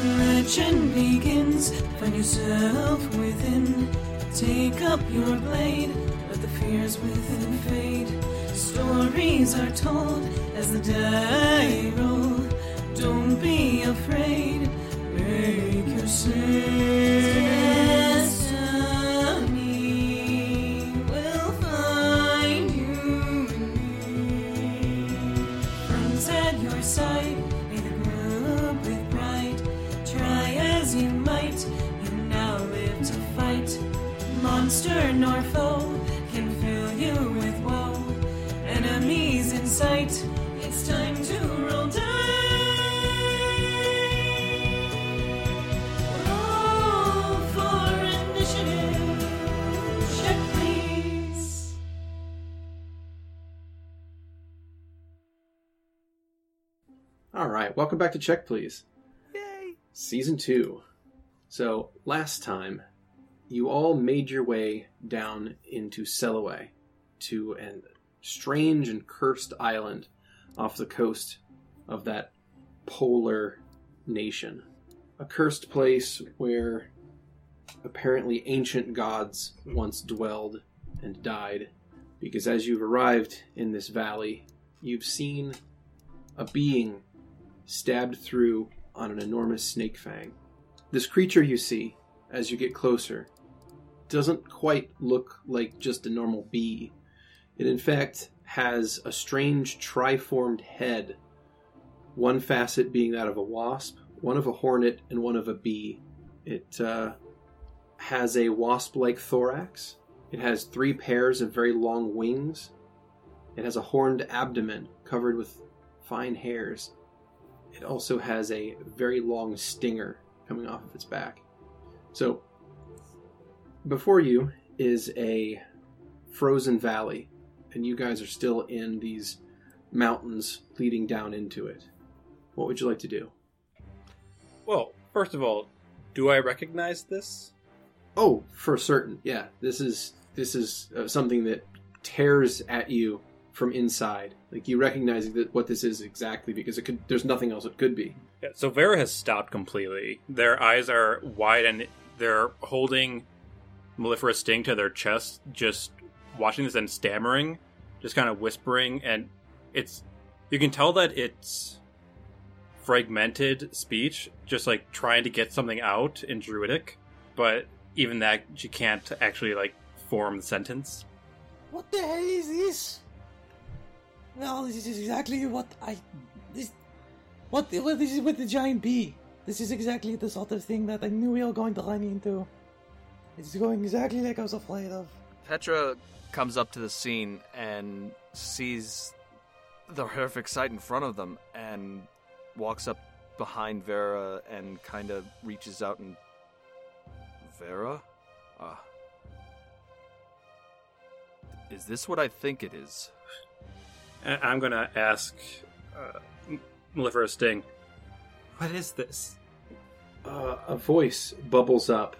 Searching begins. Find yourself within. Take up your blade. Let the fears within fade. Stories are told as the die roll. Don't be afraid. Make your destiny will find you and me. Friends at your side, may the group live bright. Try as you might, you now live to fight. Monster nor foe can fill you with woe. Enemies in sight, it's time to roll dice. Roll for initiative. Check please. All right, welcome back to Check Please. Yay! Season 2. So, last time, you all made your way down into Selaway to an strange and cursed island off the coast of that polar nation. A cursed place where apparently ancient gods once dwelled and died. Because as you've arrived in this valley, you've seen a being stabbed through on an enormous snake fang. This creature you see as you get closer doesn't quite look like just a normal bee. It, in fact, has a strange triformed head, one facet being that of a wasp, one of a hornet, and one of a bee. It uh, has a wasp like thorax, it has three pairs of very long wings, it has a horned abdomen covered with fine hairs, it also has a very long stinger coming off of its back. So, before you is a frozen valley, and you guys are still in these mountains leading down into it. What would you like to do? Well, first of all, do I recognize this? Oh, for certain, yeah. This is this is uh, something that tears at you from inside. Like you recognize that what this is exactly because it could. There's nothing else it could be. Yeah, so Vera has stopped completely. Their eyes are wide and they're holding Mellifera's Sting to their chest, just watching this and stammering, just kind of whispering. And it's. You can tell that it's fragmented speech, just like trying to get something out in Druidic, but even that, she can't actually like form the sentence. What the hell is this? No, this is exactly what I. This, what, what this is with the giant bee. This is exactly the sort of thing that I knew we were going to run into. It's going exactly like I was afraid of. Petra comes up to the scene and sees the horrific sight in front of them and walks up behind Vera and kind of reaches out and. Vera? Uh, is this what I think it is? I- I'm gonna ask uh, M- Mellifera's Sting, what is this? Uh, a voice bubbles up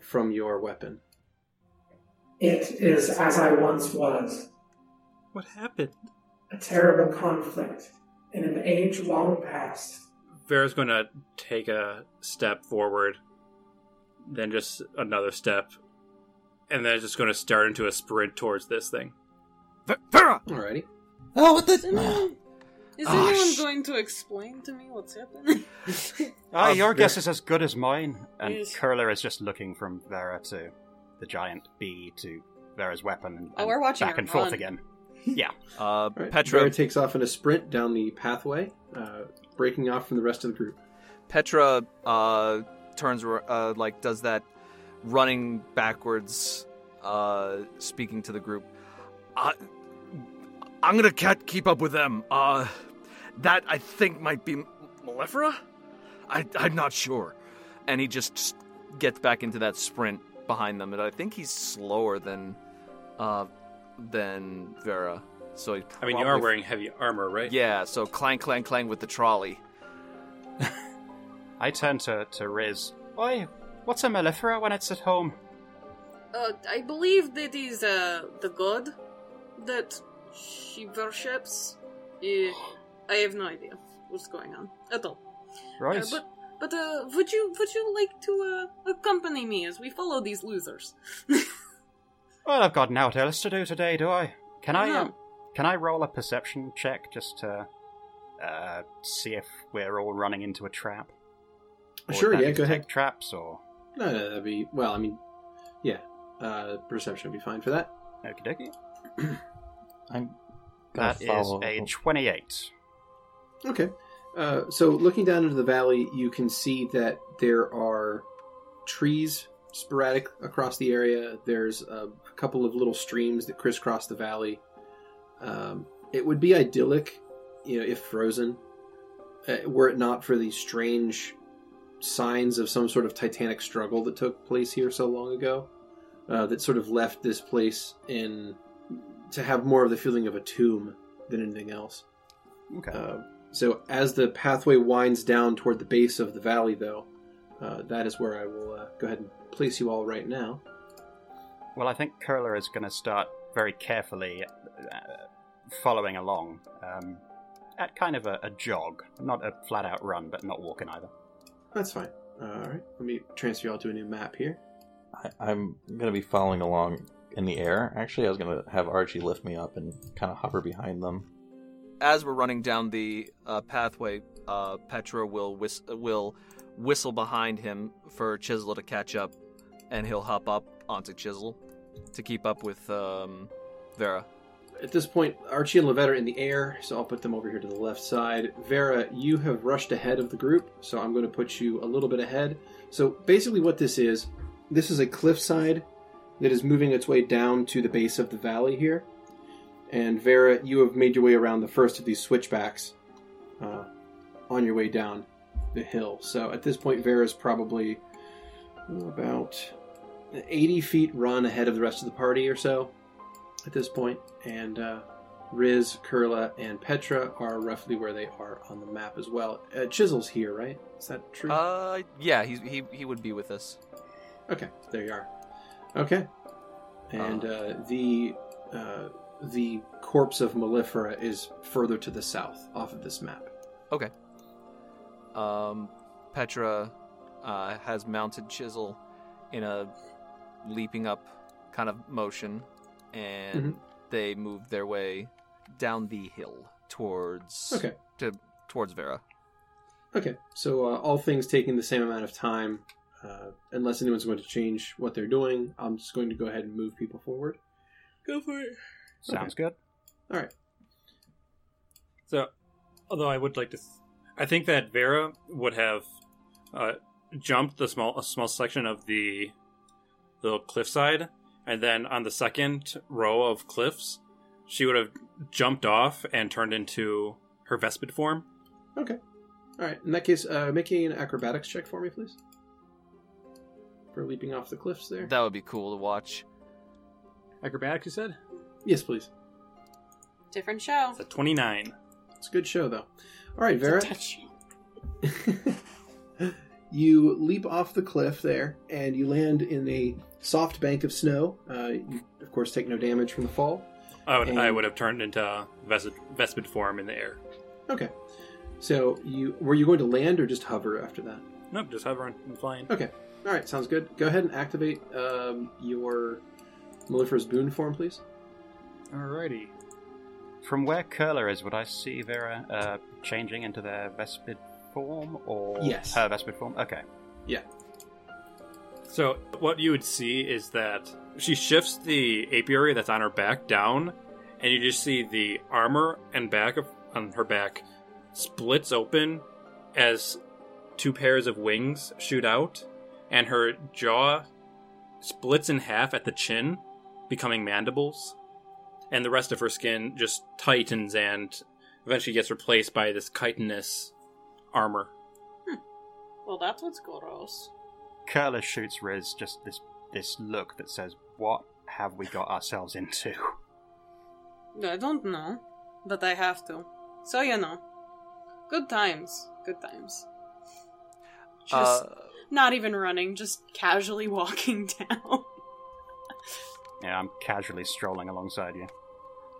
from your weapon. It is as I once was, What happened? a terrible conflict in an age long past. Vera's gonna take a step forward, then just another step, and then just gonna start into a sprint towards this thing. Ver- Vera! Alrighty. Oh, what Is the. anyone, is Ah, anyone sh- going to explain to me what's happening? Ah, Um, your there- guess is as good as mine. And Yes. Curler is just looking from Vera to the giant bee to Vera's weapon, and, Oh, and we're watching back her and forth run. again. Yeah, Uh, All right. Petra Vera takes off in a sprint down the pathway, uh, breaking off from the rest of the group. Petra uh, turns ar- uh, like does that running backwards, uh, speaking to the group. I, I'm gonna cat keep up with them. Uh, that I think might be Malefera. I, I'm not sure. And he just s- gets back into that sprint behind them, and I think he's slower than uh, than Vera. So he's I probably mean, you are wearing heavy armor, right? Yeah, so clang, clang, clang with the trolley. I turn to to Riz. Oi, what's a mellifera when it's at home? Uh, I believe that is uh, the god that she worships. Uh, I have no idea what's going on at all. Uh, Right. but But uh, would you would you like to uh, accompany me as we follow these losers? Well, I've got now else to do today, do I? Can I No. um, can I roll a perception check just to uh, see if we're all running into a trap? Or sure, if that yeah, is go ahead. detect Traps or No, no, Uh, that'd be well. I mean, yeah, uh, perception would be fine for that. okie dokie. I'm. gonna That is follow. a twenty-eight. Okay. Uh, so looking down into the valley, you can see that there are trees sporadic across the area. There's a, a couple of little streams that crisscross the valley. Um, it would be idyllic, you know, if frozen, uh, were it not for these strange signs of some sort of titanic struggle that took place here so long ago, uh, that sort of left this place in to have more of the feeling of a tomb than anything else. Okay. Uh, so as the pathway winds down toward the base of the valley, though, uh, that is where I will uh, go ahead and place you all right now. Well, I think Curler is going to start very carefully uh, following along um, at kind of a, a jog, not a flat-out run, but not walking either. That's fine. all right, let me transfer y'all to a new map here. I, I'm gonna be following along in the air. Actually, I was gonna have Archie lift me up and kind of hover behind them. as we're running down the uh, pathway, uh, Petra will whis- will whistle behind him for Chisel to catch up, and he'll hop up onto Chisel to keep up with um, Vera. At this point, Archie and Levette are in the air, so I'll put them over here to the left side. Vera, you have rushed ahead of the group, so I'm going to put you a little bit ahead. So basically, what this is, this is a cliffside that is moving its way down to the base of the valley here. And Vera, you have made your way around the first of these switchbacks uh, on your way down the hill. So at this point, Vera's probably oh, about 80 feet run ahead of the rest of the party or so at this point, and uh, Riz, Curla, and Petra are roughly where they are on the map as well. Uh, Chisel's here, right? Is that true? Uh, yeah, he, he he would be with us. okay, there you are. Okay, and uh, the uh, the corpse of Mellifera is further to the south off of this map. Um, Petra uh, has mounted Chisel in a leaping up kind of motion, and Mm-hmm. they move their way down the hill towards Okay. to, towards Vera. Okay, so uh, all things taking the same amount of time, uh, unless anyone's going to change what they're doing, I'm just going to go ahead and move people forward. Go for it. Sounds good. All right. So, although I would like to, I think that Vera would have uh, jumped the small a small section of the little cliffside, and then on the second row of cliffs, she would have jumped off and turned into her Vespid form. Okay. All right. In that case, uh, make an acrobatics check for me, please. For leaping off the cliffs there. That would be cool to watch. Acrobatics, you said? yes, please. Different show. It's a twenty nine. It's a good show, though. All right, Vera. you leap off the cliff there, and you land in a soft bank of snow. Uh, you, of course, take no damage from the fall. I would I And- would have turned into Ves- Vespid form in the air. Okay. So, you were you going to land or just hover after that? Nope, just hovering and flying. Okay. All right. Sounds good. Go ahead and activate um, your Mellifera's boon form, please. Alrighty. From where Curler is, would I see Vera uh, changing into their Vespid form or Yes. her Vespid form? Okay. So what you would see is that she shifts the apiary that's on her back down, and you just see the armor and back of, on her back splits open as two pairs of wings shoot out, and her jaw splits in half at the chin, becoming mandibles, and the rest of her skin just tightens and eventually gets replaced by this chitinous armor. Well, that's what's gross. Curler shoots Riz just this this look that says, "What have we got ourselves into?" I don't know, but I have to. So you know, good times, good times. Just Uh, not even running, just casually walking down. Yeah, I'm casually strolling alongside you.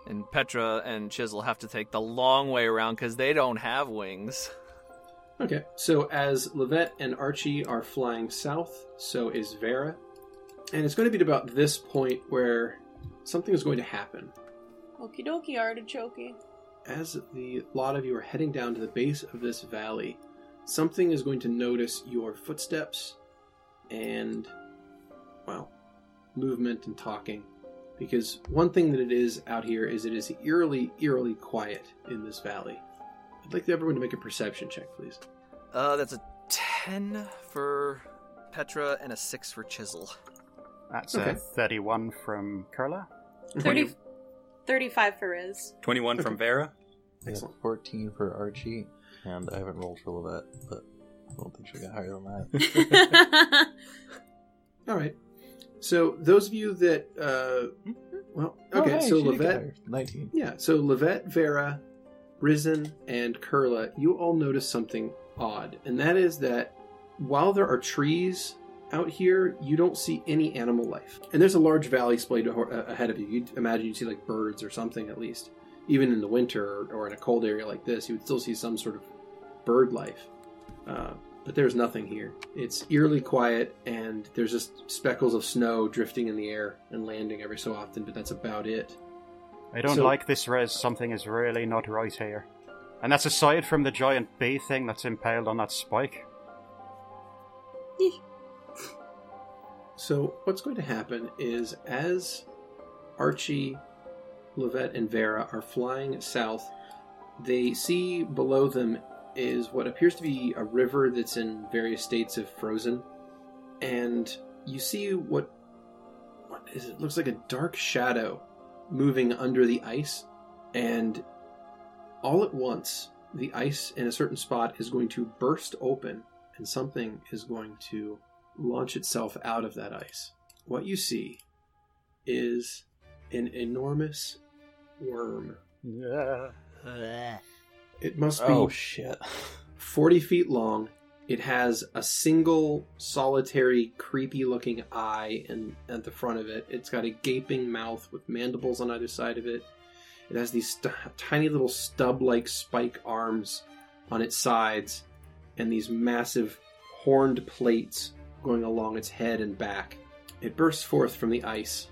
and Petra and Chisel have to take the long way around because they don't have wings. Okay, so as Levette and Archie are flying south, so is Vera. And it's going to be at about this point where something is going to happen. Okie dokie, artichokey. As the lot of you are heading down to the base of this valley, something is going to notice your footsteps and, well, movement and talking. Because one thing that it is out here is it is eerily, eerily quiet in this valley. I'd like everyone to make a perception check, please. Uh, that's a 10 for Petra and a 6 for Chisel. That's Okay. a 31 from Curler. 30, 35 for Riz. 21 from Vera. I got 14 for Archie, and I haven't rolled for Levette, but I don't think she'll get higher than that. All right. So those of you that, uh, well, okay. Oh, hey, so she did get Levette, higher. 19. yeah. So Levette, Vera, Risen, and Curla, you all notice something odd, and that is that while there are trees out here, you don't see any animal life, and there's a large valley splayed aho- uh, ahead of you. You'd imagine you'd see like birds or something at least. Even in the winter or, or in a cold area like this, you would still see some sort of bird life. Uh, but there's nothing here. It's eerily quiet, and there's just speckles of snow drifting in the air and landing every so often, but that's about it. I don't So- like this res. Something is really not right here. And that's aside from the giant bee thing that's impaled on that spike. So, what's going to happen is as Archie, Levette, and Vera are flying south, they see below them is what appears to be a river that's in various states of frozen. And you see what what is it? Looks like a dark shadow moving under the ice. And all at once, the ice in a certain spot is going to burst open and something is going to launch itself out of that ice. What you see is an enormous worm. Yeah. It must be Oh, shit. 40 feet long. It has a single, solitary, creepy looking eye in, at the front of it. It's got a gaping mouth with mandibles on either side of it. It has these st- tiny little stub like spike arms on its sides and these massive horned plates going along its head and back. It bursts forth from the ice,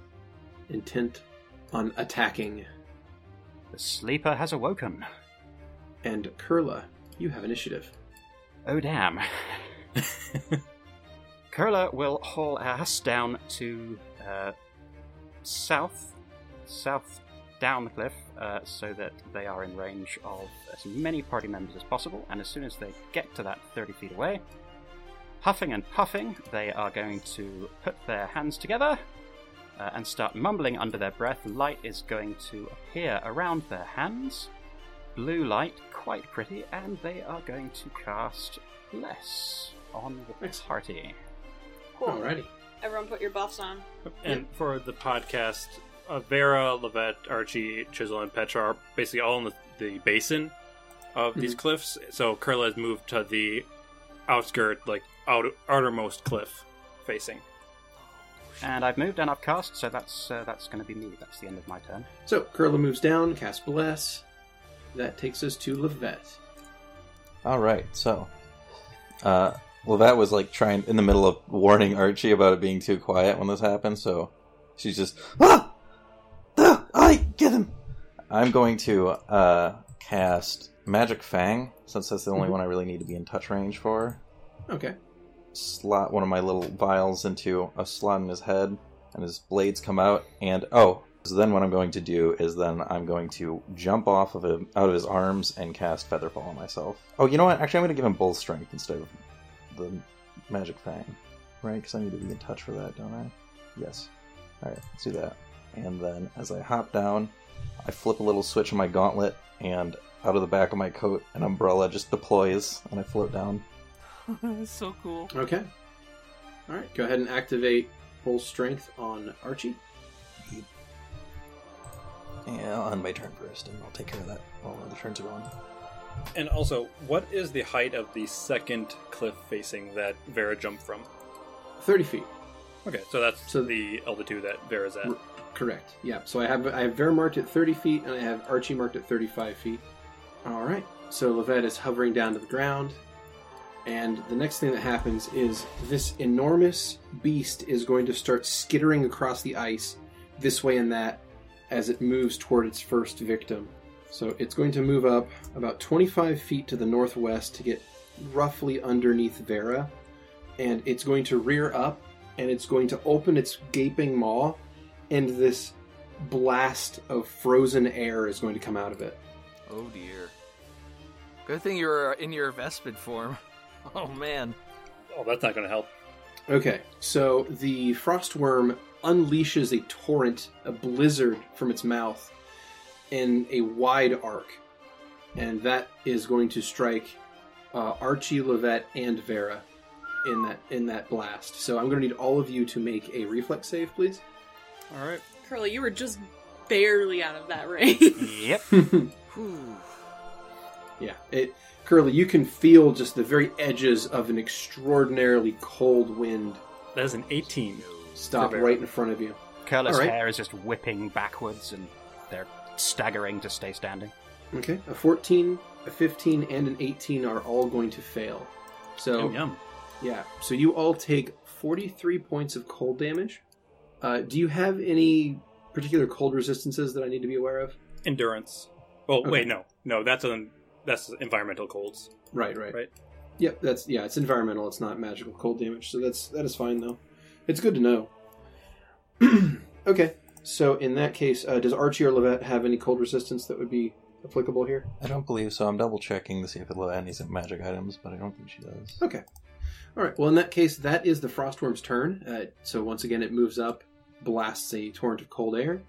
intent on attacking. The sleeper has awoken. And Curla, you have initiative. Oh, damn. Curler will haul ass down to uh, south, south down the cliff, uh, so that they are in range of as many party members as possible. And as soon as they get to that 30 feet away, huffing and puffing, they are going to put their hands together uh, and start mumbling under their breath. Light is going to appear around their hands blue light, quite pretty, and they are going to cast Bless on the party. Cool. Alrighty. Everyone put your buffs on. And for the podcast, uh, Vera, Levette, Archie, Chisel, and Petra are basically all in the, the basin of Mhm. these cliffs. So Curla has moved to the outskirt, like out, outermost cliff facing. And I've moved and I've cast, so that's uh, that's going to be me. That's the end of my turn. So Curla moves down, cast bless. That takes us to Levette. All right, so, uh, well, that was like trying in the middle of warning Archie about it being too quiet when this happened. So she's just, ah, ah I get him. I'm going to uh, cast Magic Fang since that's the only one I really need to be in touch range for. Okay. Slot one of my little vials into a slot in his head, and his blades come out. And oh, so then what I'm going to do is then I'm going to jump off of him out of his arms and cast Featherfall on myself. Oh, you know what? Actually, I'm going to give him Bull Strength instead of the Magic Fang, right? Because I need to be in touch for that, don't I? Yes. All right, let's do that. And then as I hop down, I flip a little switch on my gauntlet, and out of the back of my coat, an umbrella just deploys, and I float down. That's so cool. Okay. All right. Go ahead and activate full strength on Archie. Yeah, I'll end my turn first, and I'll take care of that while the turns are on. And also, what is the height of the second cliff facing that Vera jumped from? Thirty feet. Okay, so that's So- the altitude that Vera's at. R- Correct. Yeah. So I have I have Vera marked at thirty feet, and I have Archie marked at thirty-five feet. All right. So Levette is hovering down to the ground. And the next thing that happens is this enormous beast is going to start skittering across the ice this way and that as it moves toward its first victim. So it's going to move up about 25 feet to the northwest to get roughly underneath Vera. And it's going to rear up and it's going to open its gaping maw, and this blast of frozen air is going to come out of it. Oh dear. Good thing you're in your vestment form. Oh man. Oh, that's not going to help. Okay, so the frostworm unleashes a torrent, a blizzard from its mouth in a wide arc, and that is going to strike uh, Archie, Levette, and Vera in that in that blast. So I'm going to need all of you to make a reflex save, please. All right. Curly, you were just barely out of that range. Yep. Yeah, it Curly, you can feel just the very edges of an extraordinarily cold wind That is an 18. stop For Vera. right in front of you. Curless All right. hair is just whipping backwards, and they're staggering to stay standing. Okay, a 14, a 15, and an 18 are all going to fail. So Yum, yum. yeah, so you all take 43 points of cold damage. Uh, do you have any particular cold resistances that I need to be aware of? Endurance. Oh, Okay. wait, no. No, that's an, that's environmental colds. Right, right, Right. Yep, that's yeah. It's environmental. It's not magical cold damage, so that's that is fine though. It's good to know. okay, so in that case, uh, does Archie or Levette have any cold resistance that would be applicable here? I don't believe so. I'm double checking to see if it Annie's magic items, but I don't think she does. Okay. All right. Well, in that case, that is the frostworm's turn. Uh, so once again, it moves up, blasts a torrent of cold air,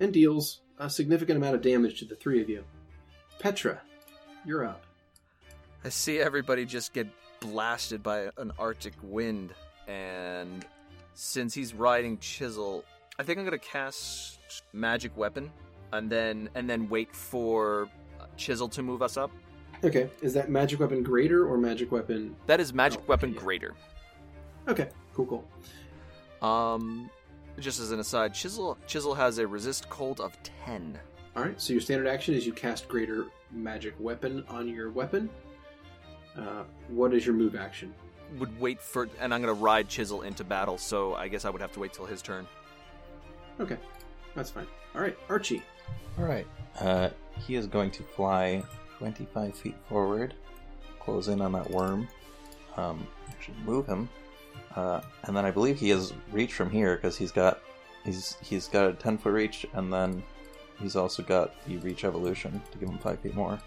and deals a significant amount of damage to the three of you. Petra, you're up. I see everybody just get blasted by an arctic wind, and since he's riding Chisel, I think I'm gonna cast Magic Weapon, and then and then wait for uh, Chisel to move us up. Okay. Is that magic weapon greater or magic weapon? That is Magic Oh, okay, Weapon yeah. Greater. Okay. Cool. Cool. Um, just as an aside, Chisel Chisel has a resist cold of ten. All right. So your standard action is you cast greater magic weapon on your weapon. Uh, what is your move action? Would wait for, and I'm gonna ride Chisel into battle, so I guess I would have to wait till his turn. Okay. That's fine. All right, Archie. All right. Uh, he is going to fly 25 feet forward, close in on that worm. Um, actually move him, uh, and then I believe he has reach from here because he's got he's he's got a 10 foot reach, and then he's also got the reach evolution to give him five feet more.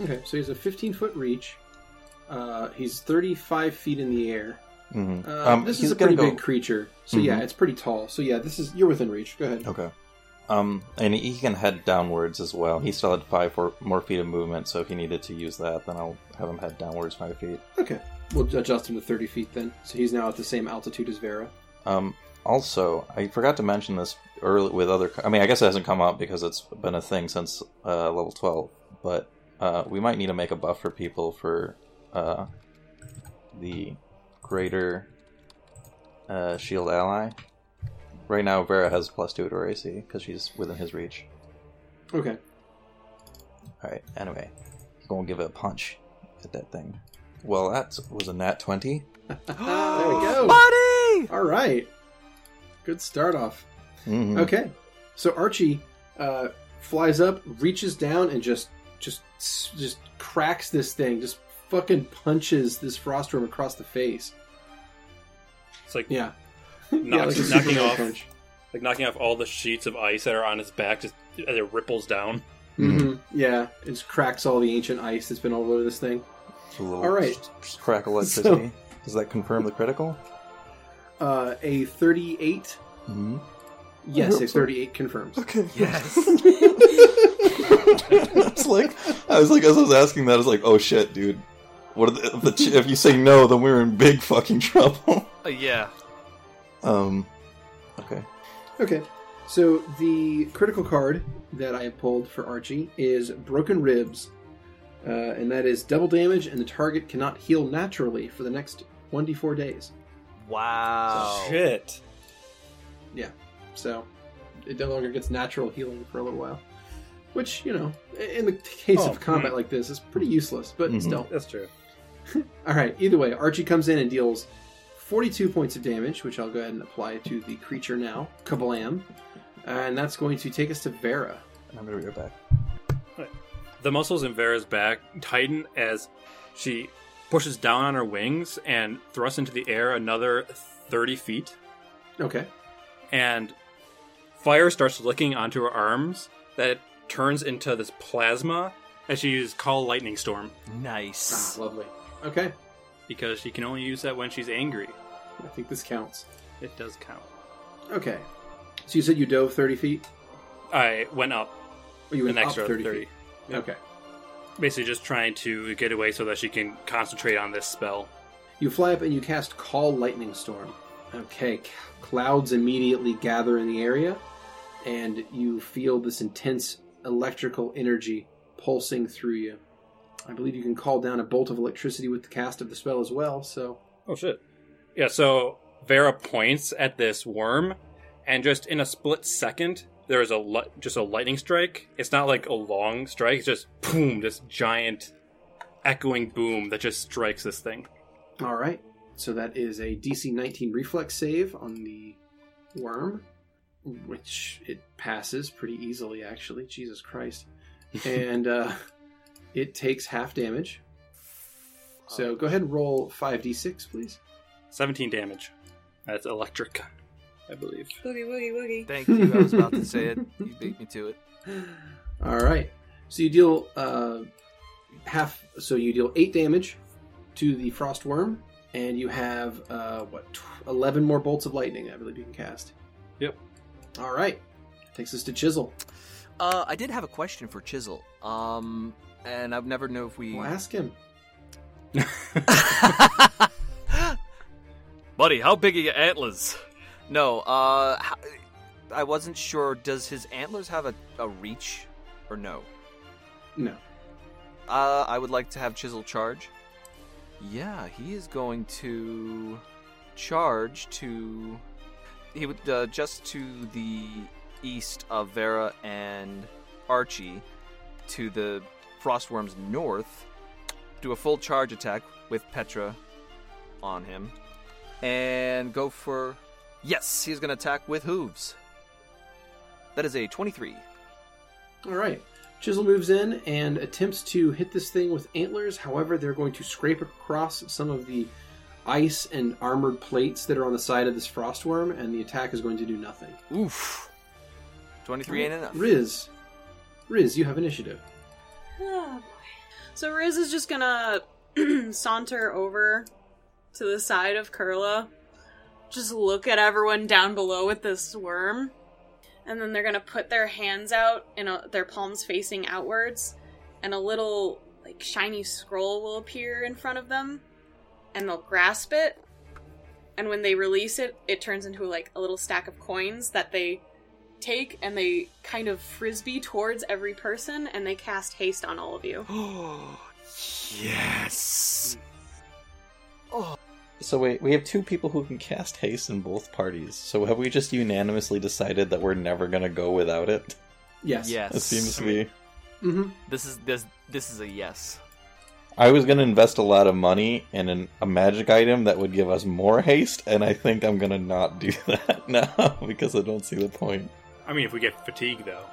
Okay. So he has a 15 foot reach. Uh, he's 35 feet in the air. Mhm. Uh, Um, this he's is a pretty gonna big go- creature, so yeah, Mhm. it's pretty tall. So yeah, this is you're within reach. Go ahead. Okay. Um, and he can head downwards as well. He still had five or more feet of movement, so if he needed to use that, then I'll have him head downwards five feet. Okay, we'll adjust him to 30 feet then. So he's now at the same altitude as Vera. Um, also, I forgot to mention this early with other. I mean, I guess it hasn't come up because it's been a thing since uh, level twelve. But uh, we might need to make a buff for people for uh, the greater uh, shield ally. Right now, Vera has plus two to her AC because she's within his reach. Okay, All right. Anyway, he's gonna give it a punch at that thing. Well, that was a nat twenty. there we go. Buddy! All right, good start off. Mm-hmm. Mhm. Okay, so Archie uh, flies up, reaches down, and just just just cracks this thing. Just fucking punches this frostworm across the face. It's like Yeah, yeah, knocks, like a knocking Superman off punch. like knocking off all the sheets of ice that are on his back just as it ripples down. Mm-hmm. hmm Yeah, it just cracks all the ancient ice that's been all over this thing. A little All right. Crack electricity. Does that confirm the critical? Uh, a 38 Mm-hmm. Yes, a 38 confirms. Okay. Yes. it's like I was like as I was asking that, I was like, oh shit, dude. What are the, if, the ch- if you say no, then we're in big fucking trouble. Uh, yeah. um. Okay. Okay. So the critical card that I have pulled for Archie is Broken Ribs, uh, and that is double damage, and the target cannot heal naturally for the next 1d4 days. Wow. Shit. So it no longer gets natural healing for a little while. Which, you know, i- in the case Oh, of combat like this, is pretty useless, but Mhm. still. That's true. All right. Either way, Archie comes in and deals 42 points of damage, which I'll go ahead and apply to the creature now. Kablam. And that's going to take us to Vera. I'm gonna go back. The muscles in Vera's back tighten as she pushes down on her wings and thrusts into the air another 30 feet. Okay. And fire starts licking onto her arms that turns into this plasma as she uses Call Lightning Storm Ah, Nice. lovely. Okay. because she can only use that when she's angry. I think this counts. It does count. Okay. So you said you dove 30 feet? I went up Or you an went up extra 30, feet. Okay. Basically, just trying to get away so that she can concentrate on this spell. You fly up and you cast Call Lightning Storm. Okay, c- clouds immediately gather in the area, and you feel this intense electrical energy pulsing through you. I believe you can call down a bolt of electricity with the cast of the spell as well, so. Oh shit. Yeah, so Vera points at this worm, and just in a split second, there is a li- just a lightning strike. It's not like a long strike; it's just boom, this giant echoing boom that just strikes this thing. Alright, so that is a DC 19 reflex save on the worm, which it passes pretty easily, actually. Jesus Christ. and uh, it takes half damage. So go ahead and roll 5d6, please. Seventeen damage. That's electric, I believe. Boogie, boogie, boogie. Thank you. I was about to say it. You beat me to it. All right. So you deal uh, half. So you deal eight damage to the frost worm, and you have uh, what tw- eleven more bolts of lightning. I believe you can cast. Yep. All right. Takes us to chisel. Uh, I did have a question for Chisel. Um, and I've never know if we. We'll ask him. Buddy, how big are your antlers? No, uh, how, I wasn't sure. Does his antlers have a, a reach or no? No. Uh, I would like to have Chisel charge. Yeah, he is going to charge to. He would uh, just to the east of Vera and Archie, to the Frostworm's north, do a full charge attack with Petra on him, and go for. Yes, he's going to attack with hooves. That is a 23. All right. Chisel moves in and attempts to hit this thing with antlers. However, they're going to scrape across some of the ice and armored plates that are on the side of this frost worm, and the attack is going to do nothing. Oof. 23 ain't enough. Riz, Riz, you have initiative. Oh, boy. So Riz is just gonna saunter over to the side of Curla, just look at everyone down below with this worm, and then they're gonna put their hands out and uh, their palms facing outwards, and a little like shiny scroll will appear in front of them, and they'll grasp it, and when they release it, it turns into like a little stack of coins that they take and they kind of frisbee towards every person and they cast haste on all of you. yes. So wait, we have two people who can cast haste in both parties. So have we just unanimously decided that we're never gonna go without it? Yes. Yes. It seems to be. Mm-hmm. This is this this is a yes. I was gonna invest a lot of money in an, a magic item that would give us more haste, and I think I'm gonna not do that now because I don't see the point. I mean, if we get fatigue though,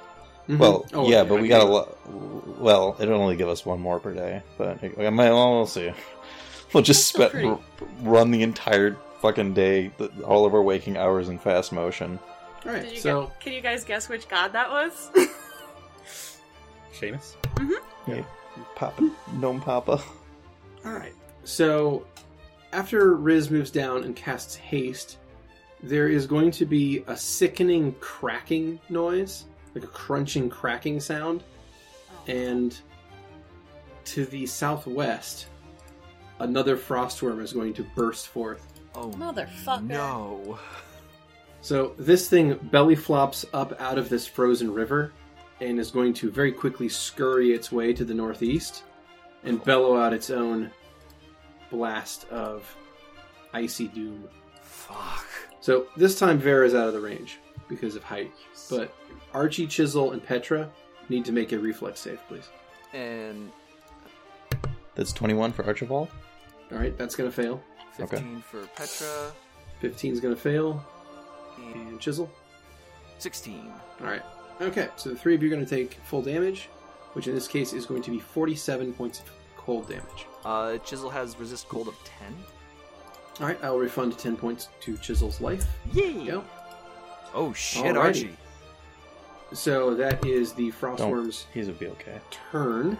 Mhm. Well, Oh, yeah, okay. but we got a lot. Well, it'll only give us one more per day, but I might well, we'll see. We'll just That's spe- pretty- r- run the entire fucking day, th- all of our waking hours in fast motion. All Did right. you So, get, can you guys guess which god that was? Seamus. Papa, gnome Papa. all right. So, after Riz moves down and casts haste, there is going to be a sickening cracking noise, like a crunching cracking sound, Oh. and to the southwest, another frostworm is going to burst forth. Oh Motherfucker. No. So this thing belly flops up out of this frozen river and is going to very quickly scurry its way to the northeast and bellow out its own blast of icy doom. Fuck. So this time Vera's out of the range because of height, but Archie, Chisel, and Petra need to make a reflex save, please. And That's 21 for Archibald. All right, that's going to fail. 15 for Petra. 15's going to fail. And And Chisel. 16. All right. Okay, so the three of you are going to take full damage, which in this case is going to be 47 points of cold damage. Uh, Chisel has resist cold of 10. All right, I'll refund 10 points to Chisel's life. There you Yay! go. Oh shit, Alrighty. Archie. So that is the Frostworm's Don't. He's would be okay. turn.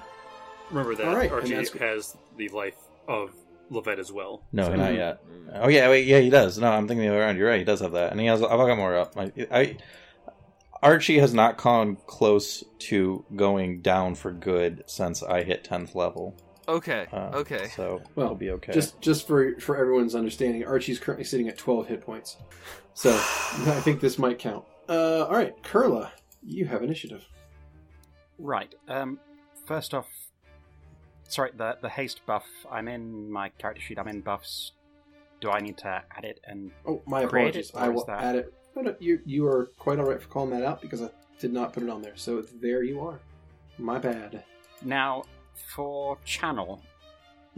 Remember that All right, and Archie that's- has the life of Levette as well. No, So- not yet. Oh yeah, wait, yeah, he does. No, I'm thinking the other way around. You're right. He does have that, and he has. I've got more up. I, I Archie has not come close to going down for good since I hit tenth level. Okay, Um, Uh, okay. so Well, he'll be okay. Just just for for everyone's understanding, Archie's currently sitting at 12 hit points. So I think this might count. Uh, all right, Curla, you have initiative. Right. Um, first off, sorry, the the haste buff. I'm in my character sheet. I'm in buffs. Do I need to add it? And Oh, my Create apologies. it, or I is will that- add it. No, no, you you are quite all right for calling that out because I did not put it on there. So there you are. My bad. now for channel.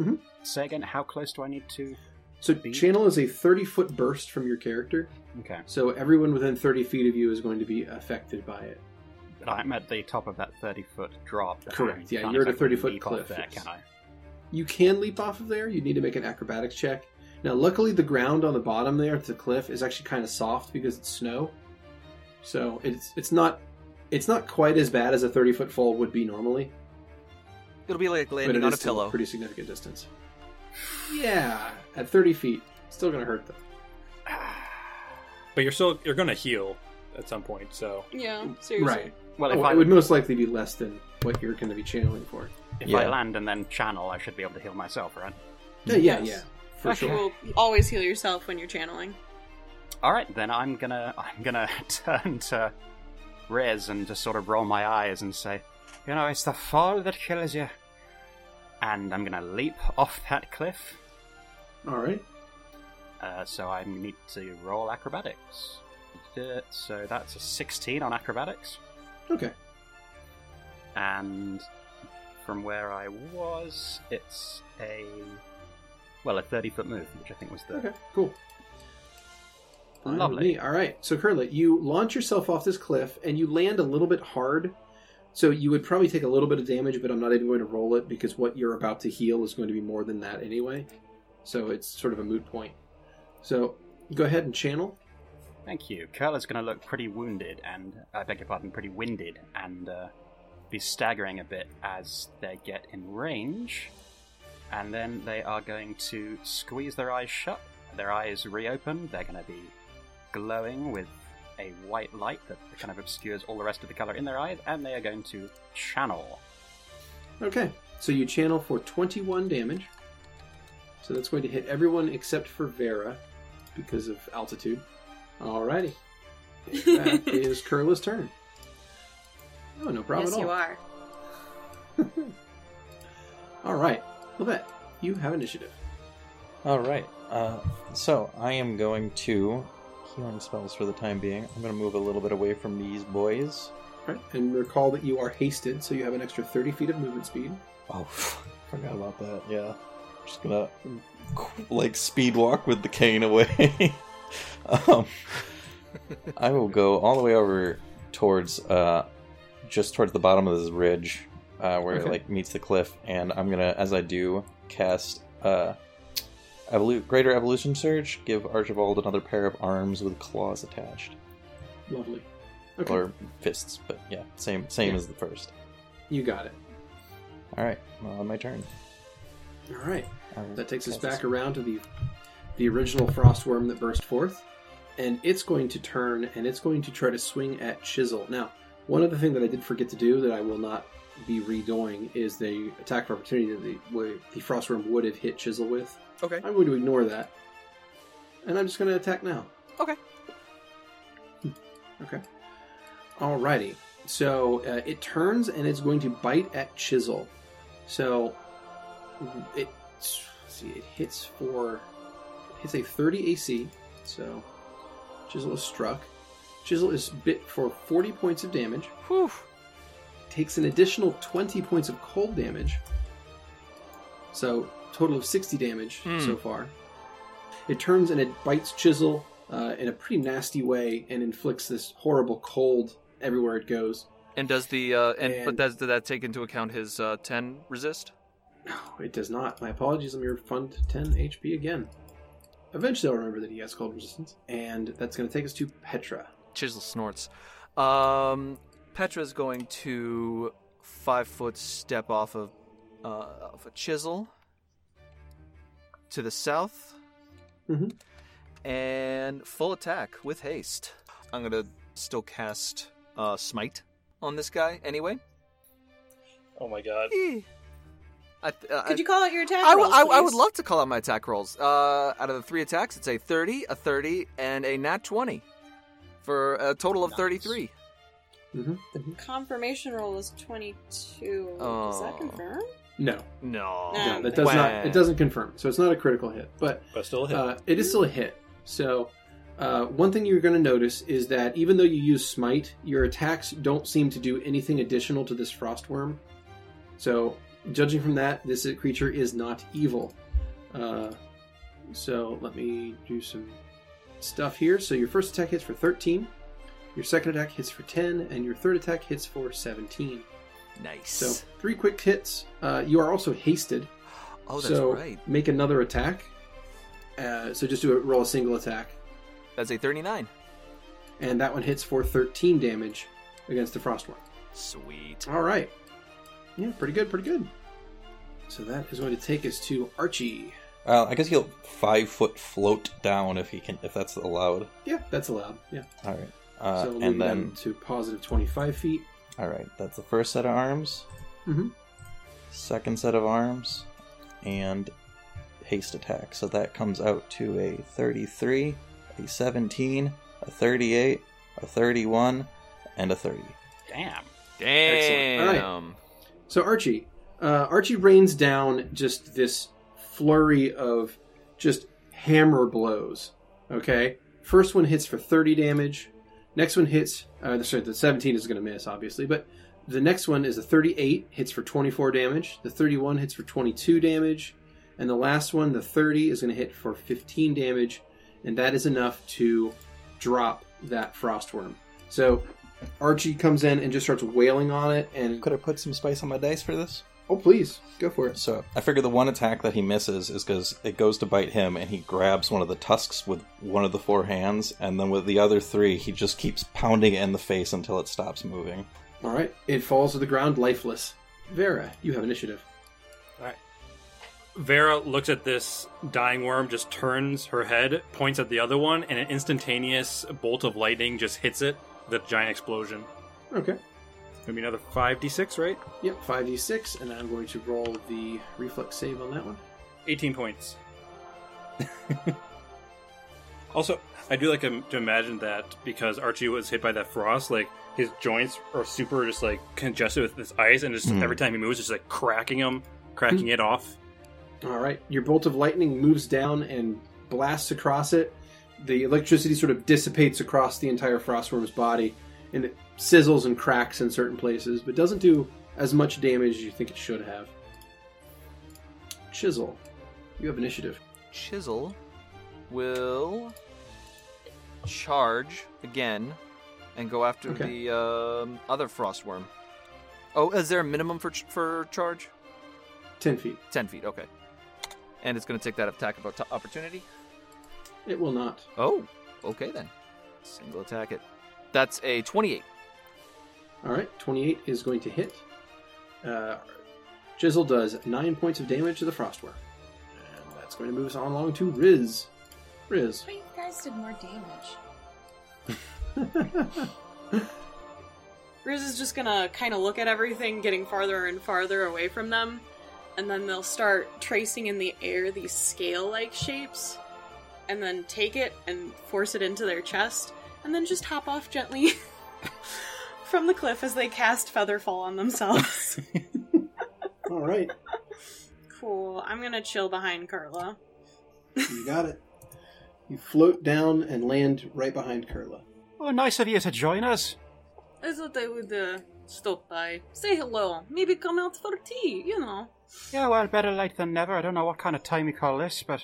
Mhm. Say again. How close do I need to? So Beat. channel is a 30 foot burst from your character. Okay. So everyone within 30 feet of you is going to be affected by it. I'm at the top of that thirty foot drop. Correct, yeah, Can't you're at a exactly 30-foot leap off cliff, There, yes. can I? You can leap off of there. You need to make an acrobatics check. Now, luckily, the ground on the bottom there at the cliff is actually kind of soft because it's snow. So it's it's not it's not quite as bad as a 30 foot fall would be normally. It'll be like but it landing is on a still pillow. pretty significant distance. Yeah, at 30 feet, still gonna hurt though. But you're still you're gonna heal at some point. So Yeah, seriously. Well, if Well, I Oh, it would most likely be less than what you're going to be channeling for. if Yeah. I land and then channel, I should be able to heal myself, right? Yeah, yeah, Yes. yeah, for Okay. sure. Well, always heal yourself when you're channeling. All right, then I'm gonna I'm gonna turn to Rez and just sort of roll my eyes and say, you know, it's the fall that kills you. And I'm gonna leap off that cliff. All right. Uh, so I need to roll acrobatics. Uh, So that's a 16 on acrobatics. Okay. And from where I was, it's a well a 30 foot move, which I think was the Okay. Cool. Fine with Lovely. me. All right. So, Curla, you launch yourself off this cliff and you land a little bit hard. So, you would probably take a little bit of damage, but I'm not even going to roll it because what you're about to heal is going to be more than that anyway. So, it's sort of a moot point. So, go ahead and channel. Thank you. Curler's going to look pretty wounded and, I beg your pardon, pretty winded and uh, be staggering a bit as they get in range. And then they are going to squeeze their eyes shut, their eyes reopen. They're going to be glowing with a white light that kind of obscures all the rest of the color in their eyes, and they are going to channel. Okay. So, you channel for 21 damage. So, that's going to hit everyone except for Vera because of altitude. Alrighty. That is Curla's turn. Oh, no problem yes, at all. you are. All right, Levette, you have initiative. All right. Uh, so I am going to healing spells for the time being. I'm going to move a little bit away from these boys. All right, and recall that you are hasted, so you have an extra 30 feet of movement speed. Oh, fuck, forgot about that. Yeah, just gonna like speed walk with the cane away. um, I will go all the way over towards uh, just towards the bottom of this ridge uh, where Okay. it like meets the cliff, and I'm gonna, as I do, cast uh, evolu- greater evolution surge. Give Archibald another pair of arms with claws attached Lovely. Okay, or fists, but yeah, same same Yeah. as the first. you got it. All right, well, on my turn. All right, I will that takes us cast a back around to the the original frostworm that burst forth, and it's going to turn and it's going to try to swing at Chisel. Now, one other thing that I did forget to do that I will not be redoing is the attack of opportunity that the, where the frostworm would have hit Chisel with. Okay. I'm going to ignore that, and I'm just going to attack now. Okay. Hmm, Okay. Alrighty. So uh, it turns and it's going to bite at Chisel. So it let's see it hits for it hits a 30 AC. So Chisel is struck. Chisel is bit for 40 points of damage. Whew. Takes an additional 20 points of cold damage. So total of 60 damage Hmm. so far. It turns and it bites Chisel uh, in a pretty nasty way and inflicts this horrible cold everywhere it goes. And does the uh, and, but And- does did that take into account his uh, ten resist? No, it does not. My apologies. I'm your fund 10 HP again. Eventually, I'll remember that he has cold resistance, and that's going to take us to Petra. Chisel snorts. Um, Petra's going to five foot step off of uh, off a chisel to the south, Mhm. Mm-hmm. and full attack with haste. I'm gonna still cast uh, smite on this guy anyway. Oh my god. Eh. I, th- uh, I- Could you call out your attack? I would- rolls, I- I would please? love to call out my attack rolls. Uh, out of the three attacks, it's a 30, a 30, and a nat 20 for a total of Nice. 33. Mm-hmm. Confirmation roll was 22. Does Oh. that confirm? No, No. no, Um, that does not. It doesn't confirm, so it's not a critical hit, but But still a hit. uh, it is still a hit. So, uh, one thing you're going to notice is that even though you use smite, your attacks don't seem to do anything additional to this frostworm. So, judging from that, this creature is not evil. Uh, so, let me do some stuff here. So, your first attack hits for 13, your second attack hits for 10, and your third attack hits for 17. Nice. So, three quick hits. Uh, you are also hasted, oh, that's so right. make another attack. Uh, so just do a roll a single attack, That's a 39. and that one hits for 13 damage against the frostworm. Sweet. All right, yeah, pretty good, pretty good. So that is going to take us to Archie. Well, Uh, I guess he'll five foot float down if he can, if that's allowed. Yeah, that's allowed. Yeah, All right, uh, so and moving then them to positive 25 feet. all right, that's the first set of arms. Mhm. Second set of arms, and haste attack. So that comes out to a thirty-three, a seventeen, a thirty-eight, a thirty-one, and a thirty. Damn. Damn. Excellent. So Archie, uh, Archie rains down just this flurry of just hammer blows. Okay, first one hits for thirty damage. Next one hits. Uh, sorry, the seventeen is going to miss, obviously, but the next one is a thirty-eight hits for twenty-four damage. The thirty-one hits for twenty-two damage, and the last one, the thirty, is going to hit for fifteen damage, and that is enough to drop that frostworm. So. Archie comes in and just starts wailing on it, and Could I put some spice on my dice for this? Oh, please go for it. So I figure the one attack that he misses is because it goes to bite him, and he grabs one of the tusks with one of the four hands, and then with the other three, he just keeps pounding it in the face until it stops moving. All right, it falls to the ground lifeless. Vera, you have initiative. Vera looks at this dying worm, just turns her head, points at the other one, and an instantaneous bolt of lightning just hits it. The giant explosion. Okay. Maybe another 5d6, right? Yep, five d six, and I'm going to roll the reflex save on that one. 18 points. also, I do like to imagine that because Archie was hit by that frost, like his joints are super just like congested with this ice, and just Hmm. every time he moves, it's just like cracking him, cracking it off. All right, your bolt of lightning moves down and blasts across it. The electricity sort of dissipates across the entire frostworm's body, and it sizzles and cracks in certain places, but doesn't do as much damage as you think it should have. Chisel, you have initiative. Chisel will charge again and go after Okay. the um, other frostworm. Oh, is there a minimum for ch- for charge? Ten feet. 10 feet, okay. And it's going to take that attack of op- opportunity. It will not. Oh, okay then. Single attack it. That's a 28. All right, 28 is going to hit. Uh, Chisel does 9 points of damage to the Frostworm. And that's going to move us on along to Riz. Riz. But you guys did more damage. Riz is just gonna kind of look at everything, getting farther and farther away from them, and then they'll start tracing in the air these scale like shapes, and then take it and force it into their chest, and then just hop off gently from the cliff as they cast Featherfall on themselves. All right, cool. I'm gonna chill behind Carla. you got it. You float down and land right behind Curla. Oh, nice of you to join us. I thought I would uh, stop by, say hello, maybe come out for tea, you know. Yeah, well, better late than never. I don't know what kind of time you call this, but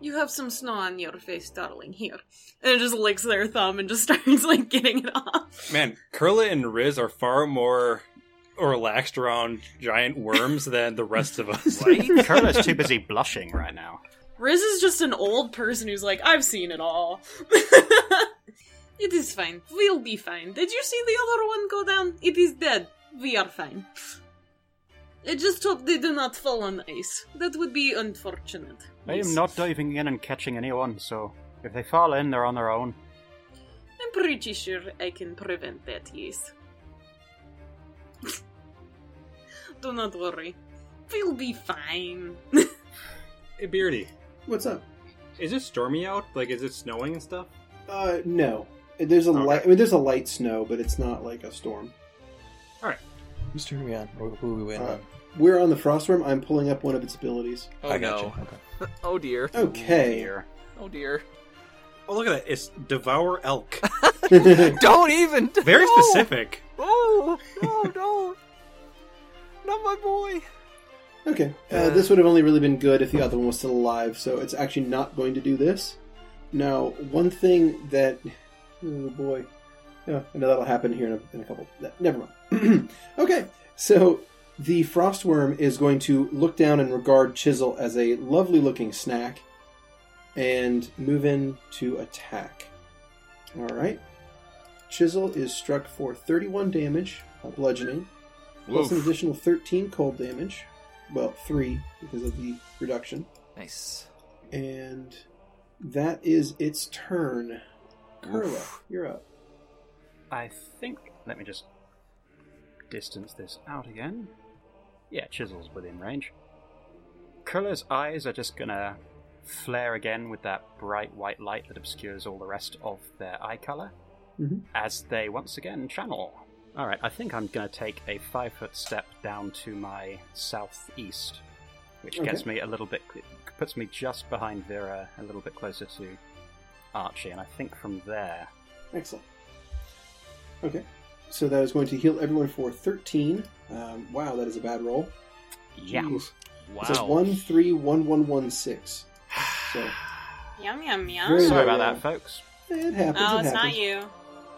You have some snow on your face, darling, here. And it just licks their thumb and just starts, like, getting it off. Man, Curla and Riz are far more relaxed around giant worms than the rest of us. Curla's too busy blushing right now. Riz is just an old person who's like, I've seen it all. it is fine. We'll be fine. Did you see the other one go down? It is dead. We are fine. I just hope they do not fall on ice. That would be unfortunate. I am not diving in and catching anyone, so if they fall in, they're on their own. I'm pretty sure I can prevent that, yes. Do not worry. We'll be fine. Hey, Beardy, What's up? is it stormy out? Like, is it snowing and stuff? Uh, no. There's a light. I mean, there's a light snow, but it's not like a storm. Who's turn we on? Who, who are we waiting Uh, on? we're on the frostworm. I'm pulling up one of its abilities. Oh I no. got you. Okay. Oh dear. Okay. Oh dear. Oh, look at that. It's devour elk. Don't even. Very No! specific. Oh no no. Not my boy. okay. Uh, this would have only really been good if the other one was still alive. So it's actually not going to do this. Now, one thing that oh boy, yeah, I know that'll happen here in a, in a couple. that- Never mind. okay. So the frostworm is going to look down and regard chisel as a lovely looking snack, and move in to attack. All right. Chisel is struck for 31 damage, uh, bludgeoning, plus an Oof. additional 13 cold damage. Well, three because of the reduction, Nice. and that is its turn. Curla, Oof. you're up. I think. Let me just distance this out again. Yeah, chisel's within range. Curla's eyes are just gonna flare again with that bright white light that obscures all the rest of their eye color Mhm. as they once again channel. Alright, I think I'm gonna take a five foot step down to my southeast, which gets me a little bit. puts me just behind Vera, a little bit closer to Archie, and I think from there Excellent. Okay, so that is going to heal everyone for 13. Um, wow, that is a bad roll. Yeah. Jeez. Wow. It's a 1 3 1 1 1 6. So Yum, yum, Very yum. Sorry well. about that, folks. it happens. Oh, it it's not happens. you.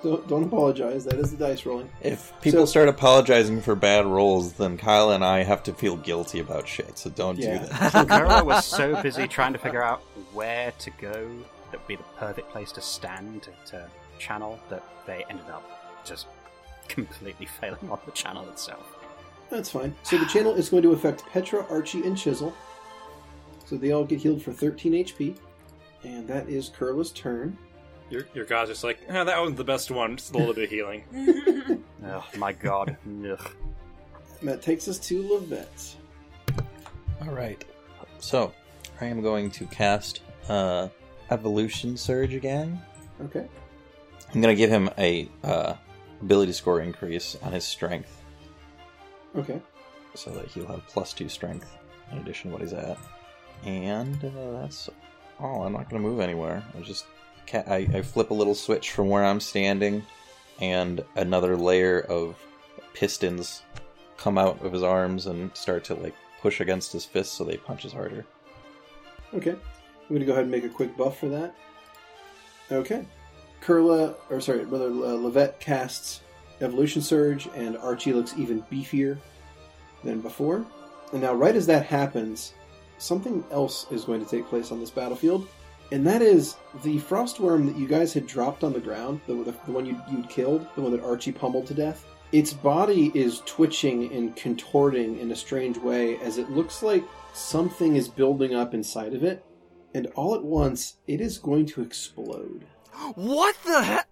Don't, don't apologize. That is the dice rolling. If people So- start apologizing for bad roles, then Kyle and I have to feel guilty about shit. So don't Yeah. do that. Carla was so busy trying to figure out where to go that would be the perfect place to stand to, to channel that they ended up just completely failing on the channel itself. That's fine. So the channel is going to affect Petra, Archie, and Chisel. So they all get healed for 13 HP. And that is Curla's turn. Your, your guy's just like, oh, that one's the best one. Just a little bit of healing. Oh my god. Ugh. And that takes us to Levette. All right. So I am going to cast uh, Evolution Surge again. Okay. I'm going to give him a uh, ability score increase on his strength, Okay. so that he'll have plus two strength in addition to what he's at. And uh, that's all. I'm not going to move anywhere. I just ca- I, I flip a little switch from where I'm standing, and another layer of pistons come out of his arms and start to like push against his fists so they punches harder. Okay. I'm going to go ahead and make a quick buff for that. Okay. Curla, or sorry, brother uh, Levette casts Evolution Surge, and Archie looks even beefier than before. And now, right as that happens, something else is going to take place on this battlefield, and that is the frostworm that you guys had dropped on the ground, the, the, the one you, you'd killed, the one that Archie pummeled to death. Its body is twitching and contorting in a strange way as it looks like something is building up inside of it, and all at once, it is going to explode. What the heck?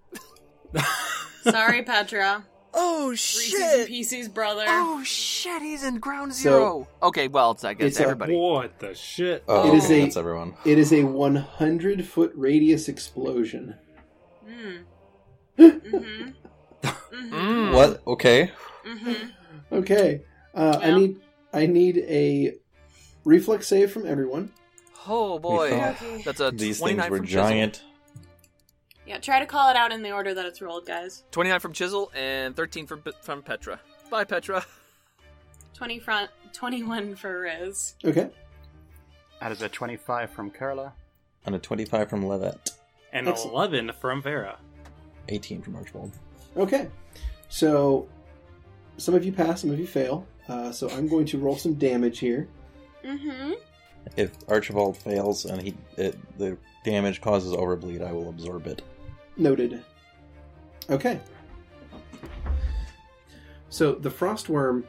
Sorry, Petra. Oh Reese's and shit. Pieces, brother. Oh shit. He's in ground So- zero. okay. Well, it's I guess It's a everybody. What the shit? Oh, It is a- that's everyone. It is a 100 foot radius explosion. Mm. hmm hmm Mm. What? Okay. hmm Okay, uh, I Yeah. need I need a reflex save from everyone. Oh We boy. thought Mm-hmm. Okay. That's a These 29 things were from Chisel. giant. Yeah, try to call it out in the order that it's rolled, guys. 29 from Chisel and 13 from from Petra. Bye Petra. 20 front, 21 for Riz. Okay. That is a 25 from Kerala On a 25 from Levitt, and Excellent. 11 from Vera. 18 from Archibald. Okay. So some of you pass, some of you fail. Uh, so I'm going to roll some damage here. Mm-hmm. If Archibald fails and he it, the damage causes overbleed, I will absorb it. Noted. Okay. So the frostworm,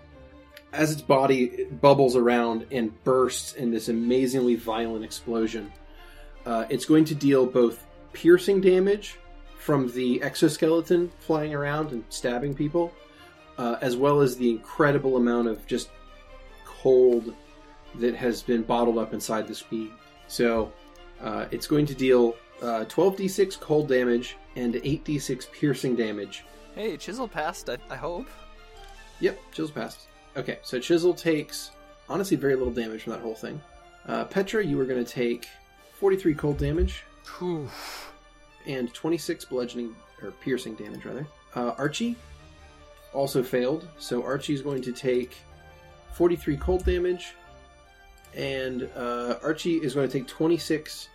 as its body it bubbles around and bursts in this amazingly violent explosion, uh, it's going to deal both piercing damage from the exoskeleton flying around and stabbing people, uh, as well as the incredible amount of just cold that has been bottled up inside this bee. So uh, it's going to deal uh, 12d6 cold damage and 8d6 piercing damage. Hey, chisel passed. I, I hope. Yep, Chisel's passed. Okay, so Chisel takes honestly very little damage from that whole thing. Uh, Petra, you are going to take 43 cold damage and 26 bludgeoning or piercing damage rather. Uh, Archie also failed, so Archie is going to take 43 cold damage, and uh, Archie is going to take 26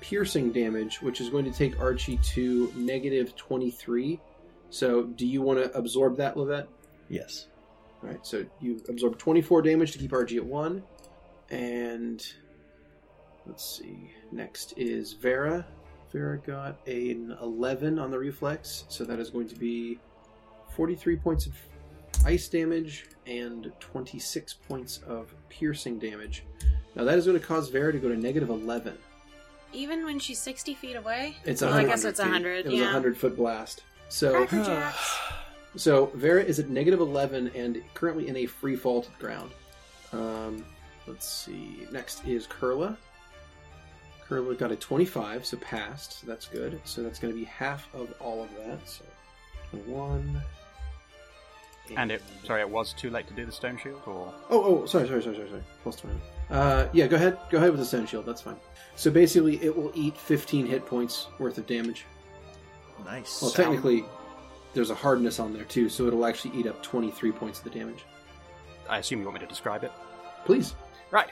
piercing damage, which is going to take Archie to negative 23. So, do you want to absorb that, Levette? Yes. All right, so you absorb 24 damage to keep RG at 1. And let's see. Next is Vera. Vera got an 11 on the reflex, so that is going to be 43 points of ice damage and 26 points of piercing damage. Now that is going to cause Vera to go to negative 11. Even when she's 60 feet away? It's a well, 100 I guess it's feet. 100, It was a yeah. 100 foot blast. So Cracker Jacks. so Vera is at negative eleven and currently in a free fall to the ground. Um, let's see. Next is Curla. Curla got a twenty-five, so passed. So that's good. So that's going to be half of all of that. So one. and it sorry it was too late to do the stone shield or Oh, oh, sorry, sorry, sorry, sorry, sorry. Plus twenty. Uh, yeah, go ahead. Go ahead with the stone shield. That's fine. So basically, it will eat fifteen hit points worth of damage. Nice. Well, technically, there's a hardness on there too, so it'll actually eat up twenty-three points of the damage. I assume you want me to describe it. Please. Right.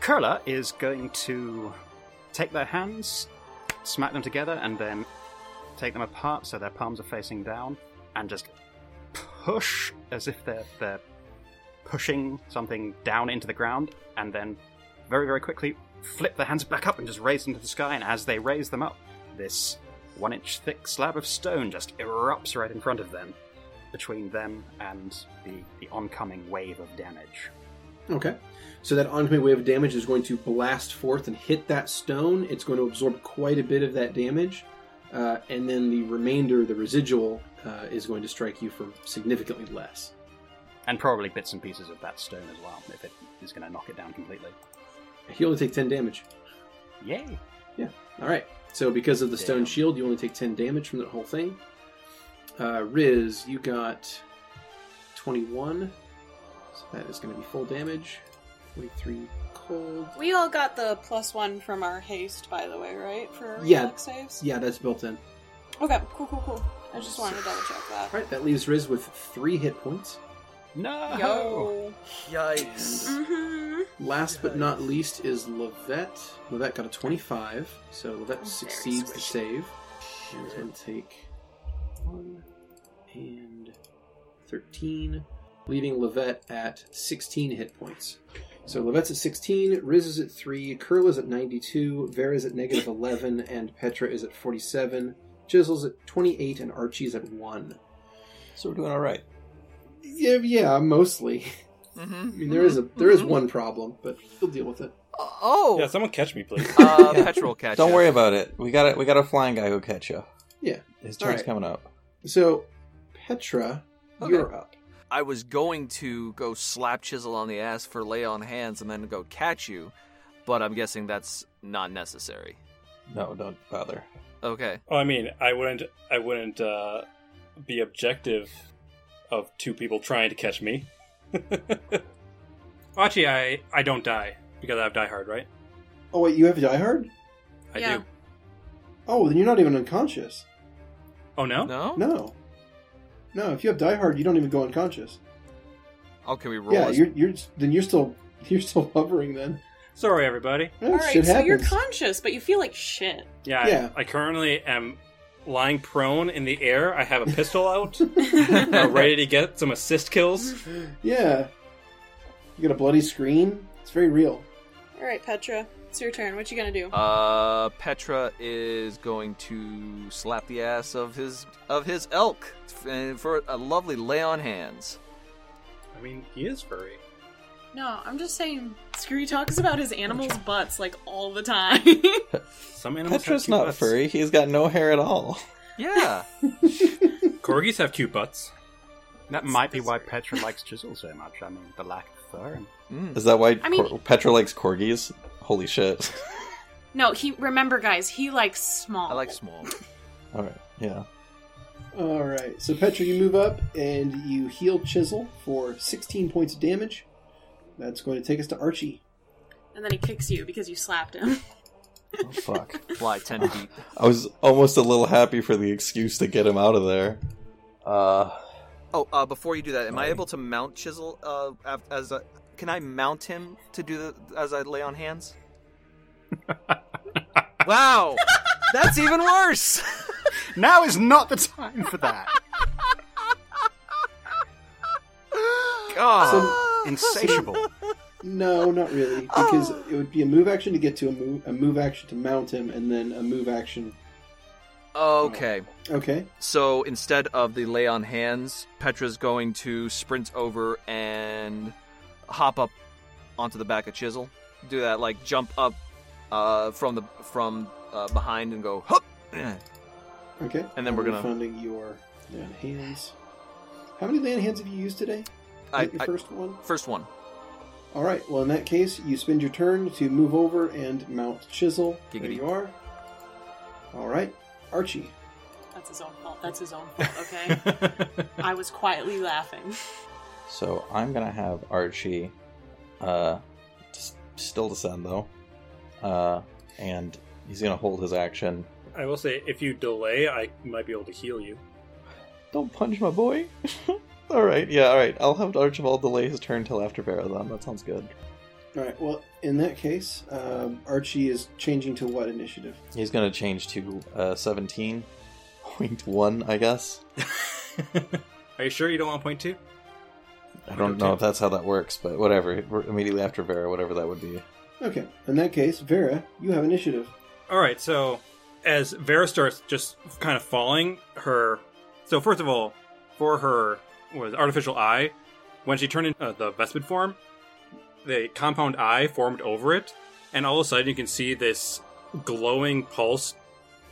Curler is going to take their hands, smack them together, and then take them apart so their palms are facing down, and just push as if they're, they're pushing something down into the ground, and then very, very quickly flip their hands back up and just raise them to the sky. And as they raise them up, this one inch thick slab of stone just erupts right in front of them, between them and the, the oncoming wave of damage. Okay. So that oncoming wave of damage is going to blast forth and hit that stone. It's going to absorb quite a bit of that damage, uh, and then the remainder, the residual, uh, is going to strike you for significantly less. And probably bits and pieces of that stone as well, if it is going to knock it down completely. You only take ten damage. Yay! All right. So because of the stone Damn. shield, you only take ten damage from that whole thing. Uh, Riz, you got twenty-one. So that is going to be full damage. Forty-three cold. We all got the plus one from our haste, by the way, right? For our Yeah. reflex saves? Yeah, that's built in. Okay, cool, cool, cool. I just wanted to double check that. All right. That leaves Riz with three hit points. No! Yo. Yikes. Oh, Mm-hmm. Last but not least is Levette. Levette got a 25, so Levette succeeds the save. And it's going to take 1 and 13, leaving Levette at 16 hit points. So Levette's at 16, Riz is at 3, Curl is at 92, Vera is at negative 11, and Petra is at 47, Chisel's at 28, and Archie's at 1. So we're doing all right. Yeah, yeah mostly. Mm-hmm. I mean, there is a there is one problem, but you'll deal with it. Oh. Yeah, someone catch me, please. Uh, petrol catch. Don't ya. worry about it. We got it. We got a flying guy who'll catch you. Yeah. His All turn's right. coming up. So, Petra, Okay. you're up. I was going to go slap chisel on the ass for lay on hands and then go catch you, but I'm guessing that's not necessary. No, don't bother. Okay. Oh, I mean, I wouldn't, I wouldn't uh, be objective of two people trying to catch me. Actually, I, I don't die because I have Die Hard, right? Oh wait, you have Die Hard? I Yeah. do. Oh, then you're not even unconscious. Oh no? No. No, no. If you have Die Hard, you don't even go unconscious. Oh, can we roll? Yeah, as- you're you're then you're still you're still hovering then. Sorry, everybody. Yeah, All right, shit so you're happens. conscious, but you feel like shit. Yeah, I- Yeah. I, currently am lying prone in the air. I have a pistol out, uh, ready to get some assist kills. yeah, you got a bloody screen. It's very real. All right, Petra, it's your turn. What you gonna do? Uh, Petra is going to slap the ass of his of his elk f- for a lovely lay on hands. I mean, he is furry. No, I'm just saying. Scree talks about his animals' butts like all the time. Some animals Petra's have cute not butts. furry. He's got no hair at all. Yeah, Corgis have cute butts. That might be why Petra likes Chisel so much. I mean, the lack of fur. And... Mm. Is that why I mean- Cor- Petra likes corgis? Holy shit. no, he remember, guys. He likes small. I like small. all right. Yeah. All right, so Petra, you move up and you heal Chisel for 16 points of damage. That's going to take us to Archie. and then he kicks you because you slapped him. Oh, fuck. Fly ten feet. I was almost a little happy for the excuse to get him out of there. Uh, Oh, uh, before you do that, am I Sorry. able to mount Chisel? Uh, af- as a, can I mount him to do the as I lay on hands? wow, that's even worse. Now is not the time for that. God, Insatiable. No, not really, because it would be a move action to get to a move, a move action to mount him, and then a move action. Okay. Okay, So instead of the lay on hands, Petra's going to sprint over and hop up onto the back of Chisel. Do that like jump up uh, from the from uh, behind and go hop. okay. And then we're gonna- funding your yeah, hands. How many land hands have you used today? Is I, that your I, first one. first one. All right. Well, in that case, you spend your turn to move over and mount Chisel. There Giggity. you are. All right, Archie. That's his own fault. That's his own fault. Okay. I was quietly laughing. so I'm gonna have Archie, uh, s- still descend though, uh, and he's gonna hold his action. I will say, if you delay, I might be able to heal you. Don't punch my boy. all right. Yeah. All right. I'll have Archibald delay his turn till after Vera. Then that sounds good. All right. Well, in that case, um, Archie is changing to what initiative? He's gonna change to uh, 17, point one, I guess. Are you sure you don't want point two? I don't know if that's how that works, but whatever. We're immediately after Vera, whatever that would be. Okay. In that case, Vera, you have initiative. All right, so as Vera starts just kind of falling, her so first of all, for her was artificial eye. When she turned into uh, the vespid form, the compound eye formed over it, and all of a sudden you can see this glowing pulse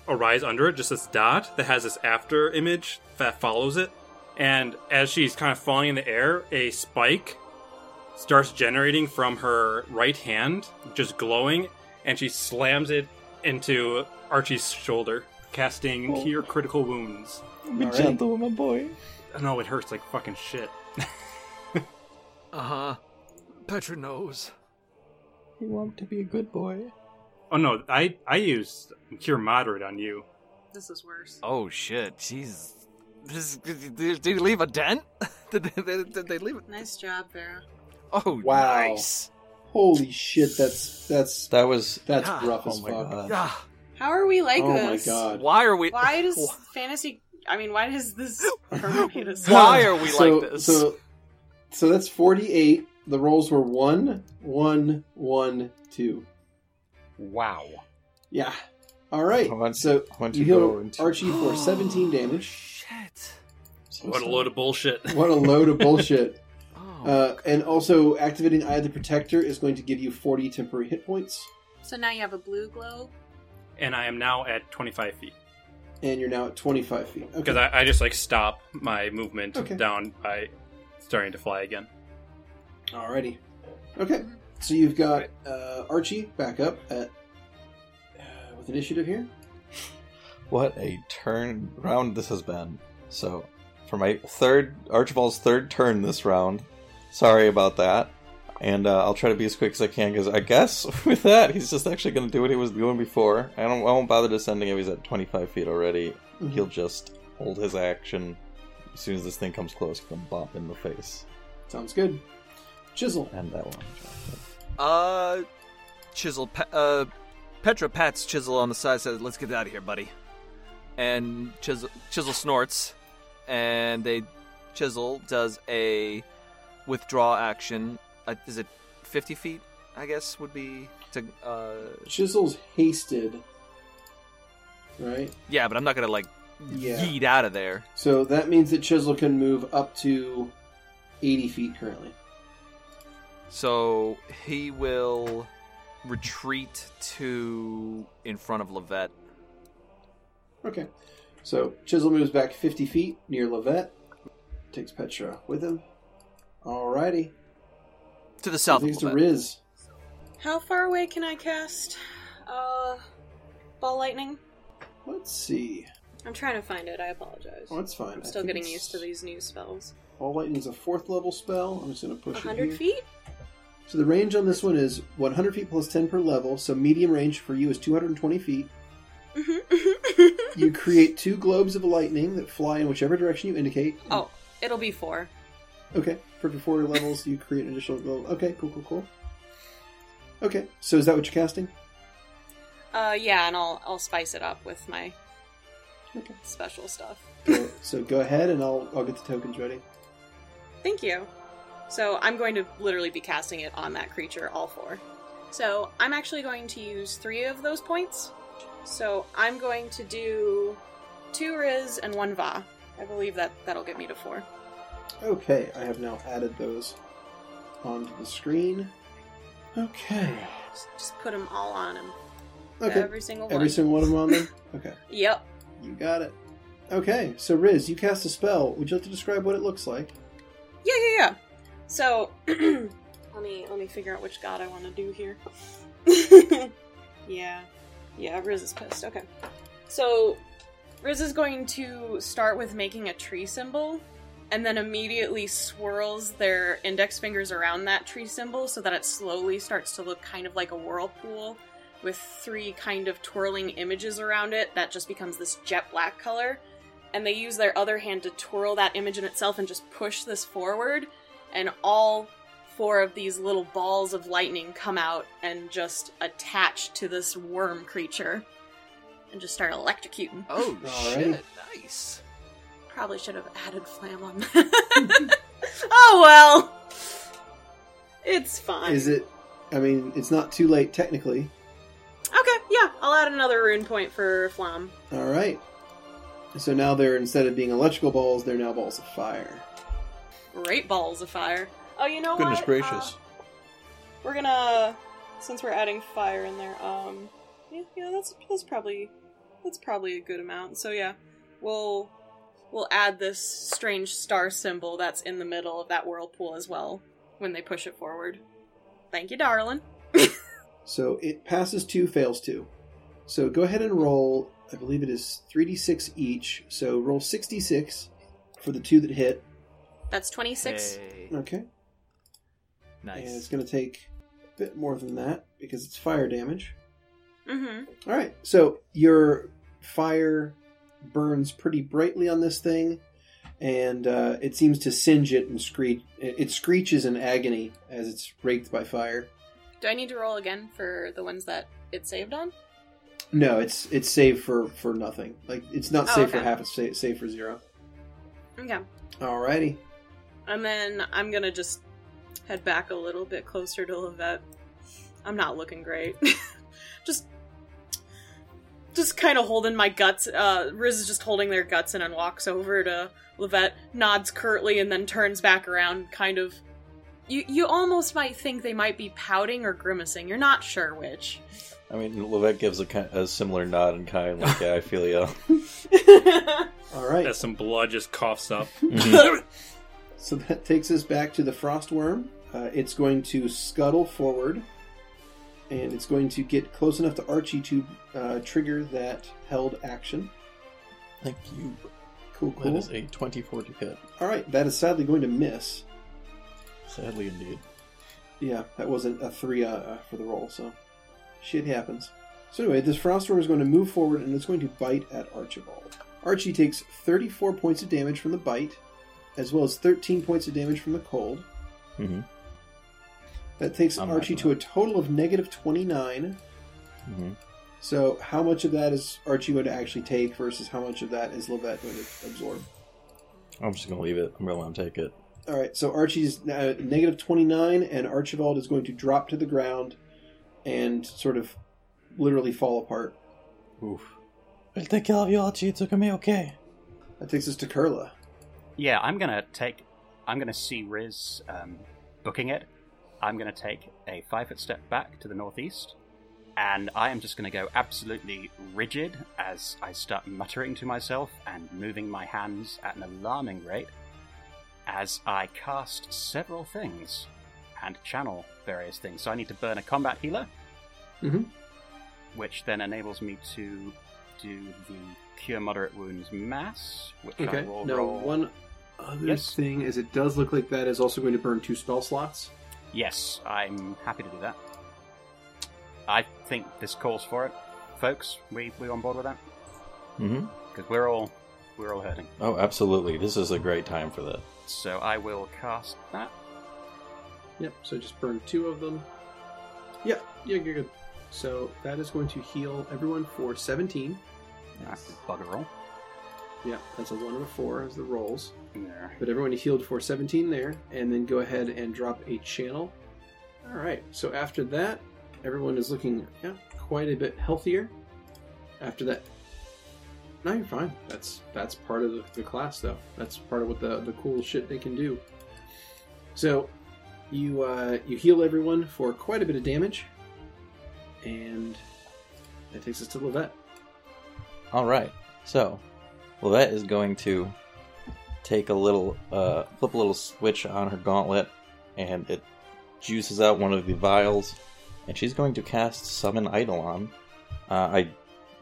arise under it, just this dot that has this after image that follows it. And as she's kind of falling in the air, a spike starts generating from her right hand, just glowing, and she slams it into Archie's shoulder, casting Oh. Cure Critical Wounds. Be All right. gentle with my boy. Oh, no, it hurts like fucking shit. Uh huh. Petra knows. He want to be a good boy. Oh no, I I used Cure Moderate on you. This is worse. Oh shit, jeez. This, did, did he leave a dent? did, they, did, they leave? it? Nice job, Vera. Oh, Wow. nice. Holy shit! That's that's That was. that's Ah, rough oh as my fuck. God. Yeah. How are we like Oh my this? god! Why are we? Why does fantasy? I mean, why does this program hate us? Why are we so, like this? So, so that's forty-eight. The rolls were one, one, one, two. Wow. Yeah. All right. I want- so I want to you go heal into- Archie for seventeen Oh, damage. shit. What a load of bullshit. What a load of bullshit! Oh. Uh, and also, activating Eye of the Protector is going to give you forty temporary hit points, So now you have a blue glow. and I am now at 25 feet and you're now at twenty-five feet. Okay. because I, I just like stop my movement Okay. down by starting to fly again. Alrighty. Okay. So you've got uh, Archie back up at uh, with initiative here. What a turn round this has been. So, for my third Archibald's third turn this round. Sorry about that. And uh, I'll try to be as quick as I can because I guess with that he's just actually going to do what he was doing before. I don't. I won't bother descending if he's at 25 feet already. Mhm. He'll just hold his action. As soon as this thing comes close, he can bop in the face. Sounds good. Chisel. And that one. Uh, chisel. Pe- uh, Petra pats chisel on the side. Says, "Let's get out of here, buddy." And chisel, chisel snorts, and they chisel does a withdraw action. Uh, is it fifty feet? I guess would be to. Uh, Chisel's hasted. Right? yeah, but I'm not gonna like Yeah. yeet out of there. So that means that Chisel can move up to 80 feet currently. So he will retreat to in front of Levette. Okay. So Chisel moves back 50 feet near Levette. Takes Petra with him. Alrighty. To the south of Leaves to Levette. Riz. How far away can I cast uh ball lightning? Let's see. I'm trying to find it. I apologize. Oh, that's fine. I'm still getting used to these new spells. All lightning's a fourth level spell. I'm just going to push it 100 here. feet? So the range on this one is 100 feet plus 10 per level. So medium range for you is 220 feet. Mhm. You create two globes of lightning that fly in whichever direction you indicate. oh, it'll be four. Okay. For four levels, you create an additional globe. Okay, cool, cool, cool. Okay, so is that what you're casting? Uh, yeah, and I'll I'll spice it up with my Okay. special stuff. Go- so go ahead, and I'll I'll get the tokens ready. Thank you. So I'm going to literally be casting it on that creature, all four. So I'm actually going to use three of those points. So I'm going to do two Riz and one Va. I believe that that'll get me to four. Okay, I have now added those onto the screen. Okay. Just, just put them all on him. Okay. Every single one. Every single one of them on there. Okay, Yep. you got it. Okay, so Riz, you cast a spell. Would you like to describe what it looks like? Yeah, yeah, yeah. So let me let me figure out which god I want to do here. yeah, yeah. Riz is pissed. Okay, so Riz is going to start with making a tree symbol, and then immediately swirls their index fingers around that tree symbol so that it slowly starts to look kind of like a whirlpool with three kind of twirling images around it that just becomes this jet black color and they use their other hand to twirl that image in itself and just push this forward and all four of these little balls of lightning come out and just attach to this worm creature and just start electrocuting Oh Alrighty. shit! Nice. probably should have added flam on that oh well it's fine Is it? I mean, it's not too late technically. okay yeah i'll add another rune point for flam All right. So now they're instead of being electrical balls, they're now balls of fire. great balls of fire oh you know Goodness what? gracious. Uh, We're gonna, since we're adding fire in there, um, yeah, yeah, that's that's probably that's probably a good amount. So yeah, we'll we'll add this strange star symbol that's in the middle of that whirlpool as well when they push it forward. Thank you, darling. So it passes two, fails two. So go ahead and roll. I believe it is three d six each. So roll sixty six for the two that hit. That's twenty six. Hey. Okay. And it's Nice. going to take a bit more than that because it's fire damage. Mm-hmm. All right. So your fire burns pretty brightly on this thing, and uh, it seems to singe it and screech. It it screeches in agony as it's raked by fire. Do I need to roll again for the ones that it saved on? No, it's it's saved for for nothing. Like it's not Oh, saved for okay. half. It's saved, saved for zero. Okay. Alrighty. And then I'm gonna just head back a little bit closer to Levette. I'm not looking great. just just kind of holding my guts. Uh, Riz is just holding their guts in and walks over to Levette, nods curtly, and then turns back around, kind of. You, you almost might think they might be pouting or grimacing. You're not sure which. I mean, Levette gives a, ki- a similar nod and kind, like, yeah, I feel you. All right. As some blood just coughs up. So that takes us back to the frostworm. Uh, it's going to scuttle forward, and it's going to get close enough to Archie to uh, trigger that held action. Thank you. Cool, That cool. is a 2040 hit. All right, that is sadly going to miss. Sadly, indeed. Yeah, that wasn't a three uh, uh, for the roll, so shit happens. So anyway, this frostworm is going to move forward and it's going to bite at Archibald. Archie takes 34 points of damage from the bite, as well as 13 points of damage from the cold. Mhm. That takes I'm not Archie to a total of negative 29. Mhm. So, how much of that is Archie going to actually take versus how much of that is Levette going to absorb? I'm just gonna leave it. I'm gonna let him take it. All right, so Archie's uh, negative 29, and Archibald is going to drop to the ground and sort of literally fall apart. Oof. I'll take care of you, Archie. It's gonna be okay. That takes us to Curla. Yeah, I'm gonna take. I'm gonna see Riz um, booking it. I'm gonna take a five foot step back to the northeast, and I am just gonna go absolutely rigid as I start muttering to myself and moving my hands at an alarming rate as I cast several things and channel various things. So I need to burn a combat healer, Mhm. which then enables me to do the cure moderate wounds mass, which I Okay, will now roll. one other Yes. thing is it does look like that is also going to burn two spell slots. Yes, I'm happy to do that. I think this calls for it, folks. We we on board with that hmm because we're all we're all hurting. Oh, absolutely. This is a great time for that. So I will cast that. Yep, so just burn two of them. Yeah, yeah, you're good. So that is going to heal everyone for 17. That's a bugger all. Yeah, that's a 1 and a 4 as the rolls. Yeah. But everyone healed for 17 there, and then go ahead and drop a channel. Alright, so after that, everyone is looking yeah, quite a bit healthier. After that, no, you're fine. That's that's part of the, the class, though. That's part of what the, the cool shit they can do. So, you uh, you heal everyone for quite a bit of damage, and that takes us to Levette. All right. So, Levette is going to take a little, uh, flip a little switch on her gauntlet, and it juices out one of the vials, and she's going to cast Summon Eidolon. Uh, I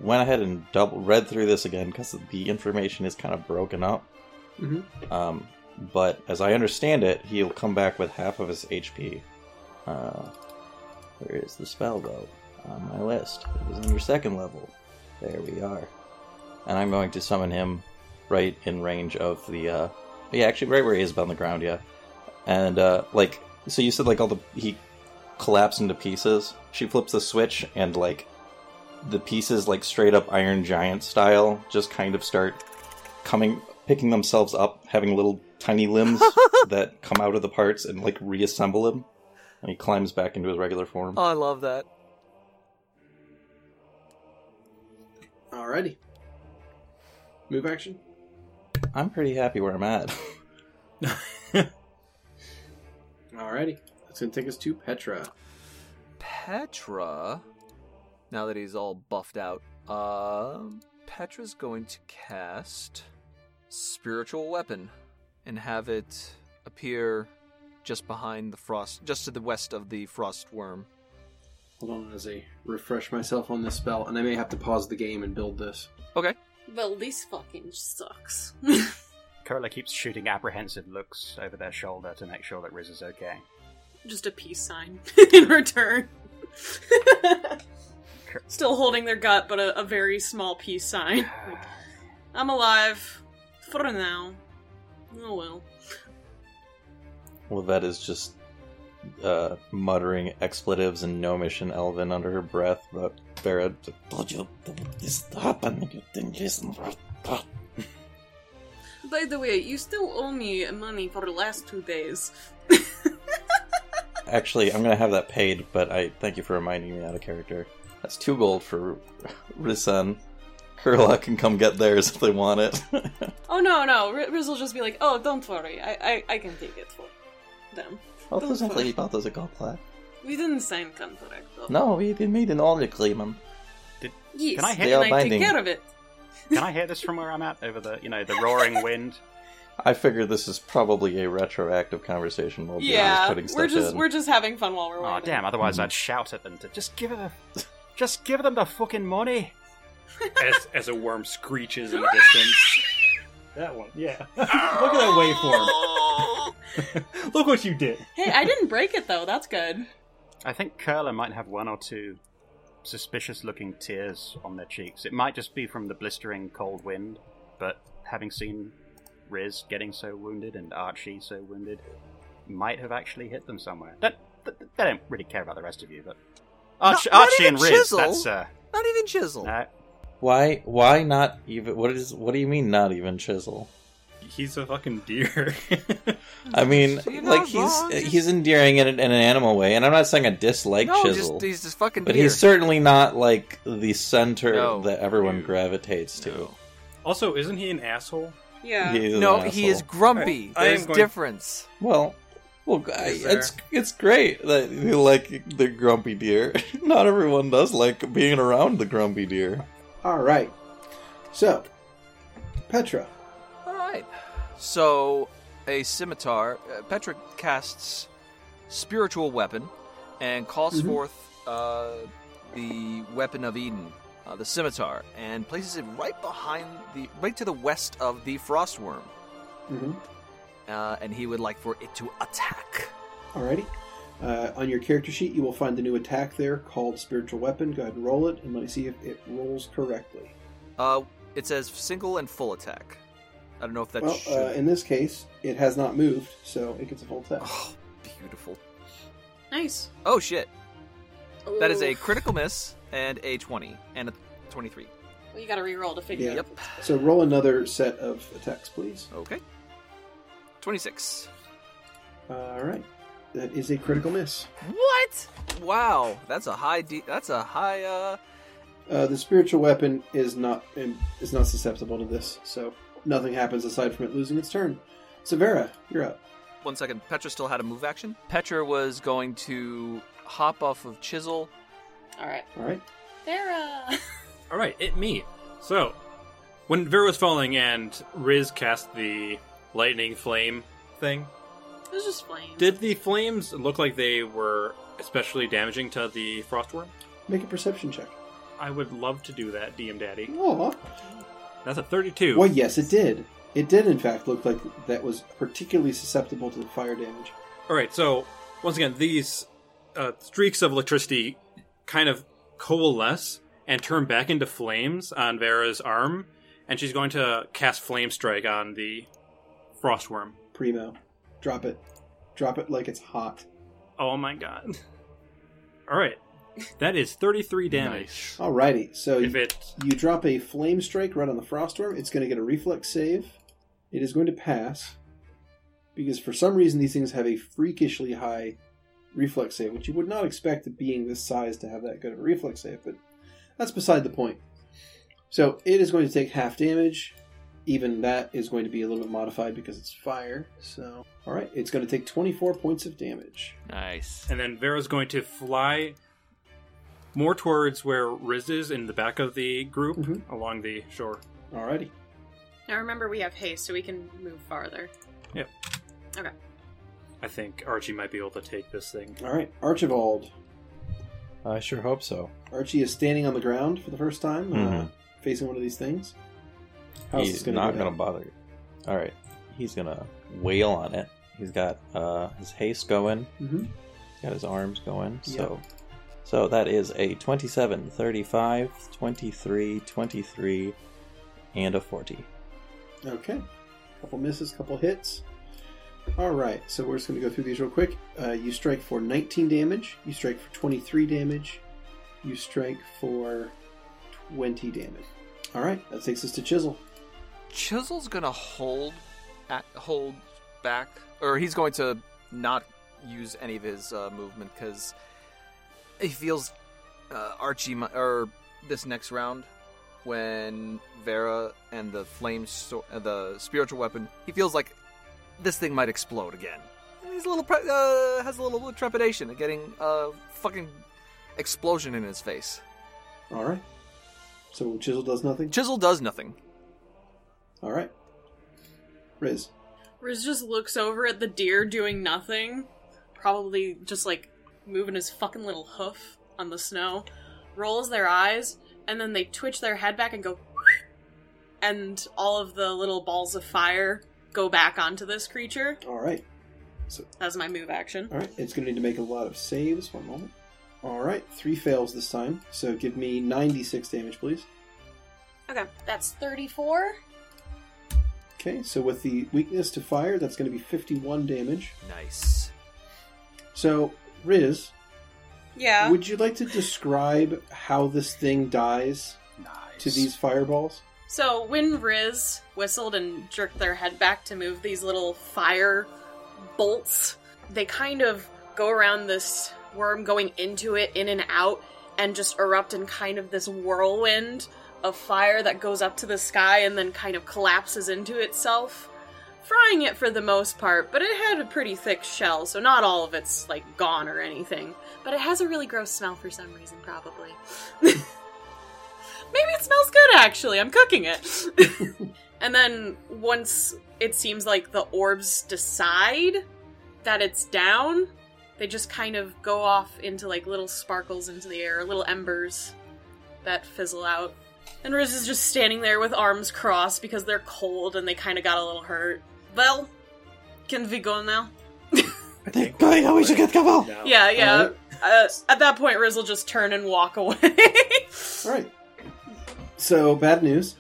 went ahead and double read through this again because the information is kind of broken up. Mhm. Um, but as I understand it, he'll come back with half of his HP. Uh, where is the spell go? On my list, it was under second level. There we are. And I'm going to summon him right in range of the. uh Yeah, actually, right where he is on the ground. Yeah, and uh like, so you said like all the he collapsed into pieces. She flips the switch and like the pieces like straight up Iron Giant style just kind of start coming picking themselves up, having little tiny limbs that come out of the parts and like reassemble him. And he climbs back into his regular form. Oh, I love that. Alrighty. Move action. I'm pretty happy where I'm at. Alrighty. That's gonna take us to Petra. Petra, now that he's all buffed out, um, Petra's going to cast Spiritual Weapon and have it appear just behind the frost, just to the west of the frost worm. Hold on as I refresh myself on this spell, and I may have to pause the game and build this. Okay. Well, this fucking sucks. Curla keeps shooting apprehensive looks over their shoulder to make sure that Riz is okay. Just a peace sign in return. Still holding their gut, but a, a very small peace sign. Like, I'm alive. For now. Oh well. Levette is just uh, muttering expletives and gnomish and elven under her breath, but Farah Told you this happened and you didn't listen. By the way, you still owe me money for the last two days. actually I'm gonna have that paid, but I thank you for reminding me out of character. That's two gold for Risan. Kurla can come get theirs if they want it. Oh no, no. R- Riz will just be like, oh, don't worry. I, I, I can take it for them. I'll Don't worry. definitely bought those a gold plaque. We didn't sign contract though. No, we didn't need an all agreement. Yes, Can I They hear? are and I take binding. care of it. Can I hear this from where I'm at? Over the you know the roaring wind. I figure this is probably a retroactive conversation. We'll be yeah, putting stuff we're just in. we're just having fun while we're Oh waiting. damn! Otherwise Mhm. I'd shout at them to just give them, just give them the fucking money. as, as a worm screeches in the distance. That one, yeah. Look at that waveform. Look what you did. Hey, I didn't break it though. That's good. I think Curler might have one or two suspicious looking tears on their cheeks. It might just be from the blistering cold wind, but having seen Riz getting so wounded and Archie so wounded, might have actually hit them somewhere. That, that, they don't really care about the rest of you, but Not- Arch, not Archie even and Riz, Chisel. that's uh, Not even chisel. no, Why? Why not even? What is? What do you mean not even chisel? He's a fucking deer. I mean, You're not like he's wrong, just- he's endearing in, an- in an animal way, and I'm not saying I dislike no, chisel, just he's just fucking but deer. he's certainly not like the center No. that everyone gravitates to. also, isn't he an asshole? Yeah. He is an no, he asshole. is grumpy. I- I am There's going- difference. Well, well, I, Is there- it's it's great that you like the grumpy deer. Not everyone does like being around the grumpy deer. All right. So, Petra. All right. So, a scimitar. Uh, Petra casts spiritual weapon and calls Mhm. forth uh, the weapon of Eden, uh, the scimitar, and places it right behind the, right to the west of the frostworm. Mm-hmm. Uh, and he would like for it to attack. Alrighty. Uh, on your character sheet, you will find the new attack there called Spiritual Weapon. Go ahead and roll it, and let me see if it rolls correctly. Uh, it says single and full attack. I don't know if that well, should. uh, in this case, it has not moved, so it gets a full attack. Oh, beautiful. Nice. Oh shit! That is a Ooh. critical miss and a twenty and a twenty-three. Well, you gotta re-roll to figure Yeah. it out. Yep. So roll another set of attacks, please. Okay. 26. Alright. That is a critical miss. What? Wow, that's a high D that's a high uh Uh, the spiritual weapon is not um, is not susceptible to this, so nothing happens aside from it losing its turn. Severa, you're up. one second. Petra still had a move action. Petra was going to hop off of Chisel. Alright. All right. Thera! All right, it me. So, when Vera was falling and Riz cast the lightning flame thing, it was just flames. did the flames look like they were especially damaging to the frostworm? Make a perception check. I would love to do that, DM Daddy. Aw. That's a 32. Well, yes, it did. It did, in fact, look like that was particularly susceptible to the fire damage. All right, so once again, these uh, streaks of electricity kind of coalesce and turn back into flames on Vera's arm, and she's going to cast Flame Strike on the frostworm. Primo, drop it. Drop it like it's hot. Oh my god. All right. That is 33 damage. Alrighty, so If you, it you drop a flame strike right on the frostworm. It's going to get a reflex save. It is going to pass because for some reason these things have a freakishly high reflex save, which you would not expect it being this size to have that good of a reflex save. But that's beside the point. So it is going to take half damage. Even that is going to be a little bit modified because it's fire. So all right, it's going to take 24 points of damage. Nice. and then Vera's going to fly more towards where Riz is in the back of the group Mhm. along the shore. Alrighty. Now remember, we have haste, so we can move farther. Yep. Okay. I think Archie might be able to take this thing. All right, Archibald. I sure hope so. Archie is standing on the ground for the first time, uh, Mhm. facing one of these things. How's he's this gonna not go gonna down? bother you. All right, he's gonna wail on it. He's got uh, his haste going. Mhm. Got his arms going. So, so that is a 27, 35, 23, 23, and a 40. Okay. Couple misses, couple hits. All right, so we're just going to go through these real quick. Uh, you strike for 19 damage. You strike for 23 damage. You strike for 20 damage. All right, that takes us to Chisel. Chisel's going to hold at, hold back or he's going to not use any of his uh, movement cuz he feels uh, Archie mi- or this next round when Vera and the flame so- uh, the spiritual weapon he feels like this thing might explode again. And he's a little pre- uh, has a little bit of trepidation at getting a fucking explosion in his face. All right. So Chisel does nothing. Chisel does nothing. All right. Riz. Riz just looks over at the deer doing nothing, probably just like moving his fucking little hoof on the snow, rolls their eyes, and then they twitch their head back and go, and all of the little balls of fire go back onto this creature. All right. That's my move action. All right, it's going to need to make a lot of saves. One moment. All right, three fails this time. So give me 96 damage, please. Okay, that's 34. Okay, so with the weakness to fire, that's going to be 51 damage. Nice. So, Riz, Yeah. would you like to describe how this thing dies to these fireballs? So when Riz whistled and jerked their head back to move these little fire bolts, they kind of go around this worm, going into it, in and out, and just erupt in kind of this whirlwind of fire that goes up to the sky and then kind of collapses into itself, frying it for the most part. But it had a pretty thick shell, so not all of it's like gone or anything. But it has a really gross smell for some reason, probably. Maybe it smells good actually. I'm cooking it. and then once it seems like the orbs decide that it's down, they just kind of go off into like little sparkles into the air, little embers that fizzle out. And Riz is just standing there with arms crossed because they're cold and they kind of got a little hurt. Well, can we go now? Great, how we should get cover! Oh. Yeah, Uh-huh. yeah. Uh, at that point, Riz will just turn and walk away. All right. So, bad news.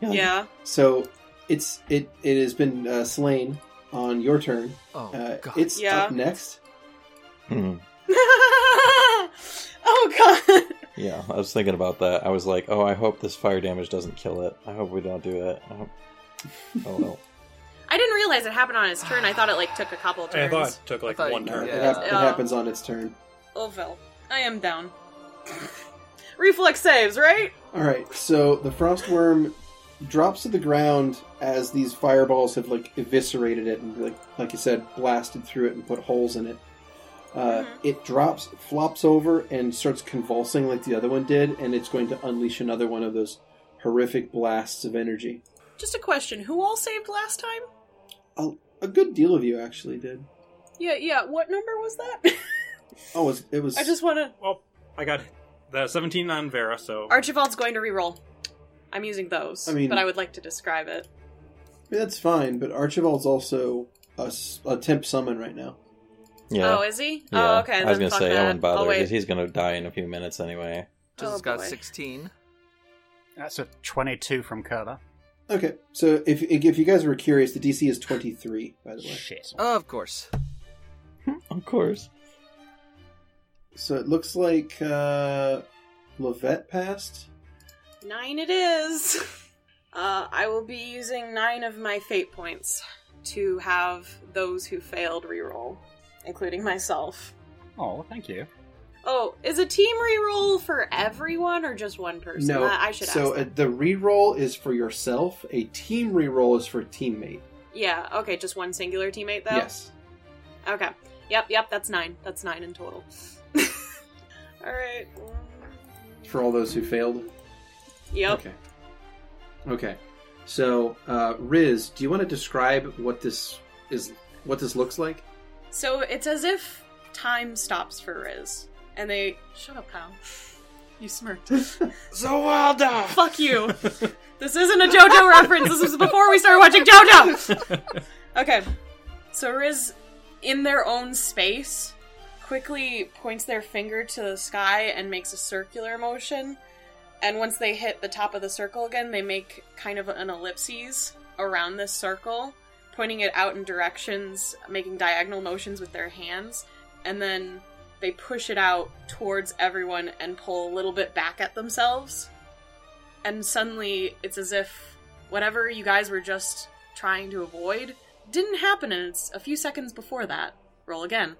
Yeah. So, it's it it has been uh, slain on your turn. Oh, uh, God. It's Yeah. up next. Hmm. oh god. Yeah, I was thinking about that. I was like, oh, I hope this fire damage doesn't kill it. I hope we don't do that. I hope... Oh, no. I didn't realize it happened on his turn. I thought it like took a couple of I turns. thought it took like thought you- one turn. Uh, It, hap- it Yeah. happens on its turn. Oh Phil, I am down. Reflex saves, right? All right. So the frostworm drops to the ground as these fireballs have like eviscerated it and like like you said, blasted through it and put holes in it. Uh, Mm-hmm. It drops, flops over, and starts convulsing like the other one did, and it's going to unleash another one of those horrific blasts of energy. Just a question: Who all saved last time? A, a good deal of you actually did. Yeah, yeah. What number was that? Oh, it was, it was I just want to. Well, I got the 17 on Vera, so Archibald's going to reroll. I'm using those, I mean- but I would like to describe it. that's fine, but Archibald's also a, s- a temp summon right now. Yeah. Oh, is he? yeah. Oh, okay. I was then gonna fuck say, that. I wouldn't I'll bother wait. because he's gonna die in a few minutes anyway. Just Oh, got boy. 16. That's a 22 from Curler. Okay, so if if you guys were curious, the DC is twenty three. By the way, Shit. Of course. Of course. so it looks like uh, Levette passed. Nine it is. Uh, I will be using nine of my fate points to have those who failed reroll, including myself. Oh, thank you. Oh, is a team reroll for everyone or just one person? no, I, I should so ask. uh, that. the reroll is for yourself. A team reroll is for teammate. yeah, okay, just one singular teammate though? Yes. Okay. Yep, yep, that's nine. That's nine in total. Alright. For all those who failed. Yep. Okay. Okay. So uh, Riz, do you want to describe what this is? What this looks like? So it's as if time stops for Riz. And they. Shut up, Kyle. You smirked. So wilder! Fuck you. This isn't a JoJo reference. This was before we started watching JoJo. Okay. So Riz, in their own space, quickly points their finger to the sky and makes a circular motion. And once they hit the top of the circle again, they make kind of an ellipses around this circle, pointing it out in directions, making diagonal motions with their hands. And then they push it out towards everyone and pull a little bit back at themselves and suddenly it's as if whatever you guys were just trying to avoid didn't happen and it's a few seconds before that roll again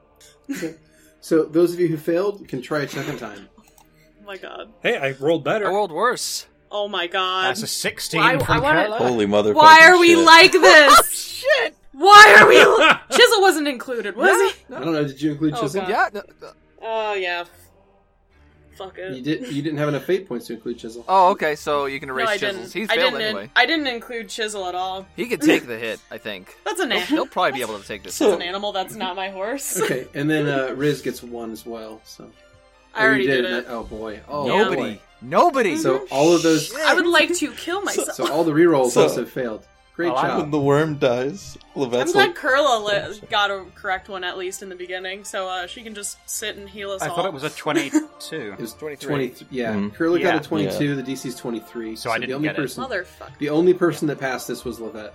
So those of you who failed can try a second time. oh my god hey, I rolled I better. rolled worse. oh my god That's a 16 Well, I- from I wanna- Curler. Holy mother! why are we shit. like this Oh, shit why are we chisel wasn't included was he I don't know. Did you include Oh, Chisel? God. Yeah. No, uh, no. oh yeah fuck it You did. You didn't have enough fate points to include Chisel. Oh, okay. So you can no, erase I chisels. didn't. He I failed didn't. anyway. I didn't include chisel at all. He could take the hit, I think. That's an He'll, animal. he'll probably be able to take this. That's an animal. That's not my horse. Okay, and then uh, Riz gets one as well. So I Or you already did, and it. Mm-hmm. that- oh boy. Oh, Yeah. Nobody. boy. Nobody. So all of those. I would like to kill myself. So all the rerolls So- also failed. Great Well, I job. When the worm dies, Levette's I'm glad like, Curla li- got a correct one at least in the beginning, so uh, she can just sit and heal us I all. thought it was a 22. It was 23. 20, yeah, Mm. Curly Mm-hmm. Yeah. got a 22, the DC's 23. So, I the didn't only get it. person, Motherfucker. The only person that passed this was Levette.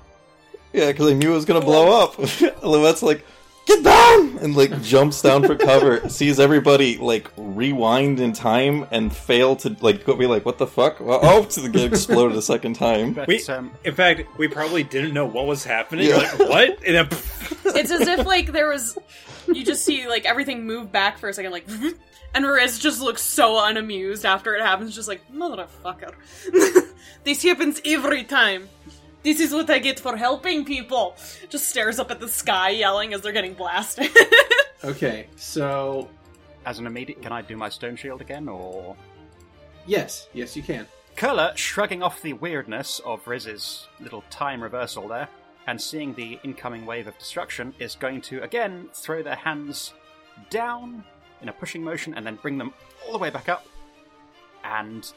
yeah, because I knew it was gonna blow up. Levette's like, get down, and like jumps down for cover, sees everybody like rewind in time and fail to like go be like, what the fuck? Well, oh, to get exploded a second time. But, We, um, in fact, we probably didn't know what was happening. Yeah. Like, what? And then, It's as if like there was, you just see like everything move back for a second, like, and Riz just looks so unamused after it happens, just like motherfucker. this happens every time. This is what I get for helping people. Just stares up at the sky, yelling as they're getting blasted. Okay, so As an immediate, can I do my stone shield again, or yes, yes, you can. Curler, shrugging off the weirdness of Riz's little time reversal there, and seeing the incoming wave of destruction, is going to again throw their hands down in a pushing motion and then bring them all the way back up, and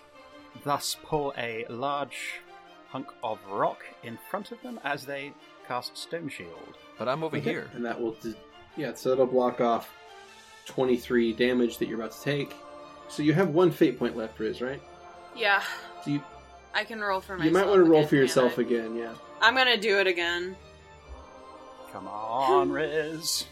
thus pull a large hunk of rock in front of them as they cast Stone Shield. But I'm over Okay, here. and that will, d- yeah, so that'll block off 23 damage that you're about to take. So you have one fate point left, Riz, right? yeah, So you I can roll for you might want to roll for yourself again, yeah. I'm gonna do it again. Come on, Hmm. Riz.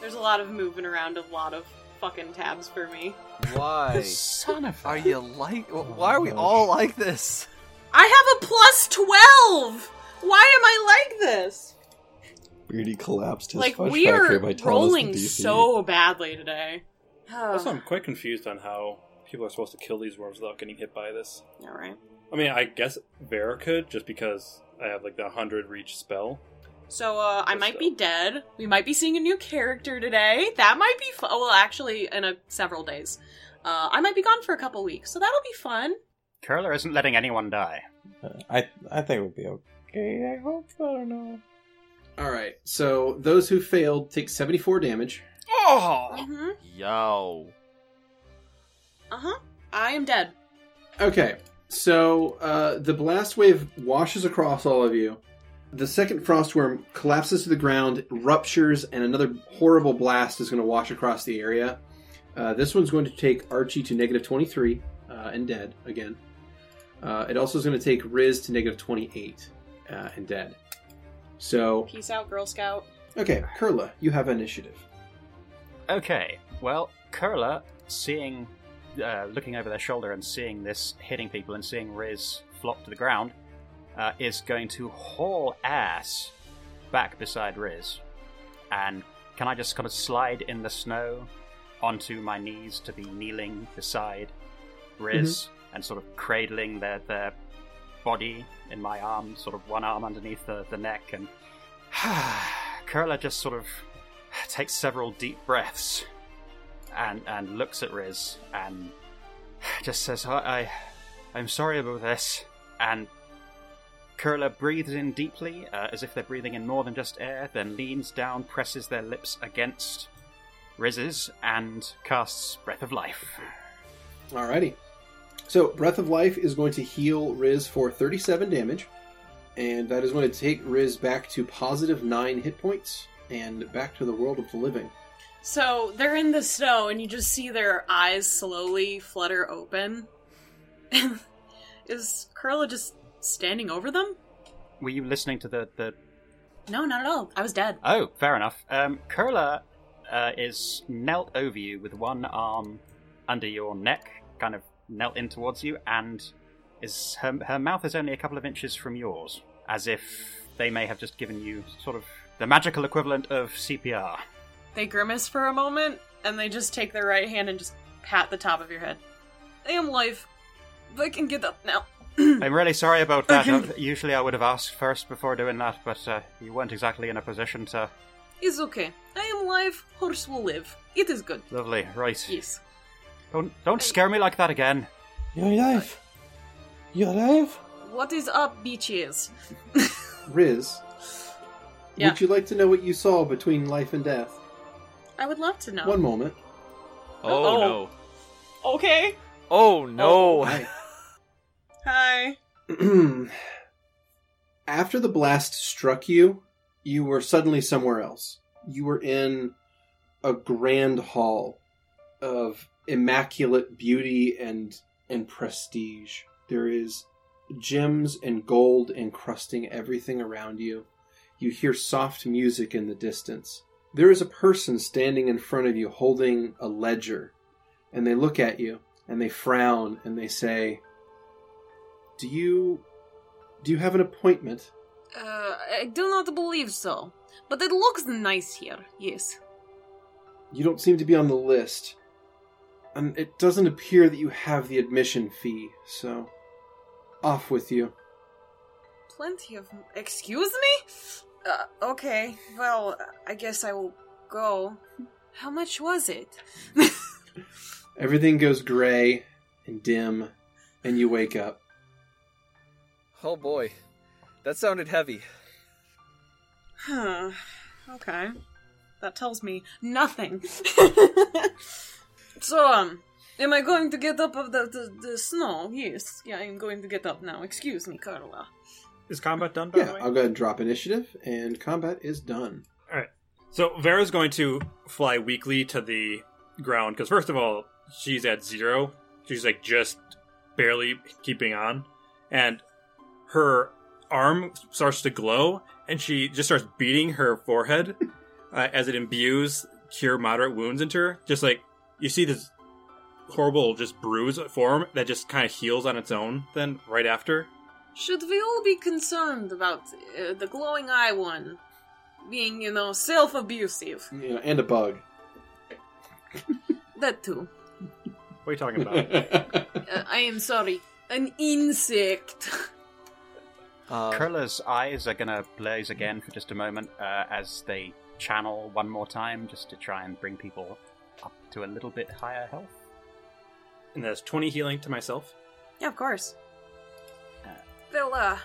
There's a lot of moving around, a lot of fucking tabs for me. Why Son of are you like? Why are Oh, we all like this? I have a plus 12! Why am I like this? Beardy collapsed his like, fudge we factory are by telling rolling us the DC. so badly today. Uh. also, I'm quite confused on how people are supposed to kill these worms without getting hit by this. All right. I mean, I guess Vera could, just because I have like the 100 reach spell. So, uh, I might be dead. We might be seeing a new character today. That might be fun. Well, actually, in a, several days. Uh, I might be gone for a couple weeks, so that'll be fun. Curler isn't letting anyone die. Uh, I I think it would be okay. Okay, I hope. I don't know. All right, so those who failed take 74 damage. Oh, hmm yo. Uh huh. I am dead. Okay, so uh, the blast wave washes across all of you. The second frostworm collapses to the ground, ruptures, and another horrible blast is going to wash across the area. Uh, this one's going to take Archie to negative 23 uh, and dead again. Uh, it also is going to take Riz to negative 28 uh, and dead. So, Peace out, Girl Scout. okay, Curla, you have initiative. Okay, well, Curler, seeing, uh, looking over their shoulder and seeing this hitting people and seeing Riz flop to the ground, uh, is going to haul ass back beside Riz. And can I just kind of slide in the snow onto my knees to be kneeling beside Riz and sort of cradling their, their body in my arm, sort of one arm underneath the, the neck and Curler just sort of takes several deep breaths and and looks at Riz and just says, I, I I'm sorry about this. And Curler breathes in deeply, uh, as if they're breathing in more than just air, then leans down, presses their lips against Riz's, and casts Breath of Life. Alrighty. So, Breath of Life is going to heal Riz for 37 damage, and that is going to take Riz back to positive 9 hit points and back to the world of the living. So they're in the snow, and you just see their eyes slowly flutter open. Is Curla just standing over them? Were you listening to the, the No, not at all. I was dead. Oh, fair enough. Um, Curler uh, is knelt over you with one arm under your neck, kind of knelt in towards you, and is her, her mouth is only a couple of inches from yours, as if they may have just given you sort of the magical equivalent of CPR. They grimace for a moment, and they just take their right hand and just pat the top of your head. I am live. I can get up now. I'm really sorry about that. Uh, Usually I would have asked first before doing that, but uh, you weren't exactly in a position to. It's okay. I am live. Horse will live. It is good. Lovely, right. Yes. Don't don't scare me like that again. You're alive. You're alive. What is up, beaches? Riz, Yeah. would you like to know what you saw between life and death? I would love to know. One moment. Oh Oh. no. Okay. Oh no. Hi. Hi. After the blast struck you, you were suddenly somewhere else. You were in a grand hall of immaculate beauty and and prestige. There is gems and gold encrusting everything around you. You hear soft music in the distance. There is a person standing in front of you holding a ledger, and they look at you and they frown and they say, "Do you do you have an appointment?" Uh, I do not believe so. But it looks nice here, yes. You don't seem to be on the list. And it doesn't appear that you have the admission fee, so off with you. Plenty of. Excuse me? Uh, okay, well, I guess I will go. How much was it? Everything goes gray and dim, and you wake up. Oh boy, that sounded heavy. Huh. Okay. That tells me nothing. so, um, am I going to get up of the, the, the snow? Yes. Yeah, I'm going to get up now. Excuse me, Carla. Is combat done, by Yeah, the way? I'll go ahead and drop initiative, and combat is done. All right. So Vera's going to fly weakly to the ground because first of all, she's at zero. She's like just barely keeping on, and her arm starts to glow, and she just starts beating her forehead uh, as it imbues cure moderate wounds into her. Just like you see this horrible just bruise form that just kind of heals on its own. Then right after, Should we all be concerned about uh, the glowing eye one being, you know, self abusive? Yeah, and a bug. That too. what are you talking about? Uh, I am sorry. An insect. Uh, Curler's eyes are going to blaze again for just a moment uh, as they channel one more time just to try and bring people up to a little bit higher health. and that's twenty healing to myself. Yeah, of course. Well, uh,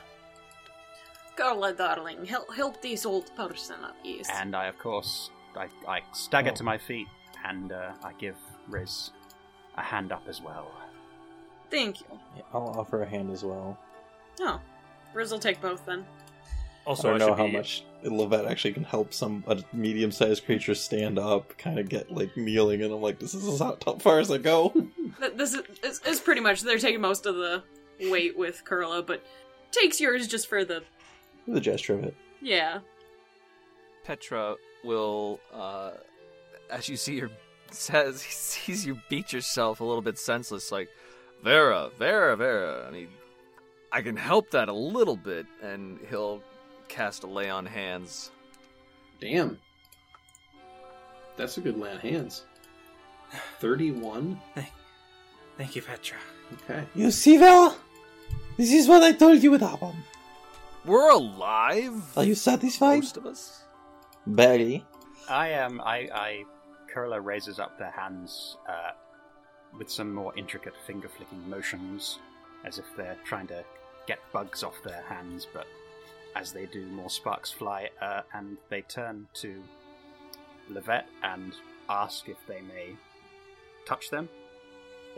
Carla, darling, help help this old person up, yes. And I, of course, I, I stagger Oh. to my feet and uh, I give Riz a hand up as well. Thank you. I'll offer a hand as well. Oh, Riz will take both then. Also, I don't know should how be- much Levette actually can help some a medium-sized creature stand up, kind of get like kneeling, and I'm like, this is how, how far as I go. Th- This is, is, is pretty much they're taking most of the weight with Carla, but takes yours just for the the gesture of it. yeah. Petra will, uh, as you see her, says he sees you beat yourself a little bit senseless, like Vera, Vera, Vera. And he, I can help that a little bit, and he'll cast a lay on hands. Damn. That's a good land hands. 31? Thank you, Petra. Okay. You see, Val? This is what I told you would happen. We're alive. Are you satisfied? Most of us. Barry, I am. I, I. Curler raises up their hands uh, with some more intricate finger flicking motions, as if they're trying to get bugs off their hands. But as they do, more sparks fly, uh, and they turn to Levette and ask if they may touch them.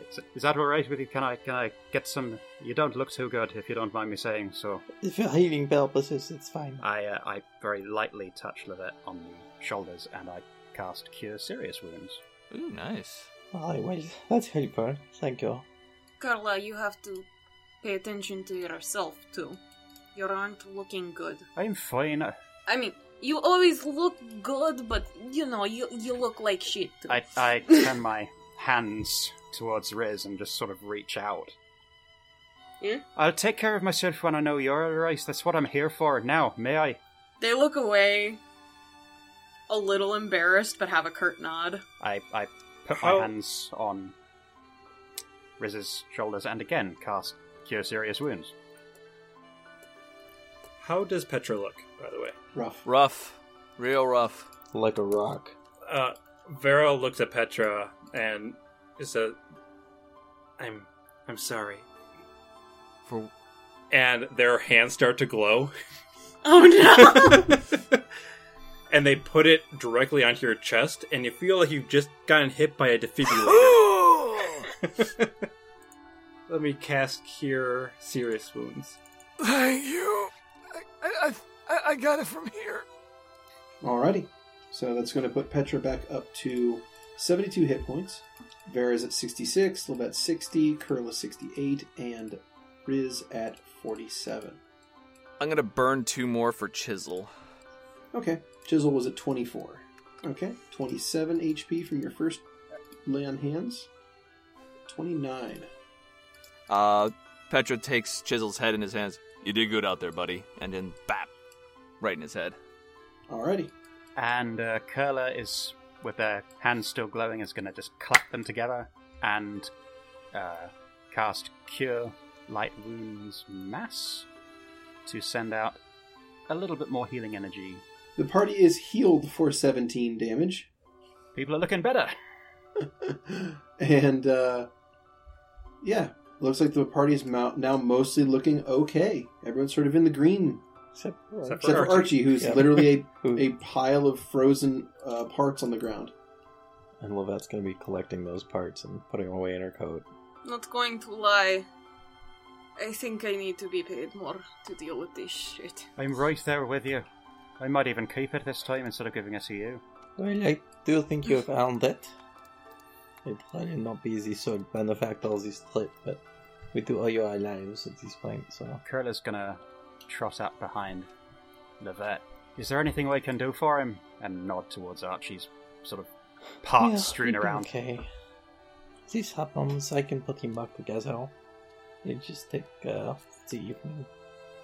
It's, is that all right with you? Can I? Can I get some? You don't look too good, if you don't mind me saying so. For healing purposes, it's fine. I, uh, I very lightly touch Levette on the shoulders and I cast Cure Serious Wounds. Ooh, nice. Aye, well, that's helpful. Thank you. Carla, you have to pay attention to yourself too. You aren't looking good. I'm fine. I, I mean, you always look good, but you know, you you look like shit too. I, I turn my hands towards Riz and just sort of reach out. Yeah? I'll take care of myself when I know you're alright. That's what I'm here for. Now, may I? They look away, a little embarrassed, but have a curt nod. I, I put How- my hands on Riz's shoulders and again cast Cure Serious Wounds. How does Petra look, by the way? Rough. Rough, real rough. like a rock. Uh, Vera looks at Petra and is a, I'm, I'm sorry. For And their hands start to glow, Oh no! and they put it directly onto your chest, and you feel like you've just gotten hit by a defibrillator. Let me cast Cure Serious Wounds. thank you. I, I, I got it from here. Alrighty. So that's going to put Petra back up to 72 hit points. Vera's at 66, Levette 60, Curla 68, and Riz at 47. I'm gonna burn two more for chisel. Okay. Chisel was at 24. Okay. 27 HP from your first lay on hands. 29. Uh, Petra takes chisel's head in his hands. You did good out there, buddy. And then bap, right in his head. Alrighty. And uh, Curler is, with their hands still glowing, is going to just clap them together and uh, cast Cure Light Wounds Mass to send out a little bit more healing energy. The party is healed for 17 damage. People are looking better. And, uh, yeah, looks like the party is mo- now mostly looking okay. Everyone's sort of in the green. Except for Except for Archie, who's Yeah. literally a, Who- a pile of frozen uh, parts on the ground. And Levette's going to be collecting those parts and putting them away in her coat. Not going to lie. I think I need to be paid more to deal with this shit. I'm right there with you. I might even keep it this time instead of giving it to you. Well, I do think you found it. It probably not be the sole benefactor of this trip, but we do owe you our lives at this point, so. Curler's gonna trot up behind the vet. Is there anything we can do for him? And nod towards Archie's sort of parts Yeah, strewn it'll be around. Okay. This happens, I can put him back together. You just take uh, the evening.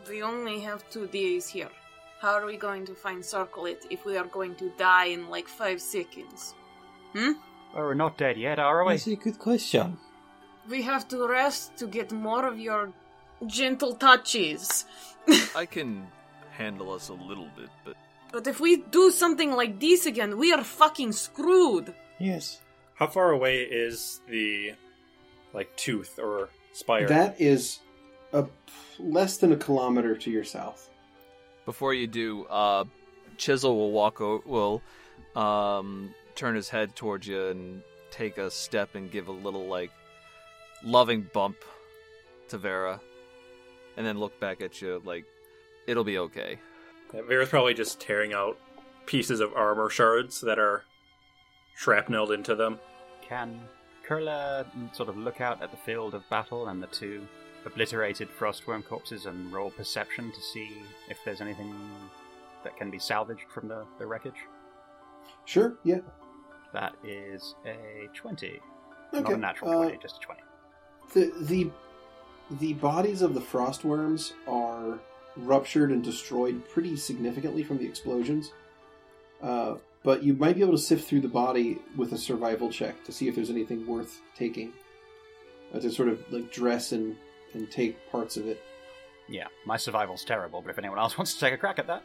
We only have two days here. How are we going to find Circlet if we are going to die in like five seconds? Well, Oh, we're not dead yet, are we? That's a good question. We have to rest to get more of your gentle touches. I can handle us a little bit, but But if we do something like this again, we are fucking screwed. Yes. How far away is the like tooth or spire? That is a, less than a kilometer to your south. before you do, uh, Chisel will walk o- will um, turn his head towards you and take a step and give a little like loving bump to Vera, and then look back at you like it'll be okay. Yeah, Vera's probably just tearing out pieces of armor shards that are shrapnelled into them. Can Curler sort of look out at the field of battle and the two obliterated frostworm corpses and roll perception to see if there's anything that can be salvaged from the, the wreckage? Sure, yeah. That is a 20. Not Okay, a natural uh, 20, just a 20. The the the bodies of the frostworms are ruptured and destroyed pretty significantly from the explosions. Uh, but you might be able to sift through the body with a survival check to see if there's anything worth taking. Uh, to sort of like dress and and take parts of it. Yeah, my survival's terrible, but if anyone else wants to take a crack at that.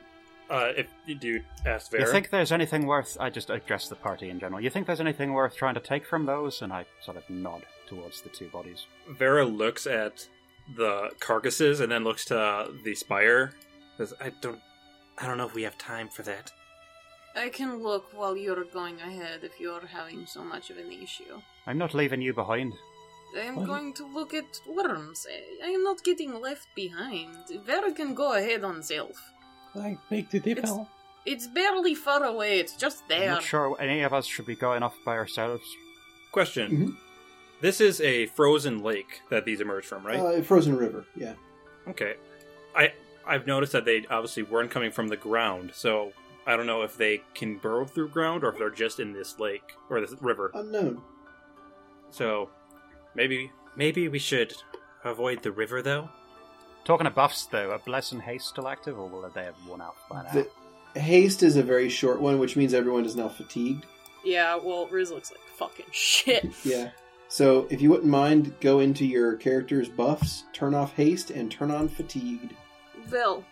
Uh, if you do ask Vera, You think there's anything worth. I just address the party in general. You think there's anything worth trying to take from those? And I sort of nod towards the two bodies. Vera looks at the carcasses and then looks to the spire. Says, "I don't, I don't know if we have time for that." I can look while you're going ahead if you're having so much of an issue. I'm not leaving you behind. I am Well- going to look at worms. I, I am not getting left behind. Vera can go ahead on self. I beg to differ. It's- It's barely far away, it's just I'm there. not sure any of us should be going off by ourselves. Question: Mm-hmm. This is a frozen lake that these emerge from, right? Uh, frozen river. Yeah. okay. I I've noticed that they obviously weren't coming from the ground, so I don't know if they can burrow through ground or if they're just in this lake or this river. Unknown. So maybe maybe we should avoid the river though. Talking of buffs, though, are Bless and Haste still active, or will they have worn out by now? The haste is a very short one, which means everyone is now fatigued. Yeah, well, Riz looks like fucking shit. Yeah. So if you wouldn't mind, go into your character's buffs, turn off haste, and turn on fatigued. Well,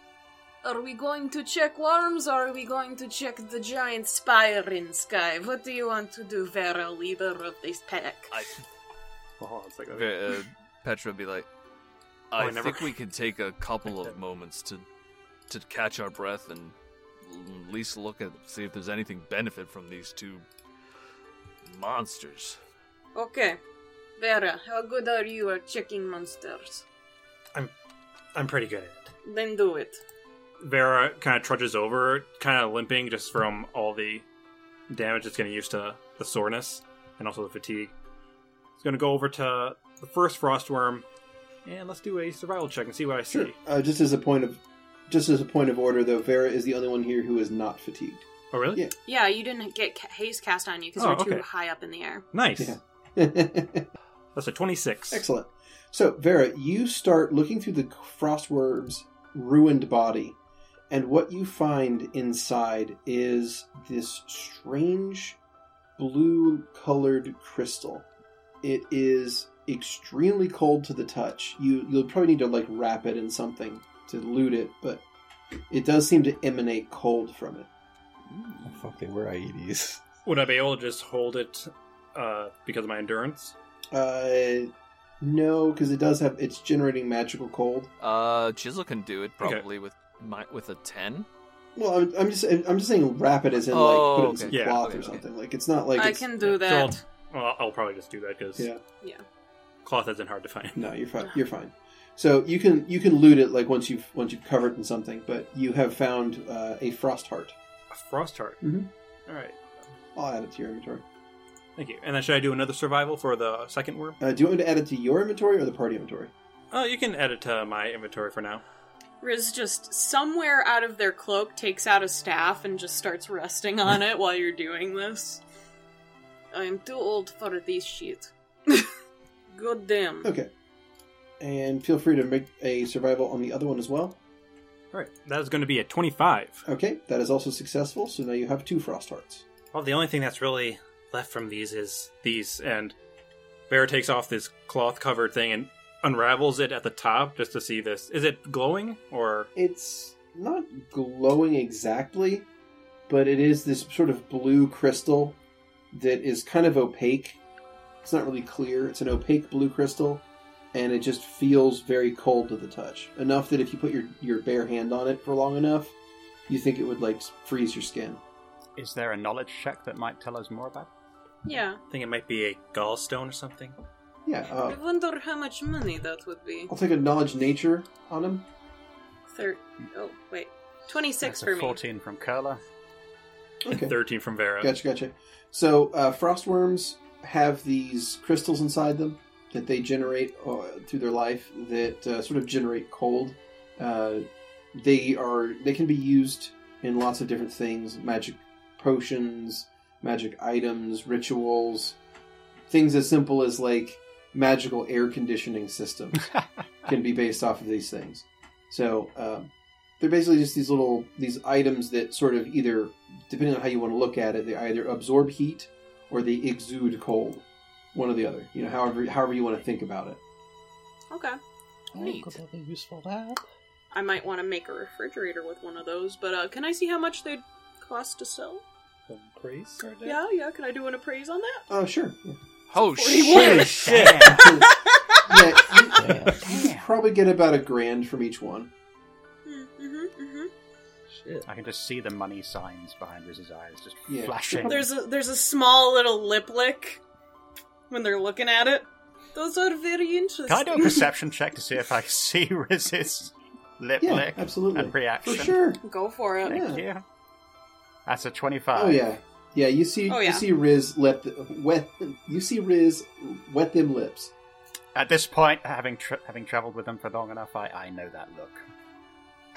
are we going to check worms or are we going to check the giant spire in sky? What do you want to do, Vera, leader of this pack? I Oh, it's like Ve- uh, Petra would be like, I Oh, I never- think we can take a couple of moments to to catch our breath and l- at least look at see if there's anything benefit from these two monsters. Okay. Vera, how good are you at checking monsters? I'm pretty good at it. Then do it. Vera kind of trudges over, kind of limping just from all the damage it's getting used to the soreness and also the fatigue. It's going to go over to the first frostworm, and let's do a survival check and see what I see. Uh, just as a point of, just as a point of order, though, Vera is the only one here who is not fatigued. Oh, really? Yeah. Yeah, you didn't get ca- haze cast on you because Oh, you were too okay. high up in the air. Nice. That's a 26. Excellent. So, Vera, you start looking through the frostworm's ruined body, and what you find inside is this strange blue colored crystal. It is extremely cold to the touch. You you'll probably need to like wrap it in something to loot it, but it does seem to emanate cold from it. Oh, fuck, they were IEDs. Would I be able to just hold it uh, because of my endurance? Uh, no, because it does have it's generating magical cold. Uh, Chisel can do it probably with my, with a ten. Well, I'm, I'm just I'm just saying wrap it as in Oh, like put it in okay. some Yeah, cloth okay, or okay. something. Like it's not like I it's, can do So I'll- that. well, I'll probably just do that because Yeah. Yeah. cloth isn't hard to find. No, you're fine. You're fine. So you can you can loot it like once you've once you've covered it in something, but you have found uh, a frost heart. A frost heart. Mhm. All right. I'll add it to your inventory. Thank you. And then should I do another survival for the second worm? Uh, do you want me to add it to your inventory or the party inventory? Oh, you can add it to my inventory for now. Riz just somewhere out of their cloak takes out a staff and just starts resting on it while you're doing this. I'm too old for this shit. Good damn. Okay. And feel free to make a survival on the other one as well. All right. That is going to be a 25. Okay, that is also successful. So now you have two frost hearts. Well, the only thing that's really left from these is these. And Bear takes off this cloth covered thing and unravels it at the top just to see this. Is it glowing or. It's not glowing exactly, but it is this sort of blue crystal that is kind of opaque. It's not really clear. It's an opaque blue crystal, and it just feels very cold to the touch. Enough that if you put your, your bare hand on it for long enough, you think it would like freeze your skin. Is there a knowledge check that might tell us more about? Yeah. I think it might be a gallstone or something. Yeah, uh, I wonder how much money that would be. I'll take a knowledge nature on him. Thir- oh, wait. 26 That's a for me. 14 from Curler. Okay. 13 from Vera. Gotcha, gotcha. So uh, frostworms have these crystals inside them that they generate uh, through their life that uh, sort of generate cold. Uh, they are they can be used in lots of different things: magic potions, magic items, rituals, things as simple as like magical air conditioning systems can be based off of these things. So um, they're basically just these little these items that sort of either, depending on how you want to look at it, they either absorb heat or they exude cold, one or the other. You know, however however you want to think about it. Okay. Neat. could have a useful lab. I might want to make a refrigerator with one of those, but uh, can I see how much they'd cost to sell? Grace? Yeah, yeah. Can I do an appraise on that? Oh sure. Yeah. Oh Forty-one. shit! shit. Yeah, you, you probably get about a grand from each one. Mm-hmm, mm-hmm. I can just see the money signs behind Riz's eyes just Yeah. flashing. There's a there's a small little lip lick when they're looking at it. Those are very interesting. Can I do a perception check to see if I see Riz's lip Yeah, lick absolutely. and reaction? For sure. Go for it. Yeah. Thank you. That's a 25. Oh yeah, yeah. You see, Oh, you yeah. see Riz let the, wet. You see Riz wet them lips. At this point, having tra- having traveled with them for long enough, I, I know that look. Well.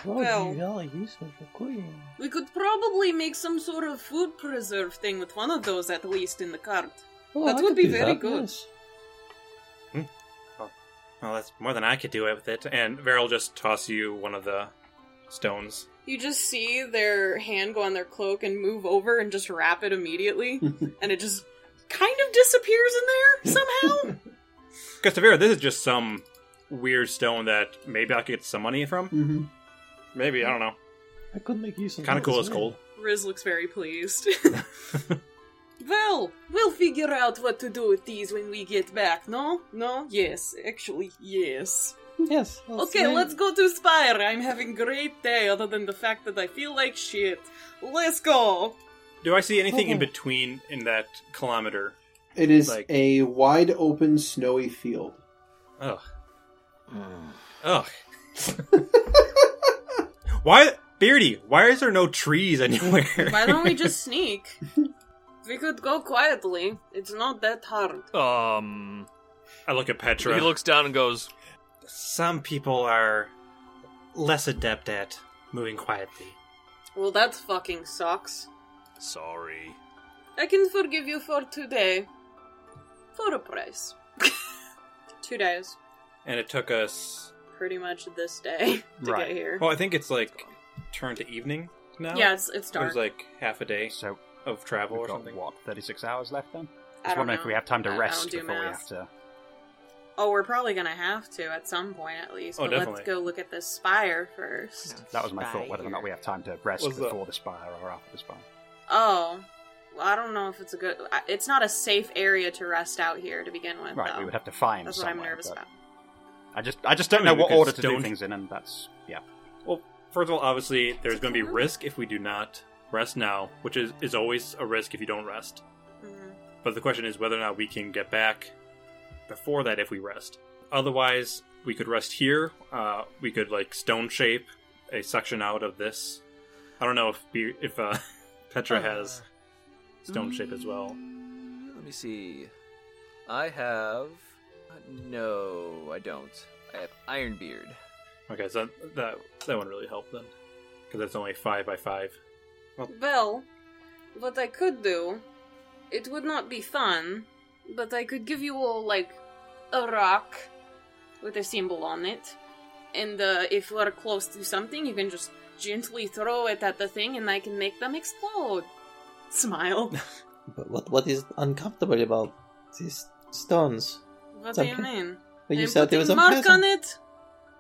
Well, really useful for cooking. We could probably make some sort of food preserve thing with one of those at least in the cart. Oh, that I would could be do very that, good. yes. Well, that's more than I could do with it. And Vera will just toss you one of the stones. You just see their hand go on their cloak and move over and just wrap it immediately, and it just kind of disappears in there somehow. Because to Vera, this is just some weird stone that maybe I could get some money from. Mm-hmm. Maybe, I don't know. I could make use of Kind of that cool as as well. cold. Riz looks very pleased. well, we'll figure out what to do with these when we get back. No, no, yes, actually, yes. Yes. that's Okay, very- let's go to Spire. I'm having great day, other than the fact that I feel like shit. Let's go. Do I see anything in Okay. between in that kilometer? It is Like- a wide open snowy field. Ugh. Ugh. Why? Beardy, why is there no trees anywhere? Why don't we just sneak? we could go quietly. It's not that hard. Um, I look at Petra. He looks down and goes, Some people are less adept at moving quietly. Well, that fucking sucks. Sorry. I can forgive you for today. For a price. Two days. And it took us. Pretty much this day to right. get here. Well, I think it's like turned to evening now. Yeah, it's- it's It was dark. like half a day so of travel We've or got, something. what, 36 hours left then? I Just don't wondering if know. we have time to I- I rest don't do before math. we have to. Oh, we're probably gonna have to at some point at least. Oh, but let's definitely. go look at this spire first. That was my thought, whether or not we have time to rest What's that? before the spire or after the spire. Oh, well, I don't know if it's a good. I- It's not a safe area to rest out here to begin with. Right, though. we would have to find That's what I'm somewhere, nervous but- about. I just, I just don't I know mean, we what Oh, could order to do stone- things in, and that's yeah. Well, first of all, obviously, there's going to be risk if we do not rest now, which is, is always a risk if you don't rest. Mm-hmm. But the question is whether or not we can get back before that if we rest. Otherwise, we could rest here. Uh, we could like stone shape a section out of this. I don't know if Be- if uh, Petra has stone shape as well. "Mm, Let me see. I have. No, I don't. I have Iron Beard. Okay, so that that wouldn't really help then, because that's only five by five. Well, what I could do, it would not be fun, but I could give you all like a rock with a symbol on it, and uh, if you are close to something, you can just gently throw it at the thing, and I can make them explode. Smile. But what what is uncomfortable about these stones? What do you Something- mean? But you I'm said there putting was a mark present. on it,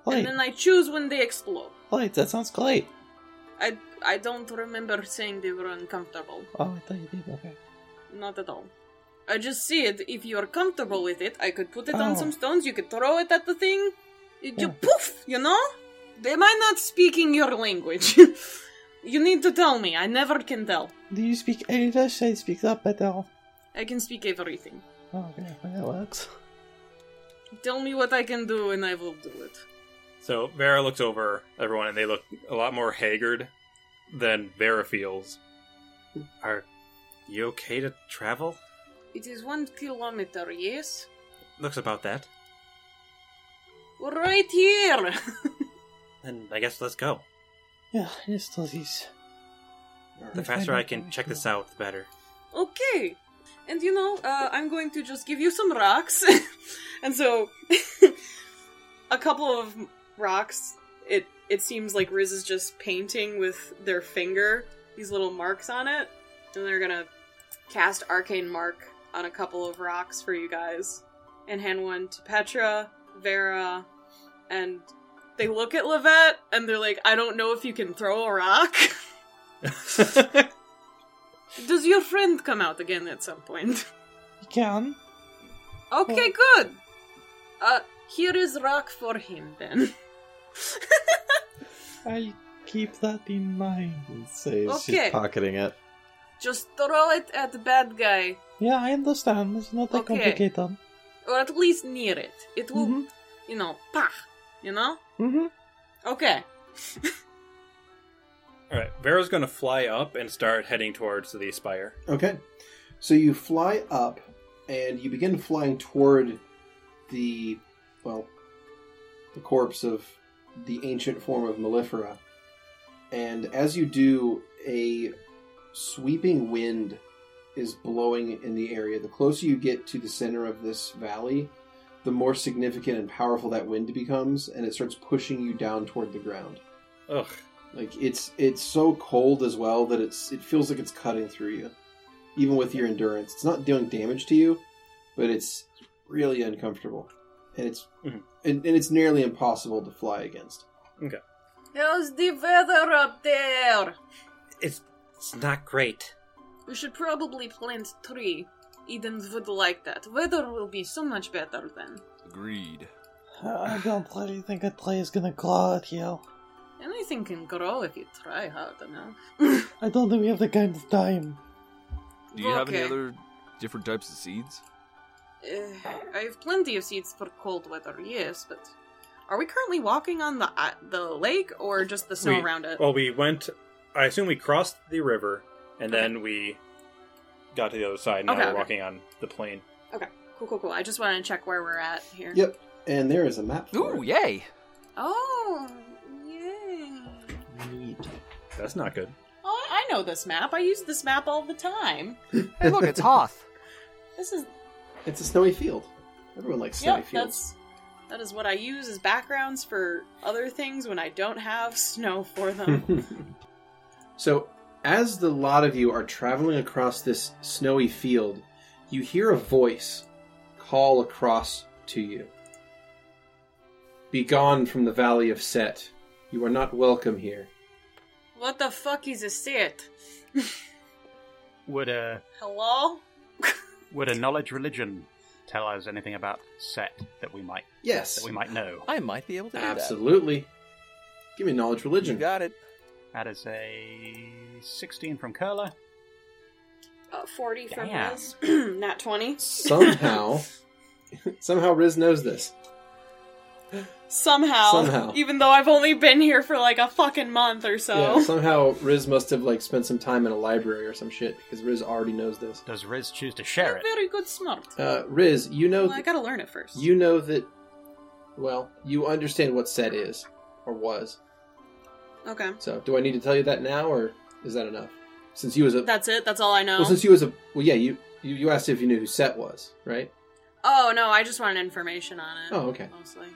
Right. and then I choose when they explode. Right, that sounds great. I I don't remember saying they were uncomfortable. Oh, I thought you did. Okay. Not at all. I just see it. If you're comfortable with it, I could put it Oh. on some stones. You could throw it at the thing. You, you poof. You know. Am I not speaking your language? you need to tell me. I never can tell. Do you speak English? I speak that better. I can speak everything. Oh, okay, well, that works. Tell me what I can do, and I will do it. So Vera looks over everyone, and they look a lot more haggard than Vera feels. Are you okay to travel? It is one kilometer. Yes. Looks about that. We're right here. Then I guess let's go. Yeah, it's still these. The faster I can check this out, the better. Okay. And you know, uh, I'm going to just give you some rocks. and so, a couple of rocks. It it seems like Riz is just painting with their finger these little marks on it, and they're gonna cast arcane mark on a couple of rocks for you guys, and hand one to Petra, Vera, and they look at Levette and they're like, "I don't know if you can throw a rock." Does your friend come out again at some point? You can. Okay, good. Uh, here is rock for him then. I'll keep that in mind. Say Okay. she's pocketing it. Just throw it at the bad guy, Yeah, I understand. It's not that Okay. complicated. or at least near it. It will, you know, pah, you know? Mm-hmm. Okay. All right, Vera's going to fly up and start heading towards the spire. Okay. So you fly up and you begin flying toward the, well, the corpse of the ancient form of Mellifera. And as you do, a sweeping wind is blowing in the area. The closer you get to the center of this valley, the more significant and powerful that wind becomes, and it starts pushing you down toward the ground. Ugh. Like it's it's so cold as well that it's it feels like it's cutting through you, even with your endurance. It's not doing damage to you, but it's really uncomfortable, and it's Mhm. and, and it's nearly impossible to fly against. Okay. How's the weather up there? It's it's not great. We should probably plant tree. Eden would like that. Weather will be so much better then. Agreed. I don't really think a tree is gonna grow out here. Anything can grow if you try hard enough. I don't think we have the kind of time. Do you have any Okay. other different types of seeds? Uh, I have plenty of seeds for cold weather, yes, but Are we currently walking on the uh, the lake or just the snow we- around it? Well, we went. I assume we crossed the river, and then we got to the other side. And now Okay, we're okay. walking on the plain. Okay, cool, cool, cool. I just wanted to check where we're at here. Yep. And there is a map. For Ooh, yay! Oh, yeah. That's not good. Oh, I know this map. I use this map all the time. Hey, look, it's Hoth. This is It's a snowy field. Everyone likes snowy yep. fields. That's that is what I use as backgrounds for other things when I don't have snow for them. so, as the lot of you are traveling across this snowy field, you hear a voice call across to you. Begone from the valley of Set. You are not welcome here. what the fuck is a sit? Would a Hello? would a knowledge religion tell us anything about Set that we might Yes. that we might know? I might be able to do that. Absolutely. Give me knowledge religion. got it. That is a sixteen from Curler. Uh, Forty from Damn. Riz. Not twenty. Somehow, somehow Riz knows this. Somehow. Somehow. Even though I've only been here for like a fucking month or so. Yeah, somehow Riz must have like spent some time in a library or some shit because Riz already knows this. Does Riz choose to share it? Very good smart. Uh, Riz, you know Well, I gotta learn it first. You know that. Well, you understand what set is or was. Okay. So, do I need to tell you that now, or is that enough? Since you was a That's it. That's all I know. well, since you was a well, yeah, you you, you asked if you knew who set was, right? Oh no, I just wanted information on it. Oh, okay. Mostly.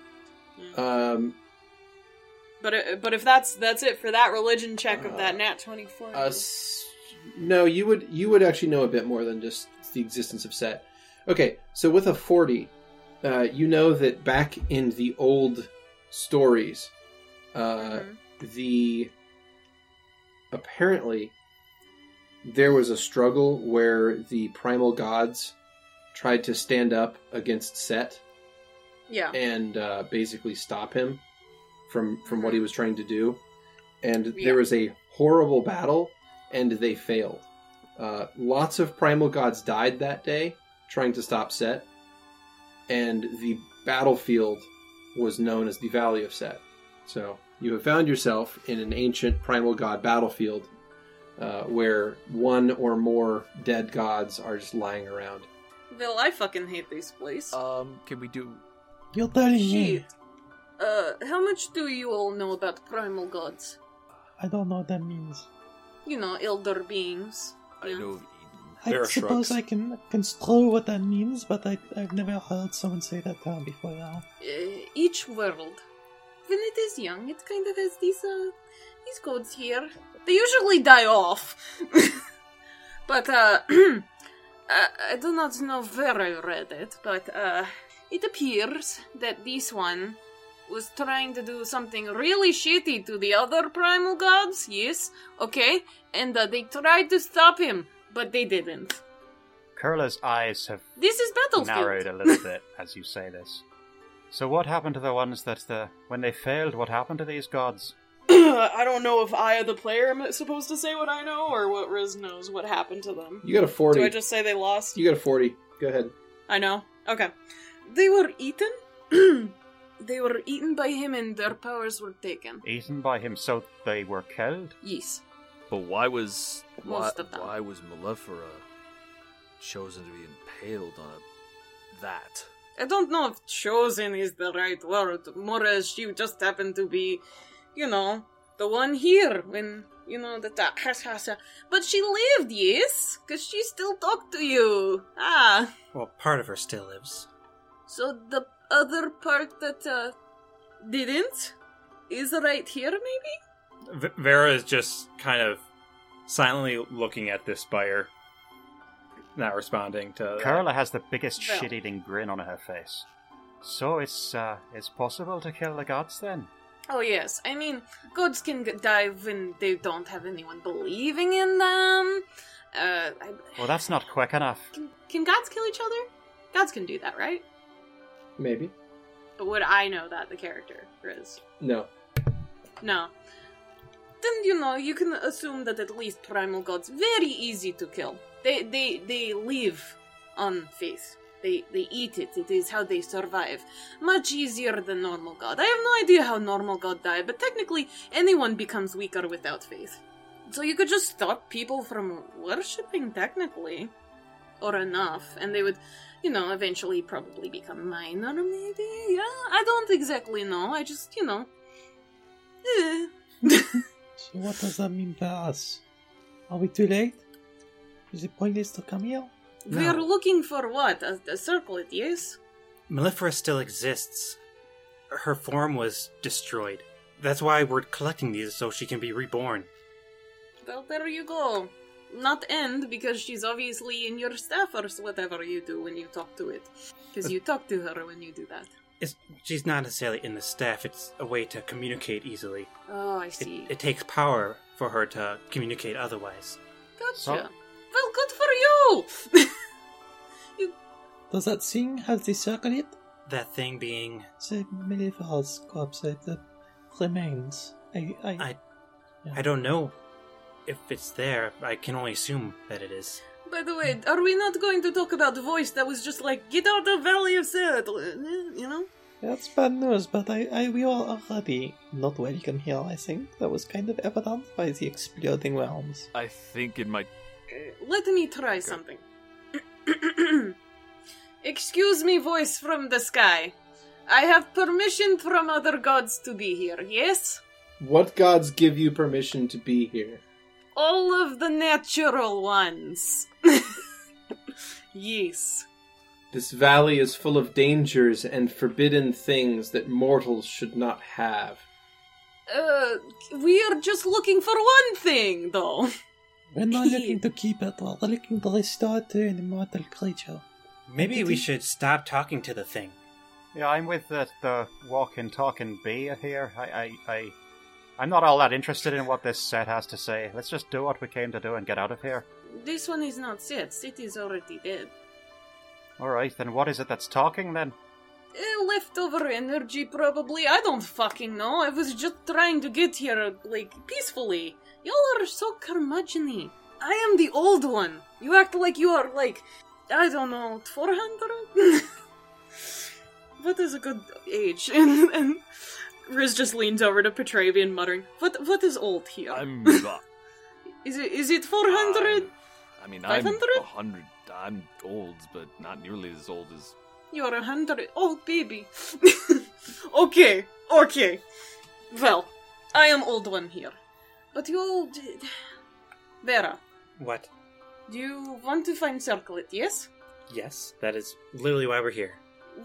Um, But it, but if that's that's it for that religion check of that nat twenty four. Uh, s- no, you would you would actually know a bit more than just the existence of Set. Okay, so with a forty, uh, you know that back in the old stories, uh, Mhm. the apparently there was a struggle where the primal gods tried to stand up against Set yeah. and uh, basically stop him from from what he was trying to do. And Yeah. there was a horrible battle, and they failed. Uh, lots of primal gods died that day trying to stop Set, and the battlefield was known as the Valley of Set. So you have found yourself in an ancient primal god battlefield. Uh, where one or more dead gods are just lying around. Bill, I fucking hate this place. Uh, Um, can we do? You're telling me. Shit. Uh, how much do you all know about primal gods? I don't know what that means. You know, elder beings. I know. I There are suppose shrugs. I can construe what that means, but I, I've never heard someone say that term before now. Uh, each world, when it is young, it kind of has these uh these gods here. They usually die off, but uh, I, I do not know where I read it, but uh, it appears that this one was trying to do something really shitty to the other primal gods. Yes, okay, and uh, they tried to stop him, but they didn't. Curler's eyes have This is battlefield. narrowed a little bit as you say this. So what happened to the ones that uh, when they failed? What happened to these gods? I don't know if I, the player, am supposed to say what I know or what Riz knows what happened to them. You got a 40. Do I just say they lost? You got a 40. Go ahead. I know. Okay. They were eaten. they were eaten by him and their powers were taken. Eaten by him, so they were killed. Yes. But why was why, Most of them. why was Malefera chosen to be impaled on a, that? I don't know if chosen is the right word. More as she just happened to be, you know, the one here when, you know, the. Ta- but she lived, yes? Because she still talked to you. Ah. Well, part of her still lives. So the other part that uh, didn't is right here, maybe. V- Vera is just kind of silently looking at this spire, not responding to. that. Curler has the biggest Well. shit-eating grin on her face. So it's uh, it's possible to kill the gods then. Oh yes, I mean gods can g- die when they don't have anyone believing in them. Uh, I, Well, that's not quick enough. can, can gods kill each other? Gods can do that, right? Maybe. But would I know that the character is? No. No. Then you know you can assume that at least primal gods very easy to kill. They they they live on faith. They they eat it. It is how they survive. Much easier than normal god. I have no idea how normal god died, but technically anyone becomes weaker without faith. So you could just stop people from worshipping technically. Or enough, and they would, you know, eventually probably become minor, maybe? Yeah? I don't exactly know. I just, you know. eh. So what does that mean for us? Are we too late? Is it pointless to come here? We are looking for what? A, a circle, it is? Mellifera still exists. Her form was destroyed. That's why we're collecting these so she can be reborn. Well, there you go. Not end, because she's obviously in your staff or s- whatever you do when you talk to it. Because you talk to her when you do that. It's, she's not necessarily in the staff, it's a way to communicate easily. Oh, I It- see. It, takes power for her to communicate otherwise. Gotcha. So- Well, good for you! Does that thing have the circle yet? That thing being. The Melivar's corpse, uh, the remains. I, I, I, I don't know if it's there. I can only assume that it is. By the way, are we not going to talk about the voice that was just like, get out of the valley of Seth? You know? That's bad news, but I, I we are already not welcome here, I think. That was kind of evident by the exploding realms. I think it might. Let me try something. Excuse me, voice from the sky. I have permission from other gods to be here, yes? What gods give you permission to be here? All of the natural ones. yes. This valley is full of dangers and forbidden things that mortals should not have. Uh, we are just looking for one thing, though. We're not looking to keep it, we're looking to restore it to an immortal creature. Maybe we should stop talking to the thing. Yeah, I'm with the, the walk and talk and be here. I, I, I, I'm not all that interested in what this set has to say. Let's just do what we came to do and get out of here. This one is not set. Set is already dead. All right, then what is it that's talking then? Eh, leftover energy, probably. I don't fucking know. I was just trying to get here, like, peacefully. Y'all are so curmudgeony. I am the old one. You act like you are, like, I don't know, 400? what is a good age? and, and Riz just leans over to Petravian, muttering, What What is old here? I'm. Is it, is it 400? I mean, I'm 500? hundred. I'm old, but not nearly as old as. You're a hundred. Oh, baby. okay, okay. Well, I am old one here. But you all. d- Vera, What? do you want to find Circlet, yes? Yes, that is literally why we're here.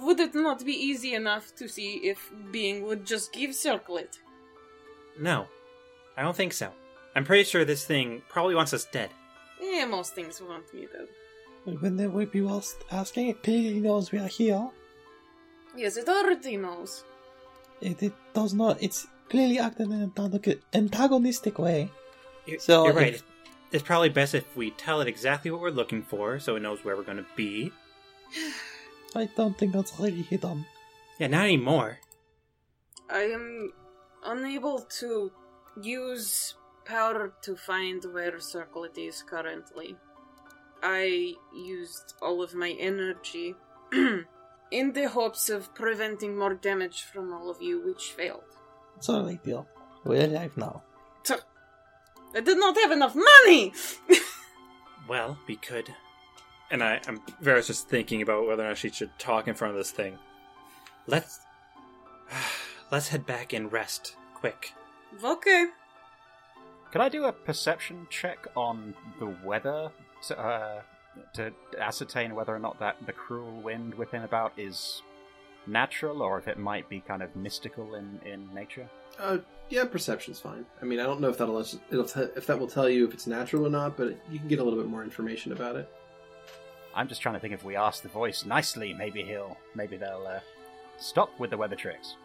Would it not be easy enough to see if Being would just give Circlet? No, I don't think so. I'm pretty sure this thing probably wants us dead. Eh, most things want me though. But when they would be asked- asking, it clearly knows we are here. Yes, it already knows. It, it does not, it's clearly acted in an antago- antagonistic way. You're, So you're right. if- It's probably best if we tell it exactly what we're looking for, so it knows where we're going to be. I don't think that's really hidden. Yeah, not anymore. I am unable to use power to find where Circlet is currently. I used all of my energy in the hopes of preventing more damage from all of you, which failed. It's not a big deal. We're alive now. Tuh. I did not have enough money! Well, we could. And I, I'm Vera's just thinking about whether or not she should talk in front of this thing. Let's let's head back and rest quick. Okay. Can I do a perception check on the weather to, uh, to ascertain whether or not that the cruel wind whipping about is natural or if it might be kind of mystical in, in nature? Uh, yeah, perception's fine. I mean, I don't know if that'll it'll te- if that will tell you if it's natural or not, but you can get a little bit more information about it. I'm just trying to think if we ask the voice nicely, maybe he'll, maybe they'll uh, stop with the weather tricks.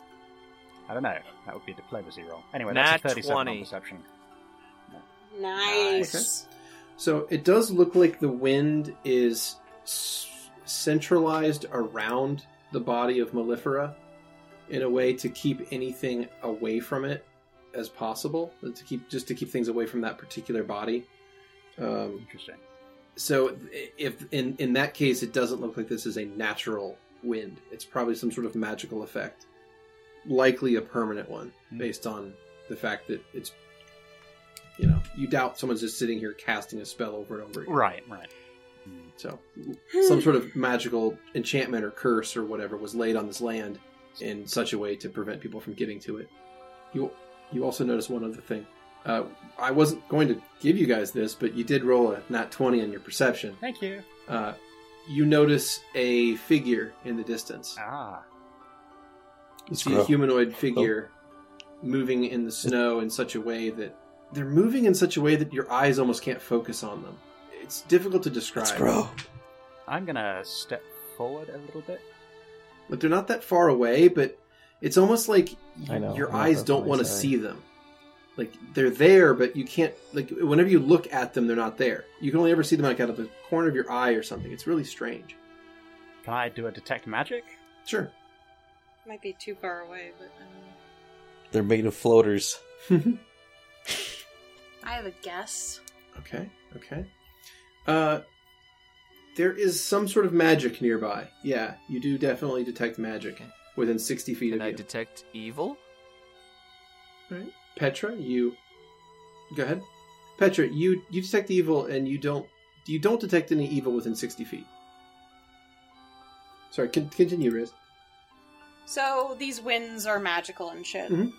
I don't know. That would be diplomacy wrong. Anyway, that's Nat a 37 on 20. perception. Nice. So it does look like the wind is s- centralized around the body of Mellifera in a way to keep anything away from it as possible, to keep just to keep things away from that particular body. Um, Interesting. So if in in that case it doesn't look like this is a natural wind. It's probably some sort of magical effect. Likely a permanent one based on the fact that it's you know, you doubt someone's just sitting here casting a spell over and over again. Right, right. So Hmm. some sort of magical enchantment or curse or whatever was laid on this land in such a way to prevent people from getting to it. You you also notice one other thing. Uh, I wasn't going to give you guys this, but you did roll a nat twenty on your perception. Thank you. Uh, you notice a figure in the distance. Ah. You see a humanoid figure moving in the snow in such a way that they're moving in such a way that your eyes almost can't focus on them. It's difficult to describe. I'm gonna step forward a little bit. But they're not that far away, but it's almost like I know, your I know eyes that's don't what I want to said. see them. Like they're there, but you can't like whenever you look at them, they're not there. You can only ever see them like out of the corner of your eye or something. It's really strange. Can I do a detect magic? Sure. Might be too far away, but um, They're made of floaters. I have a guess. Okay, okay. Uh, there is some sort of magic nearby. Yeah, you do definitely detect magic within sixty feet Can of I you. detect evil? Right. Petra, you go ahead. Petra, you you detect evil, and you don't you don't detect any evil within sixty feet. Sorry, con- continue, Riz. So these winds are magical and shit. Mhm.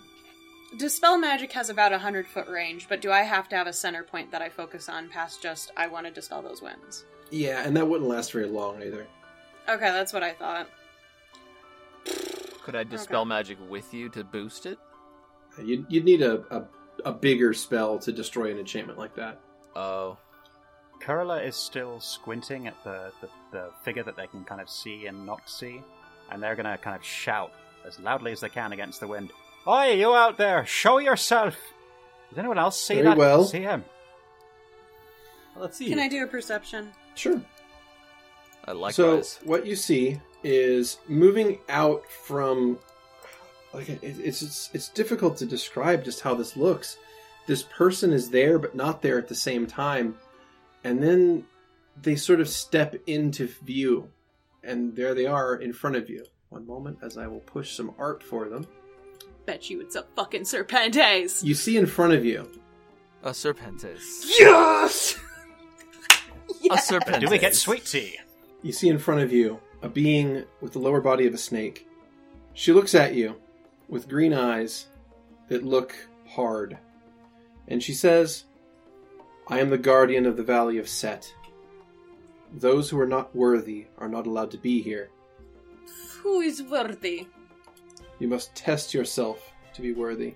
Dispel magic has about a hundred foot range, but do I have to have a center point that I focus on past just I want to dispel those winds? Yeah, and that wouldn't last very long either. Okay, that's what I thought. Could I dispel magic with you to boost it? You'd, you'd need a, a a bigger spell to destroy an enchantment like that. Oh. Kurla is still squinting at the, the, the figure that they can kind of see and not see, and they're gonna kind of shout as loudly as they can against the wind. Oi, you out there! Show yourself! Does anyone else see Very that? well. See him? let's Can I do a perception? Sure. I like So what you see is moving out from like it, it's, it's it's difficult to describe just how this looks. This person is there but not there at the same time, and then they sort of step into view, and there they are in front of you. One moment, as I will push some art for them. Bet you it's a fucking serpentes. You see in front of you. A serpentes. Yes! A serpentes. Do we get sweet tea? You see in front of you a being with the lower body of a snake. She looks at you with green eyes that look hard. And she says, I am the guardian of the Valley of Set. Those who are not worthy are not allowed to be here. Who is worthy? You must test yourself to be worthy.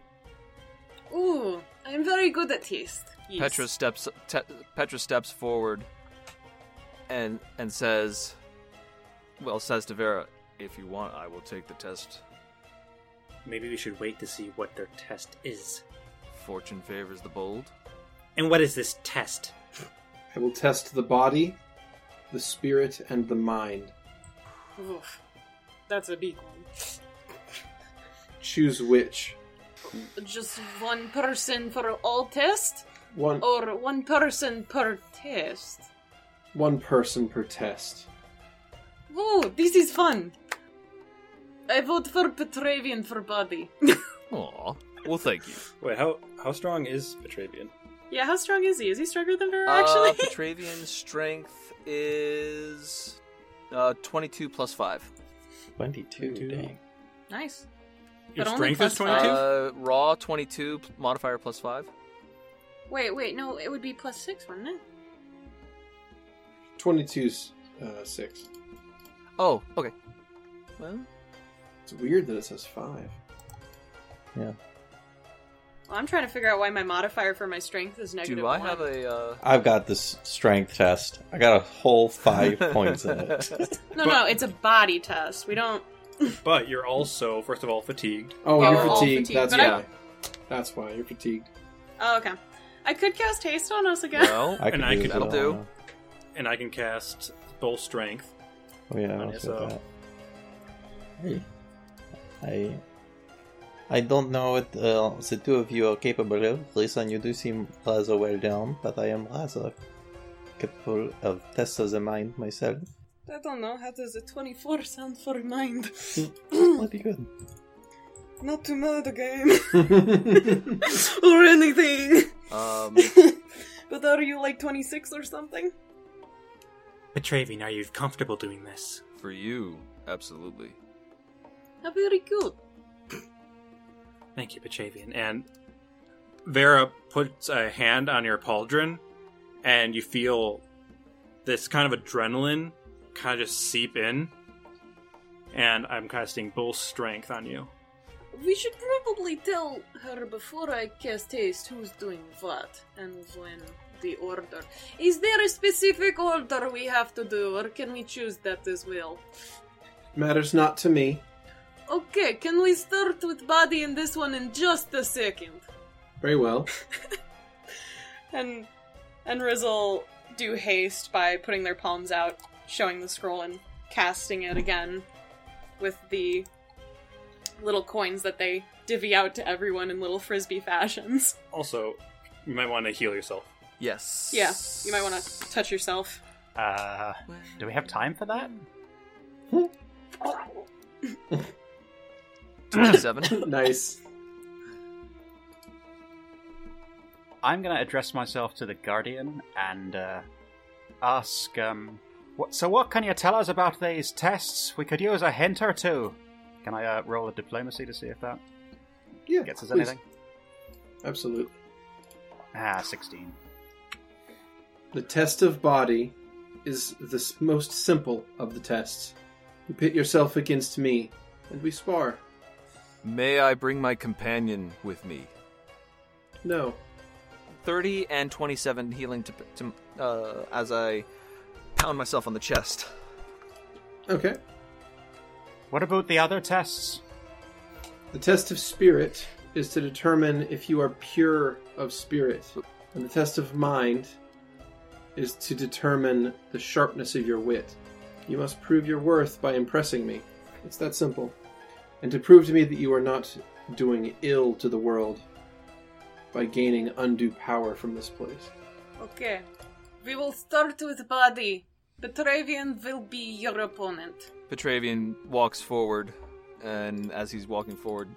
Ooh, I'm very good at taste. Yes. Petra steps te- Petra steps forward and and says well says to Vera if you want I will take the test Maybe we should wait to see what their test is. fortune favors the bold And what is this test? I will test the body, the spirit, and the mind. Oof. That's a big one. Choose which. Just one person for all test? One, Or one person per test? one person per test. Ooh, this is fun. I vote for Petravian for body. Aw. Well, thank you. Wait, how how strong is Petravian? yeah, how strong is he? Is he stronger than Vera, Uh, actually? Petravian's strength is uh, 22 plus 5 22, dang. nice. Your only strength plus is five. Uh, raw 22 p- modifier plus 5 Wait, wait, no, it would be plus six, wouldn't it? 22 's, uh, 6. Oh, okay. Well, It's weird that it says 5. Well, I'm trying to figure out why my modifier for my strength is negative do I one. have a uh, I've got this strength test. I got a whole five points in it. No, no, it's a body test. We don't. But you're also, first of all, fatigued. Oh, Oh, you're all fatigued. fatigued, That's but I- why. That's why you're fatigued. Oh, okay. I could cast haste on us again. well I and can I do could that'll do. and I can cast both strength. Oh yeah, on let's do SO. that. Hey, I I don't know what uh, the two of you are capable of. Listen, you do seem rather well down, but I am rather capable of tests of the mind myself. I don't know, how does a 24 sound for a mind? Pretty good. Not to murder game. or anything. Um, But are you like 26 or something? Petravin, are you comfortable doing this? For you, absolutely. How very cute. Thank you, Petravian. And Vera puts a hand on your pauldron, and you feel this kind of adrenaline kind of just seep in. And I'm casting Bull Strength on you. We should probably tell her before I cast haste who's doing what and when the order. Is there a specific order we have to do, or can we choose that as well? Matters not to me. Okay, can we start with body and this one in just a second? Very well. And and Rizzle do haste by putting their palms out, showing the scroll and casting it again with the little coins that they divvy out to everyone in little frisbee fashions. Also, you might want to heal yourself. Yes. Yeah, you might want to touch yourself. Uh, do we have time for that? Seven. nice. I'm going to address myself to the Guardian and uh, ask. Um, what, so, what can you tell us about these tests? We could use a hint or two. Can I uh, roll a diplomacy to see if that Yeah. gets us please. anything? Absolutely. Ah, 16. The test of body is the s- most simple of the tests. You pit yourself against me, and we spar. May I bring my companion with me? No. 30 and 27 healing to, to uh, as I pound myself on the chest. Okay. What about the other tests? The test of spirit is to determine if you are pure of spirit, and the test of mind is to determine the sharpness of your wit. You must prove your worth by impressing me. It's that simple. And to prove to me that you are not doing ill to the world by gaining undue power from this place. Okay. We will start with body. Petravian will be your opponent. Petravian walks forward, and as he's walking forward,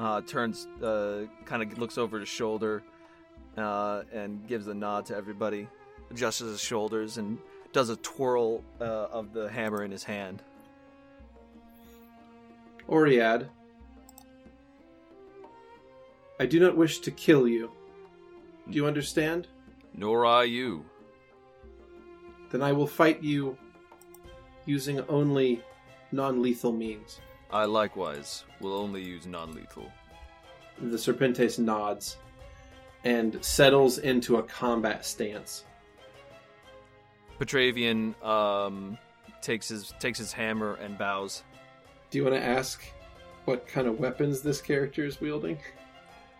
uh, turns, uh, kind of looks over his shoulder, uh, and gives a nod to everybody, adjusts his shoulders, and does a twirl uh, of the hammer in his hand. Oriad, I do not wish to kill you. Do you understand? Nor I you. Then I will fight you using only non lethal means. I likewise will only use non lethal. The Serpentes nods and settles into a combat stance. Petravian um, takes his takes his hammer and bows. Do you want to ask what kind of weapons this character is wielding?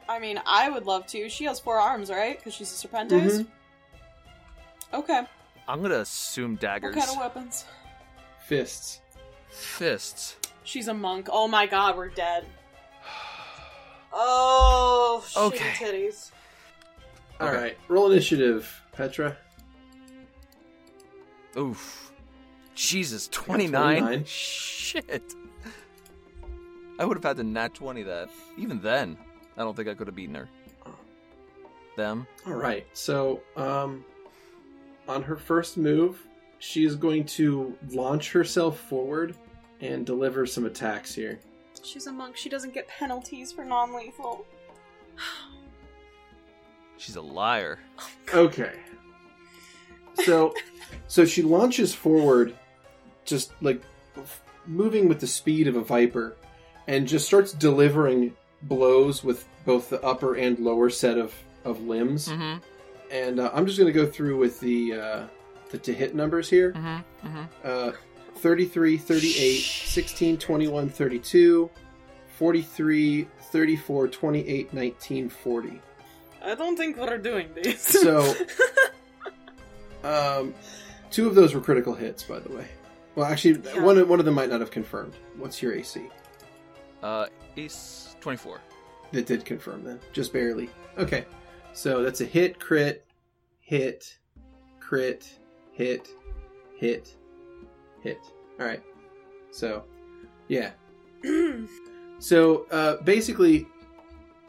I mean, I would love to. She has four arms, right? Because she's a Serpentes? Mm-hmm. Okay. I'm gonna assume daggers, What kind of weapons? Fists. fists. She's a monk. Oh my god, we're dead. Oh, shit Okay. titties. All right, roll initiative, Petra. Oof. Jesus, 29? 29. Shit. I would have had to nat 20 that. Even then, I don't think I could have beaten her. Them? All right. So, um, on her first move, she is going to launch herself forward and deliver some attacks here. She's a monk. She doesn't get penalties for non lethal. She's a liar. Okay. So, so she launches forward, just like moving with the speed of a viper, and just starts delivering blows with both the upper and lower set of of limbs. Mm-hmm. Mm And uh, I'm just going to go through with the uh, the to hit numbers here. hmm. Mm hmm. Uh, Mm 33, 38, 16, 21, 32, 43, 34, 28, 19, 40. I don't think we're doing these. So, um, two of those were critical hits, by the way. Well, actually, Yeah. one of- one of them might not have confirmed. What's your AC? hmm. Uh, Ace 24. That did confirm then, just barely. Okay, so that's a hit, crit, hit, crit, hit, hit, hit. All right. So, yeah. so uh, basically,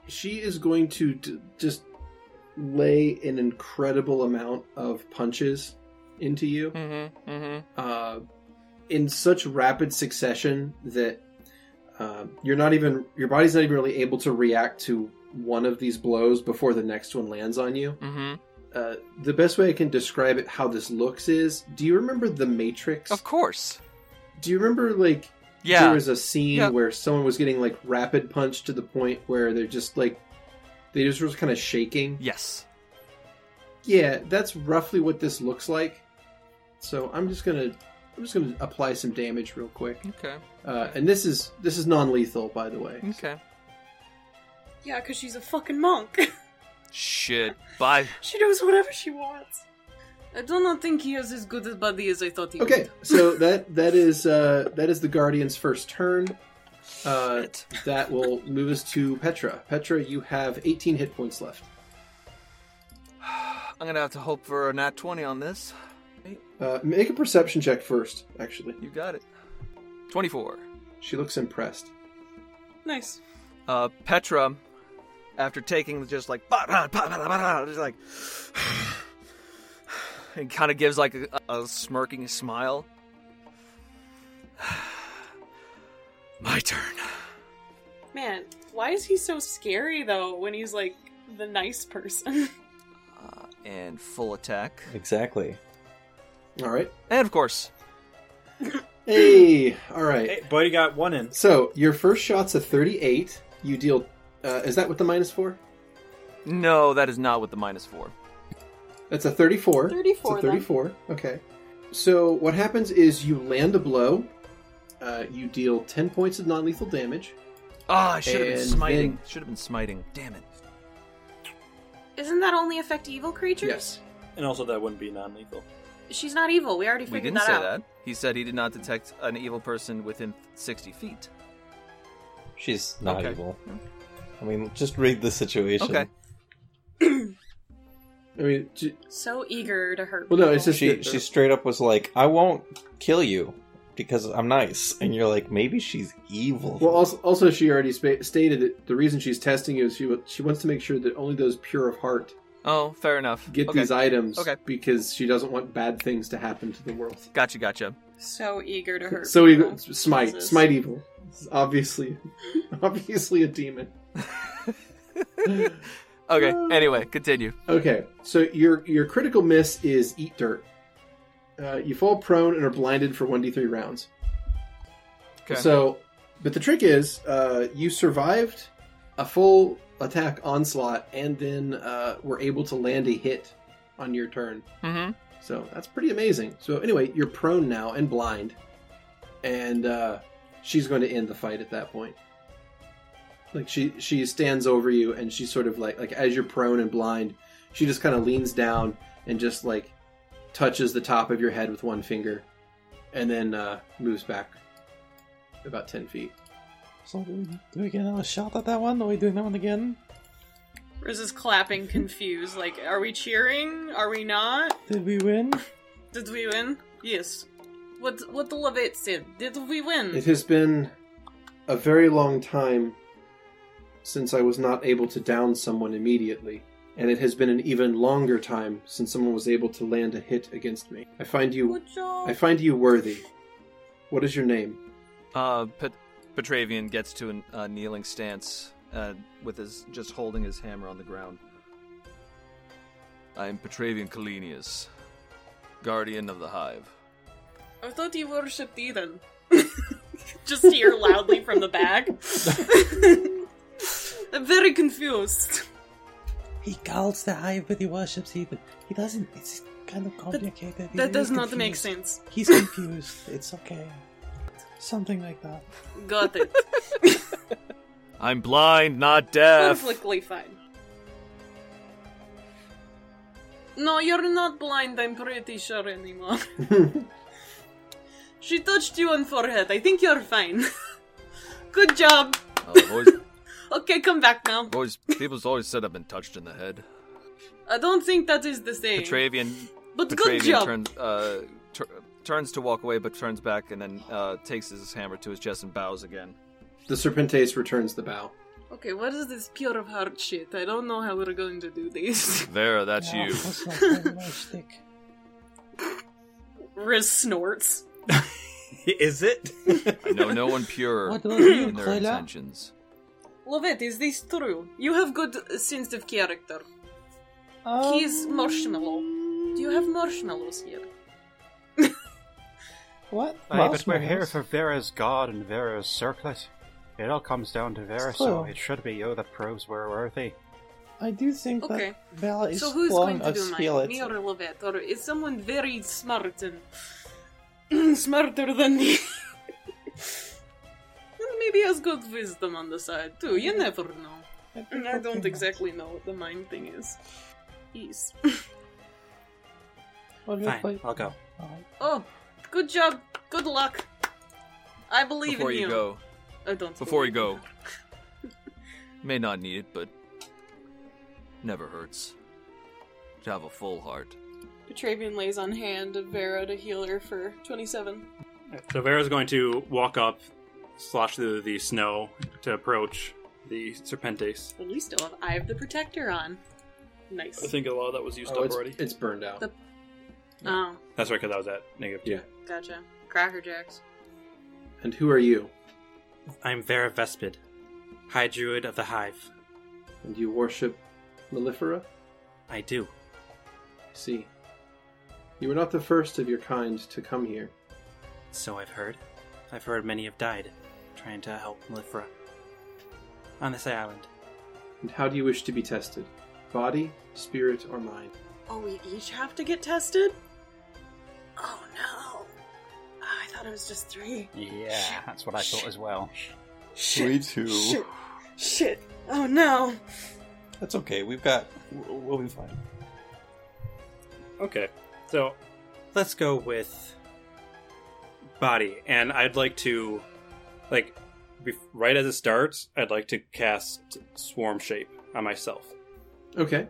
she is going to d- just lay an incredible amount of punches into you Mm-hmm. Mm-hmm. uh, in such rapid succession that uh, you're not even your body's not even really able to react to one of these blows before the next one lands on you. Mm-hmm. Uh, the best way I can describe it, how this looks is: Do you remember the Matrix? Of course. Do you remember like Yeah. there was a scene Yeah. where someone was getting like rapid punched to the point where they're just like they just were kind of shaking? Yes. Yeah, that's roughly what this looks like. So I'm just gonna I'm just gonna apply some damage real quick. Okay. Uh, and this is this is non-lethal, by the way. Okay. Yeah, because she's a fucking monk. Shit. Bye. she does whatever she wants. I do not think he has as good a body as I thought he Okay, so that that is uh, that is the Guardian's first turn. Uh, that will move us to Petra. Petra, you have 18 hit points left. I'm gonna have to hope for a nat 20 on this. Uh, make a perception check first. Actually, You got it. 24. she looks impressed. Nice. Uh, Petra, after taking just like, "Bah, bah, bah, bah, bah, bah," just like, and kind of gives like a, a smirking smile. My turn. Man, why is he so scary though when he's like the nice person? And full attack. Exactly. All right. And of course. Hey, all right. Hey, buddy got one in. So your first shot's a 38. You deal. Uh, is that with the minus four? No, that is not with the minus four. That's a 34. 34 It's a then. 34. Okay. So what happens is you land a blow. Uh, you deal 10 points of non-lethal damage. Ah, I should have been And smiting. then- Should have been smiting. Damn it. Isn't that only affect evil creatures? Yes. And also, that wouldn't be non-lethal. She's not evil. We already We figured didn't that say out. that. He said he did not detect an evil person within 60 feet. She's not Okay. evil. I mean, just read the situation. Okay. I mean, j- So eager to hurt. Well, no, people. it's just she, she straight up was like, "I won't kill you because I'm nice," and you're like, "Maybe she's evil." well, also, also she already spa- stated that the reason she's testing you is she wa- she wants to make sure that only those pure of heart Oh, fair enough. get Okay. these items Okay. because she doesn't want bad things to happen to the world. Gotcha, gotcha. so eager to hurt. So we people. smite, Jesus. smite evil. It's obviously, obviously a demon. Okay, Uh. anyway, continue. Okay, so your your critical miss is eat dirt. Uh, you fall prone and are blinded for one d three rounds. Okay. So, but the trick is, uh, you survived a full attack onslaught and then uh, were able to land a hit on your turn. Mm-hmm. So that's pretty amazing. So anyway, you're prone now and blind, and uh, she's going to end the fight at that point. Like she she stands over you and she sort of like like as you're prone and blind, she just kind of leans down and just like touches the top of your head with one finger, and then uh, moves back about ten feet. So do we, do we get another shot at that one? Are we doing that one again? Riz is clapping, confused. Like, are we cheering? Are we not? Did we win? Did we win? Yes. What what the Levite said? Did we win? It has been a very long time since I was not able to down someone immediately, and it has been an even longer time since someone was able to land a hit against me. I find you Good job. I find you worthy. What is your name? Uh, Pet- Petravian gets to a uh, kneeling stance uh, with his just holding his hammer on the ground. I am Petravian Kalenius, guardian of the hive. I thought you worshipped Eden. Just hear loudly from the back. I'm very confused. He guards the hive, but he worships Ethan. He doesn't. It's kind of complicated. He's That really does not make confused. sense. He's confused. it's okay. Something like that. Got it. I'm blind, not deaf. Perfectly fine. No, you're not blind, I'm pretty sure anymore. she touched you on forehead. I think you're fine. Good job. Oh, I've always, Okay, come back now. I've always, people's always said I've been touched in the head. I don't think that is the same. Petravian But good Petravian job. Turns, uh, tur turns to walk away, but turns back and then uh, takes his hammer to his chest and bows again. The Serpentes returns the bow. Okay, what is this pure of heart shit? I don't know how we're going to do this. There, that's No, you. that's Riz snorts. Is it? I know no one pure What about you, in their Krilla? intentions. Lovett, is this true? You have good uh, sense of character. Um, He's marshmallow. Do you have marshmallows here? What? Aye, but we're Marshmallows? here for Vera's god and Vera's circlet. It all comes down to Vera, It's so true. it should be you that proves we're worthy. I do think Okay. that Bella is so who's born going to of do spirit. mine? Me or Lovett? Or is someone very smart and smarter than me? and maybe has good wisdom on the side too. You never know. I don't exactly know what the mind thing is. Ease. Well, you're Fine, quite- I'll go. Oh, good job. Good luck. I believe Before in you. you go, I don't. before you go, may not need it, but never hurts to have a full heart. Petravian lays on hand of Vera to heal her for 27. So Vera's going to walk up, slosh through the snow to approach the Serpentes. At least still have Eye of the Protector on. Nice. I think a lot of that was used Oh, up it's- already. It's burned out. The- Oh, That's right, because I was at negative two. Yeah. gotcha. Cracker Jacks. And who are you? I'm Vera Vespid, High Druid of the Hive. And you worship Mellifera? I do. I see. You were not the first of your kind to come here. So I've heard. I've heard many have died trying to help Malifra on this island. And how do you wish to be tested? Body, spirit, or mind? Oh, we each have to get tested? Oh no. Ah, I thought it was just three. Yeah, that's what I thought as well. Me too. Shit. Shit. Oh no. That's okay. We've got. We'll we'll be fine. Okay, so Let's go with body, and I'd like to, like, bef right as it starts, I'd like to cast Swarm Shape on myself. Okay.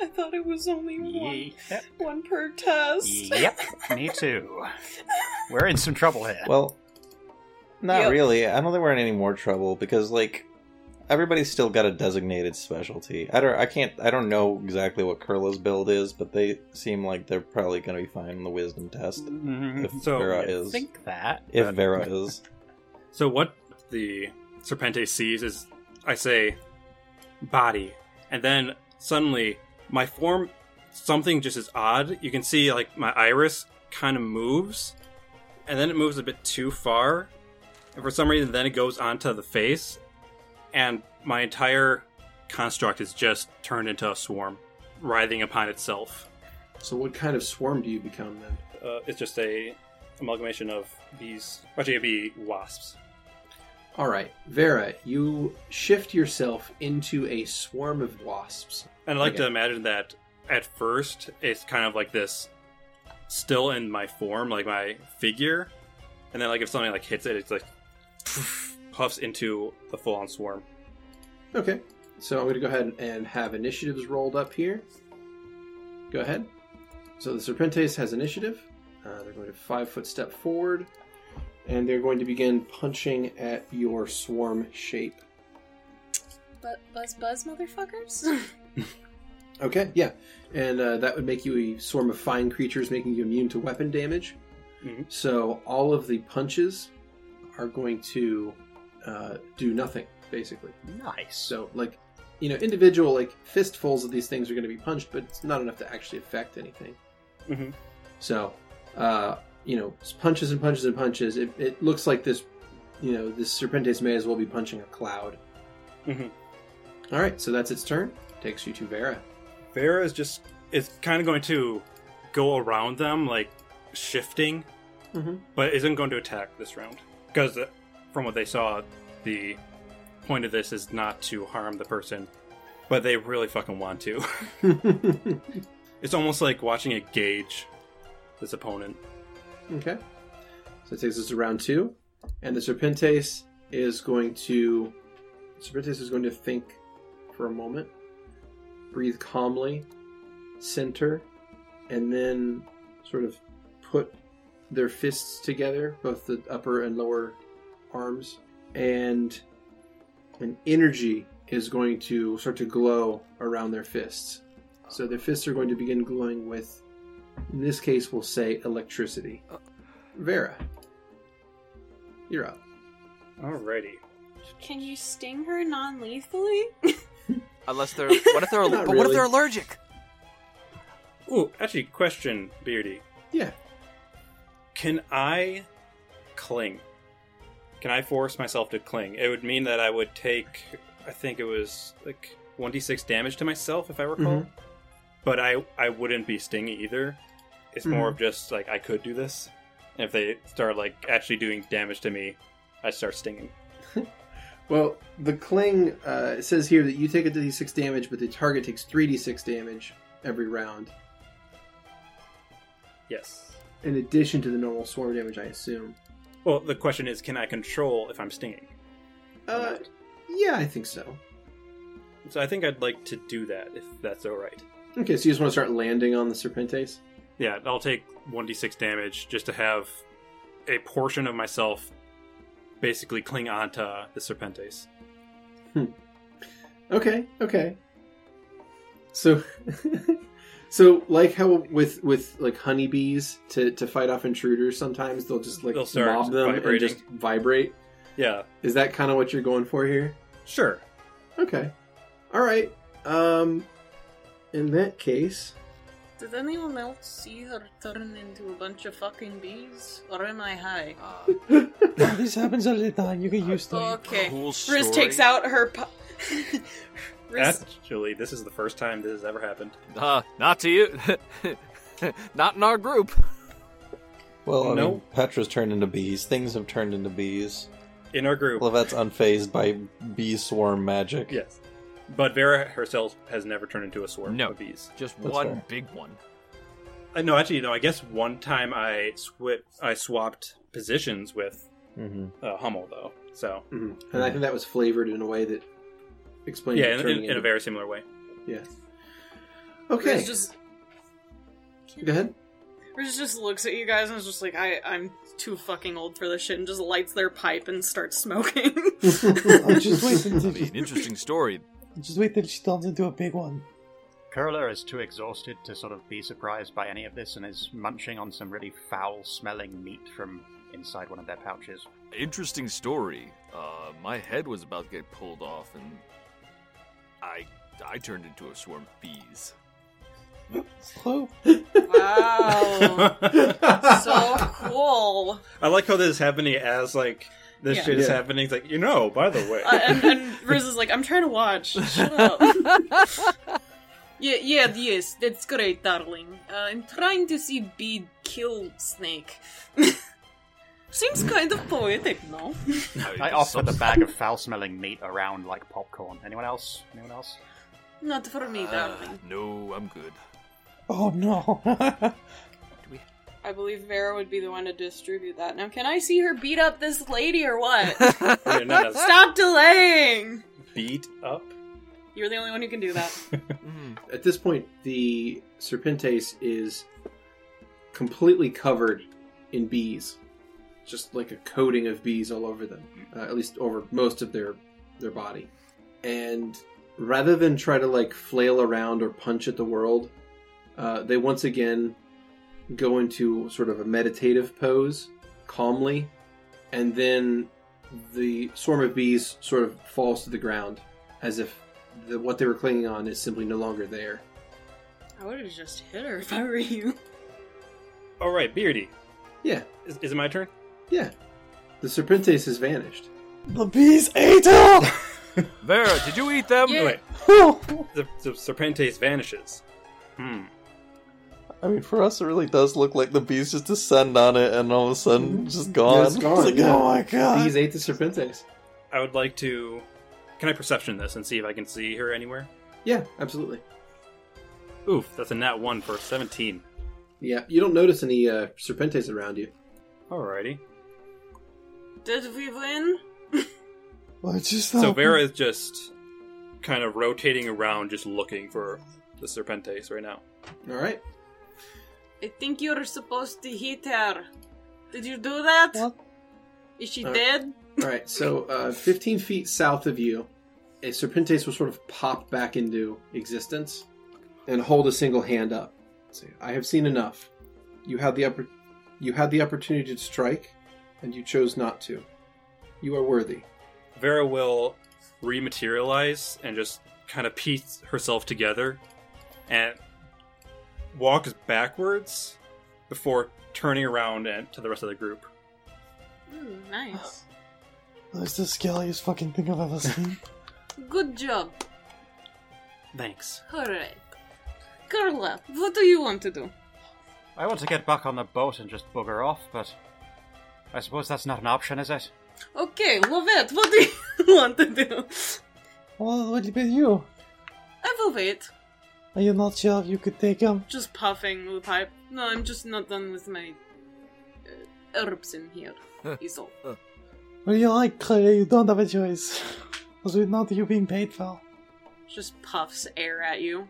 I thought it was only one. Yep. One per test. yep, me too. We're in some trouble here. Well, not Yep. really. I don't think we're in any more trouble because like everybody's still got a designated specialty. I don't. I can't. I don't know exactly what Curla's build is, but they seem like they're probably going to be fine in the wisdom test Mhm. if So, Vera I is. think that. if but- Vera is. So what the Serpente sees is, I say, body, and then suddenly my form, something just is odd. You can see like my iris kind of moves, and then it moves a bit too far, and for some reason then it goes onto the face, and my entire construct is just turned into a swarm, writhing upon itself. So, what kind of swarm do you become then? Uh, it's just a amalgamation of bees, actually it'd be wasps. All right, Vera, you shift yourself into a swarm of wasps. And I like to Okay. imagine that at first it's kind of like this, still in my form, like my figure, and then like if something like hits it, it's like puffs into the full-on swarm. Okay, so I'm going to go ahead and have initiatives rolled up here. Go ahead. So the Serpentes has initiative. Uh, they're going to five foot step forward, and they're going to begin punching at your swarm shape. Bu- buzz buzz motherfuckers? Okay, yeah, and uh, that would make you a swarm of fine creatures, making you immune to weapon damage. Mhm. So all of the punches are going to uh, do nothing, basically. Nice. So, like, you know, individual like fistfuls of these things are going to be punched, but it's not enough to actually affect anything. Mm-hmm. So, uh, you know, it's punches and punches and punches. It, it looks like this, you know, this Serpentes may as well be punching a cloud. Mm-hmm. All right, so that's its turn. Takes you to Vera. Vera is just is kind of going to go around them, like shifting, Mm-hmm. but isn't going to attack this round because from what they saw, the point of this is not to harm the person, but they really fucking want to. It's almost like watching it gauge this opponent. Okay. So it takes us to round two, and the Serpentes is going to Serpentes is going to think for a moment, breathe calmly, center, and then sort of put their fists together, both the upper and lower arms, and an energy is going to start to glow around their fists. So their fists are going to begin glowing with, in this case, we'll say electricity. Vera, you're up. Alrighty. Can you sting her non lethally? Unless they're what if they're Not but what if really. they're allergic? Ooh, actually, question, Beardy. Yeah. Can I cling? Can I force myself to cling? It would mean that I would take, I think it was like 1d6 damage to myself, if I recall. Mhm. But I, I wouldn't be stingy either. It's more of just like, I could do this. And if they start like actually doing damage to me, I start stinging. Well, the cling uh, it says here that you take a d6 damage, but the target takes 3d6 damage every round, Yes. in addition to the normal swarm damage, I assume. Well, the question is, can I control if I'm stinging? Uh, yeah, I think so. So I think I'd like to do that if that's all right. Okay, so you just want to start landing on the Serpentes? Yeah, I'll take 1d6 damage just to have a portion of myself basically cling onto the Serpentes. Okay, okay. So, so like how with with like honeybees to to fight off intruders, sometimes they'll just like They'll start mob them and vibrating. just vibrate. Yeah. Is that kind of what you're going for here? Sure. Okay. All right. Um, in that case, Did anyone else see her turn into a bunch of fucking bees? Or am I high? this happens all the time. You get used to it. okay. Cool Riz Uh, story. takes out her. Pu- Riz Actually, this is the first time this has ever happened. Uh, not to you. not in our group. Well, I mean, No. Petra's turned into bees. Things have turned into bees. In our group. Levette's unfazed by bee swarm magic. Yes. But Vera herself has never turned into a swarm No. of bees. Just That's one fair. big one. Uh, no, actually, no. I guess one time I swi- I swapped positions with Mm-hmm. Mhm. uh, Hummel, though. So Mhm. and I think that was flavored in a way that explained. yeah, it in, turning in, in into- a very similar way. Yeah. Okay. Riz just, Go ahead. Riz just looks at you guys and is just like, I, I'm too fucking old for this shit, and just lights their pipe and starts smoking. just wait until Be an interesting story. Just wait till she turns into a big one. Curler is too exhausted to sort of be surprised by any of this and is munching on some really foul smelling meat from inside one of their pouches. Interesting story. Uh, my head was about to get pulled off, and I I turned into a swarm of bees. Slow. wow. Oh. so cool. I like how this is happening as like this Yeah. shit is Yeah. happening. It's like you know, by the way, Uh, and, and Riz is like, I'm trying to watch. Shut up. yeah, yeah, yes, that's great, darling. Uh, I'm trying to see Bee kill Snake. Seems kind of poetic, no? I offered a bag of foul smelling meat around like popcorn. Anyone else? Anyone else? Not for me, darling. Ah, No, I'm good. Oh no. I believe Vera would be the one to distribute that. Now, can I see her beat up this lady or what? You're not a Stop delaying! beat up. You're the only one who can do that. At this point, the Serpentes is completely covered in bees, just like a coating of bees all over them, uh, at least over most of their their body. And rather than try to like flail around or punch at the world, uh, they once again go into sort of a meditative pose, calmly, and then the swarm of bees sort of falls to the ground as if the, what they were clinging on is simply no longer there. I would have just hit her if I were you. All right, Beardy. Yeah. Is, is it my turn? Yeah. The Serpentes has vanished. The bees ate her! Vera, did you eat them? Wait. the, the Serpentes vanishes. Hmm. I mean, for us, it really does look like the bees just descend on it and all of a sudden just gone. Mm-hmm. Yeah, it's gone. like, yeah. oh my god. Bees ate the Serpentes. I would like to. Can I perception this and see if I can see her anywhere? Yeah, absolutely. Oof, that's a nat one for seventeen. Yeah, you don't notice any uh, Serpentes around you. Alrighty. Did we win? What just So happened? Vera is just kind of rotating around, just looking for the Serpentes right now. All right. I think you're supposed to hit her. Did you do that? Is she All right. dead? All right, so uh, 15 feet south of you, a Serpentes will sort of pop back into existence and hold a single hand up. Say, I have seen enough. You had the oppor- you had the opportunity to strike, and you chose not to. You are worthy. Vera will rematerialize and just kind of piece herself together and walks backwards before turning around and to the rest of the group. Ooh, nice. That's the scariest fucking thing I've ever seen. Good job. Thanks. Alright. Carla, what do you want to do? I want to get back on the boat and just bugger off, but I suppose that's not an option, is it? Okay, Lovette, what do you want to do? Well, what about you? I will wait. Are you not sure if you could take him? Just puffing the pipe. No, I'm just not done with my uh, herbs in here. is all. Well, you're right, Clay, you don't have a choice. Because we're not you being paid for. Just puffs air at you.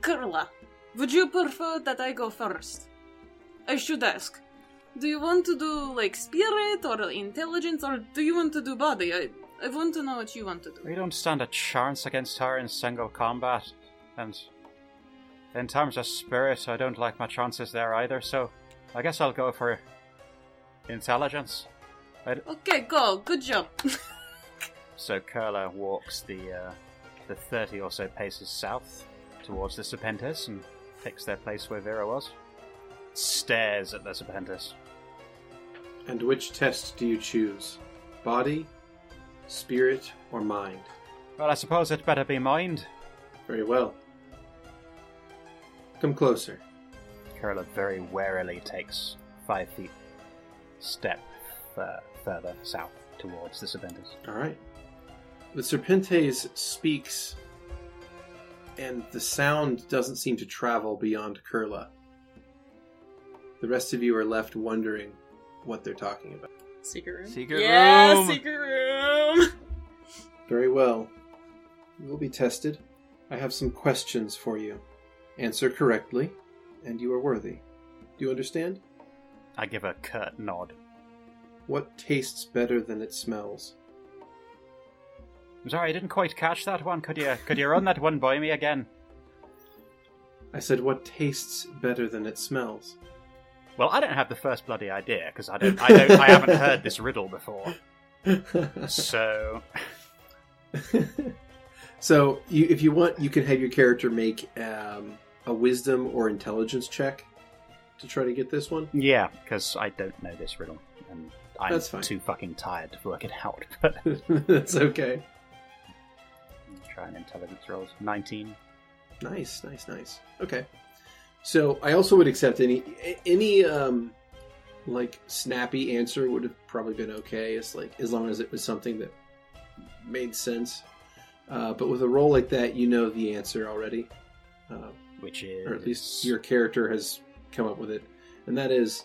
Carla, would you prefer that I go first? I should ask. Do you want to do like spirit or intelligence or do you want to do body? I, I want to know what you want to do. We don't stand a chance against her in single combat, and in terms of spirit, I don't like my chances there either, so I guess I'll go for intelligence. i Okay, go. Good job. So Curla walks the uh, the thirty or so paces south towards the Serpentis and picks their place where Vera was. Stares at the Serpentis. And which test do you choose? Body, spirit, or mind? Well, I suppose it better be mind. Very well. Come closer. Curla very warily takes five feet step fur- further south towards the Serpentis. All right. The Serpentes speaks, and the sound doesn't seem to travel beyond Curla. The rest of you are left wondering what they're talking about. Secret room. Secret yeah, room. secret room. Very well. You will be tested. I have some questions for you. Answer correctly, and you are worthy. Do you understand? I give a curt nod. What tastes better than it smells? I'm sorry, I didn't quite catch that one. Could you could you run that one by me again? I said, what tastes better than it smells? Well, I don't have the first bloody idea because I don't, I don't, I haven't heard this riddle before. So, So, you, if you want, you can have your character make um, a wisdom or intelligence check to try to get this one. yeah, because I don't know this riddle, and I'm That's fine. too fucking tired to work it out. But That's okay. try an intelligence rolls. Nineteen. Nice, nice, nice. Okay. So, I also would accept any any um, like snappy answer would have probably been okay, as like as long as it was something that made sense. Uh, but with a roll like that, you know the answer already. Uh, Which is or at least your character has come up with it, and that is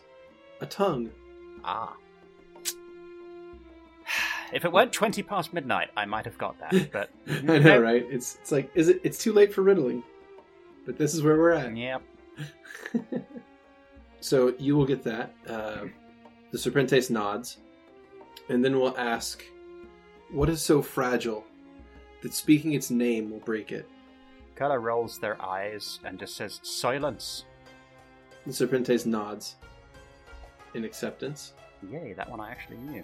a tongue. Ah. If it weren't twenty past midnight, I might have got that. But I know, right? It's it's like is it? It's too late for riddling, but this is where we're at. Yeah. So you will get that. Uh, the Serpentes nods, and then we'll ask, "What is so fragile that speaking its name will break it?" Carla rolls their eyes and just says silence. The Serpentes nods in acceptance. Yay, that one I actually knew.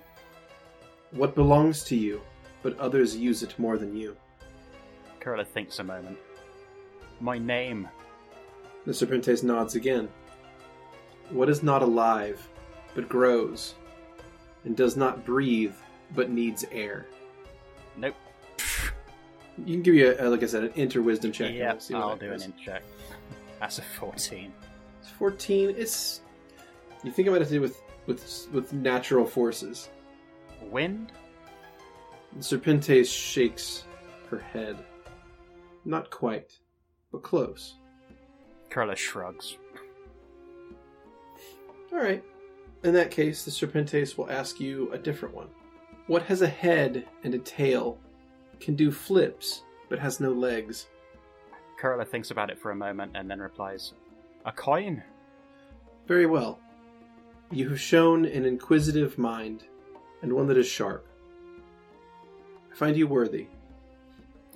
What belongs to you, but others use it more than you. Carla thinks a moment. My name. The Serpentes nods again. What is not alive, but grows, and does not breathe, but needs air? Nope. You can give you, a, uh, like I said, an inter wisdom check. and yeah, we'll see what I'll that do an goes. int check. That's a fourteen. It's Fourteen. It's. You think it might have to do with with with natural forces. Wind? And Serpentes shakes her head. Not quite, but close. Carla shrugs. All right. In that case, the Serpentes will ask you a different one. What has a head and a tail, can do flips, but has no legs? Carla thinks about it for a moment and then replies, A coin? Very well. You have shown an inquisitive mind, and one that is sharp. I find you worthy.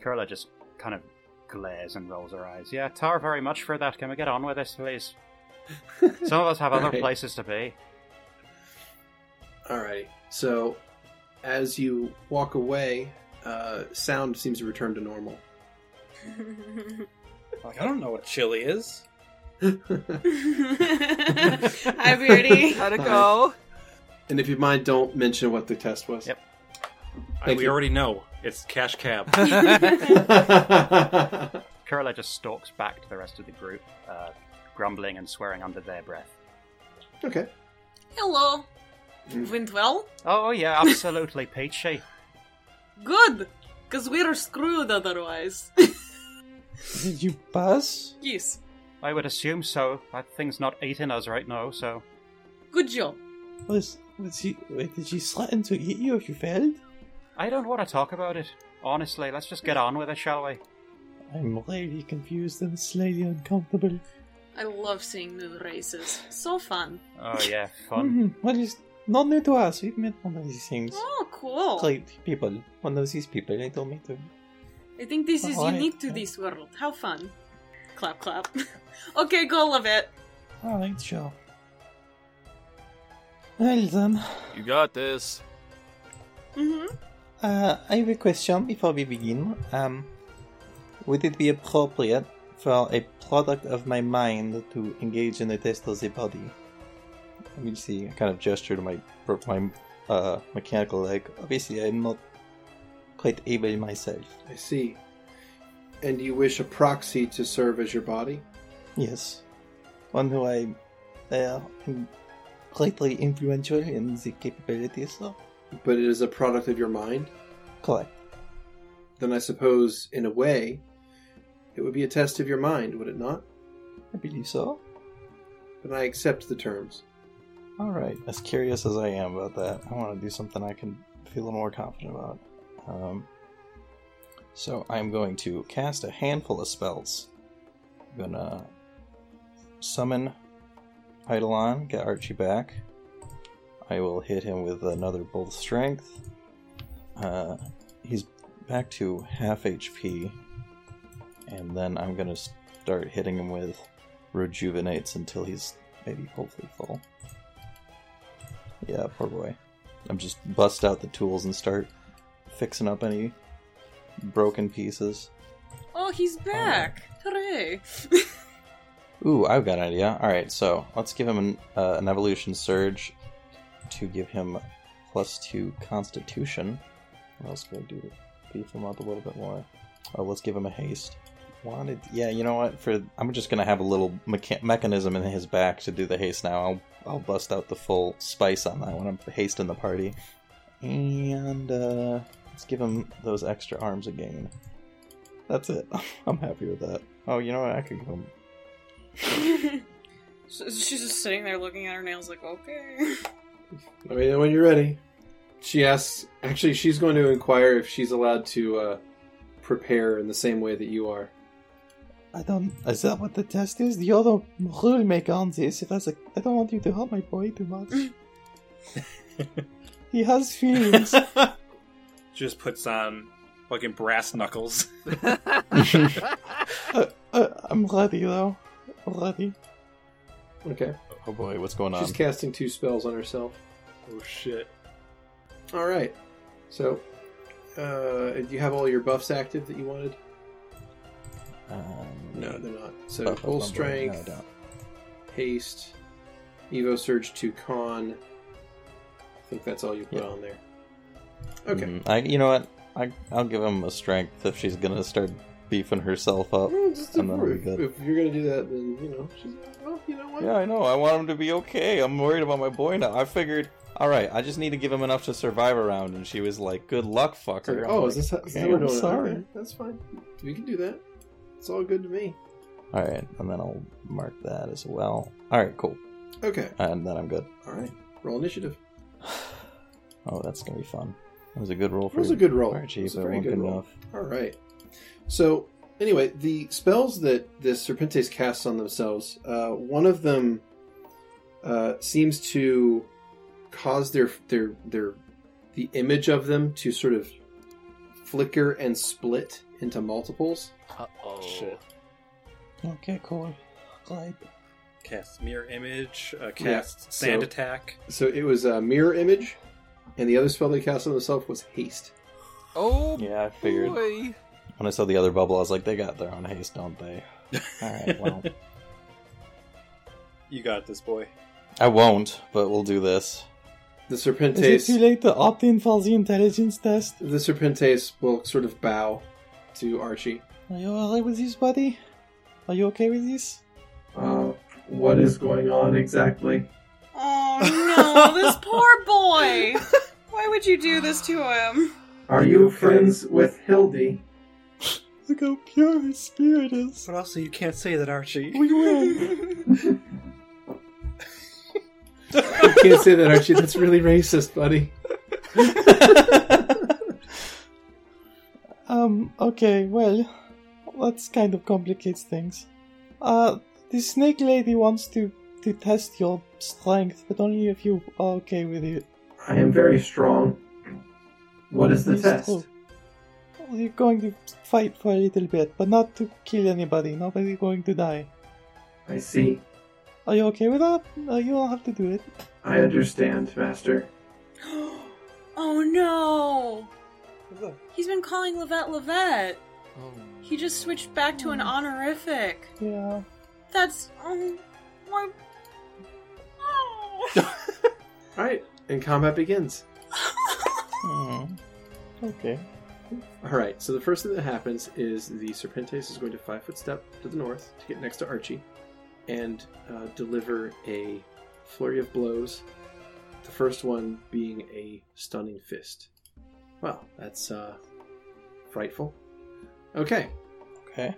Carla just kind of glares and rolls her eyes. Yeah, tar very much for that. Can we get on with this, please? Some of us have other Right. places to be. Alrighty. So, as you walk away, uh, sound seems to return to normal. Like I don't know what chili is. Hi, Beardy. How'd it go? And if you mind, don't mention what the test was. Yep. I, we already know it's cash cab. Carla just stalks back to the rest of the group, uh, grumbling and swearing under their breath. Okay. Hello. Went well? Oh yeah, absolutely peachy. Good. Because we're screwed otherwise. Did you pass? yes. I would assume so. That thing's not eating us right now, so Good job. Was, was she, wait, did she threaten to eat you if you failed? I don't want to talk about it. Honestly, let's just get on with it, shall we? I'm really confused and slightly uncomfortable. I love seeing new races. So fun. Oh yeah, Hmm, well, it's not new to us. We've met one of these things. Oh, cool. Great people. One of these people. I don't meet them. I think this is Alright, unique to this world. How fun. Clap, clap. okay, go love it. Alright, sure. Well then, You got this. Mm-hmm. uh, I have a question before we begin. Um, would it be appropriate for a product of my mind to engage in a test of the body? Let me see. I kind of gesture to my my uh, mechanical leg. Obviously, I'm not quite able myself. I see. And you wish a proxy to serve as your body? Yes. One who I uh, am greatly influential in the capabilities of. But it is a product of your mind? Correct. Then I suppose, in a way, it would be a test of your mind, would it not? I believe so. But I accept the terms. Alright. As curious as I am about that, I want to do something I can feel a little more confident about. Um, so I'm going to cast a handful of spells. I'm gonna summon Eidolon, get Archie back. I will hit him with another bolt of strength. Uh, he's back to half HP, and then I'm gonna start hitting him with rejuvenates until he's maybe hopefully full. Yeah, poor boy. I'm just bust out the tools and start fixing up any broken pieces. Oh, he's back. Hooray. Ooh, I've got an idea. All right, so let's give him an, uh, an evolution surge to give him plus two constitution. What else can I do to beef him up a little bit more? Oh, let's give him a haste. Wanted, yeah. You know what? For I'm just gonna have a little mecha- mechanism in his back to do the haste now. I'll I'll bust out the full spice on that when I'm hasting the party, and uh, let's give him those extra arms again. That's it. I'm happy with that. Oh, you know what? I could give him So She's just sitting there looking at her nails, like, okay. Let me know when you're ready. She asks. Actually, she's going to inquire if she's allowed to uh, prepare in the same way that you are. I don't. Is that what the test is? You're the rule maker on this. If I was like, I don't want you to hurt my boy too much. he has feelings. Just puts on fucking brass knuckles. Uh, uh, I'm ready though. Ready. Okay. Oh boy, what's going on? She's casting two spells on herself. Oh shit! All right. So, uh, do you have all your buffs active that you wanted? Um, No, they're not. So Buff up full number- strength, oh, no, I don't. haste, Evo Surge to con. I think that's all you put Yeah. on there. Okay. Mm, I, you know what? I, I'll give him a strength if she's gonna start beefing herself Well, up. Mm, just and then we'll be if, good. if you're gonna do that, then you know she's well. You know what? Yeah, I know. I want him to be okay. I'm worried about my boy now. I figured, all right, I just need to give him enough to survive around. And she was like, "Good luck, fucker." I'm Oh, like, is this, how, is this how "Okay, we're I'm doing it? sorry. Okay, that's fine. We can do that. It's all good to me. All right, and then I'll mark that as well. All right, cool. Okay. And then I'm good. All right. Roll initiative. Oh, that's gonna be fun. That was a good roll. It for was a good roll. Archie, It was a but very weren't good roll. enough. All right. So anyway, the spells that the Serpentes casts on themselves, uh, one of them uh, seems to cause their their their the image of them to sort of flicker and split into multiples. oh. Shit. Okay, cool. Glide. Cast mirror image, uh, Yeah, cast sand so- attack. So it was a mirror image, and the other spell they cast on themselves was haste. Oh Yeah, I figured. boy. When I saw the other bubble, I was like, they got their own haste, don't they? All right, well, You got this, boy. I won't, but we'll do this. The Is it Serpentes too late to opt in for the intelligence test? the Serpentes will sort of bow to Archie. Are you alright with this, buddy? Are you okay with this? Uh, what is going on exactly? Oh no, this poor boy! Why would you do this to him? Are you friends with Hildy? Look how pure his spirit is. But also, you can't say that, Archie. We win. You can't say that, Archie. That's really racist, buddy. Um, okay, well, that's kind of complicates things. Uh, the snake lady wants to, to test your strength, but only if you are okay with it. I am very strong. What is the It's test? true. You're going to fight for a little bit, but not to kill anybody. Nobody's going to die. I see. Are you okay with that? No, you don't have to do it. I understand, Master. Oh no! Oh. He's been calling Levette Levette. He just switched back to an honorific. Yeah. That's um, my. Oh. All right, and combat begins. Hmm. Okay. All right, so the first thing that happens is the Serpentes is going to five foot step to the north to get next to Archie and uh, deliver a flurry of blows. The first one being a stunning fist. Wow, that's uh, frightful. Okay, Okay.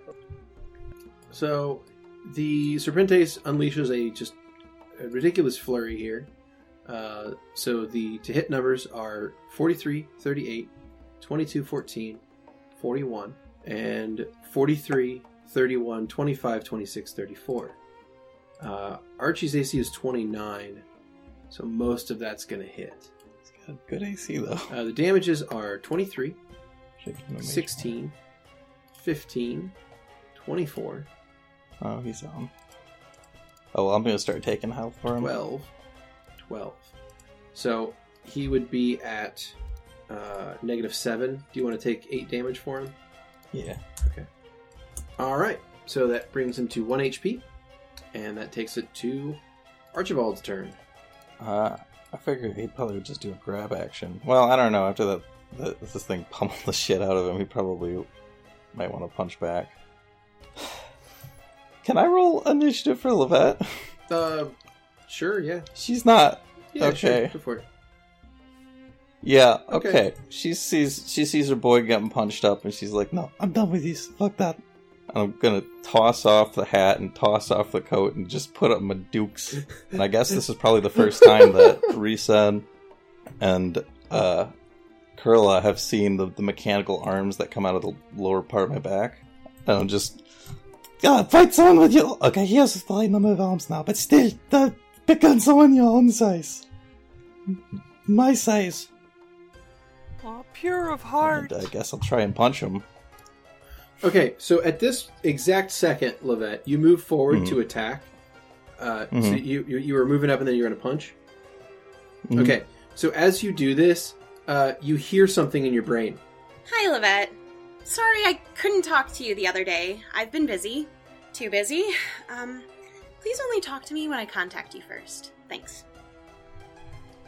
So the Serpentes unleashes a just a ridiculous flurry here. Uh, so the to hit numbers are 43, 38, 22, 14, 41, and 43, 31, 25, 26, 34. Uh, Archie's AC is 29, so most of that's going to hit. Good AC though. Uh, the damages are 23, Should give him a mage. 16, 15, 24, Oh, he's on. Oh, well, I'm gonna start taking health for him. 12 12 so he would be at uh, negative 7 do you want to take 8 damage for him Yeah. okay all right so that brings him to 1 hp and that takes it to archibald's turn Uh, I figured he'd probably would just do a grab action. Well, I don't know. After that, that this thing pummeled the shit out of him, he probably might want to punch back. Can I roll initiative for Levette? uh sure yeah She's not. yeah sure okay. go for it Yeah. Okay. Okay. She sees she sees her boy getting punched up, and she's like, "No, I'm done with this. Fuck that. I'm gonna toss off the hat and toss off the coat and just put up my dukes. and I guess this is probably the first time that Risa and uh, Curla have seen the, the mechanical arms that come out of the lower part of my back. And I'm just God, fight someone with your. Okay, he has the right number of arms now, but still, the, pick on someone your own size. M- My size. Aw, pure of heart. and uh, I guess I'll try and punch him. okay so at this exact second levette you move forward Mhm. to attack uh, so Mhm. you, you you were moving up and then you're gonna punch Mhm. okay so as you do this uh, you hear something in your brain Hi, Levette. Sorry I couldn't talk to you the other day. I've been busy. Too busy. Um, please only talk to me when I contact you first. Thanks.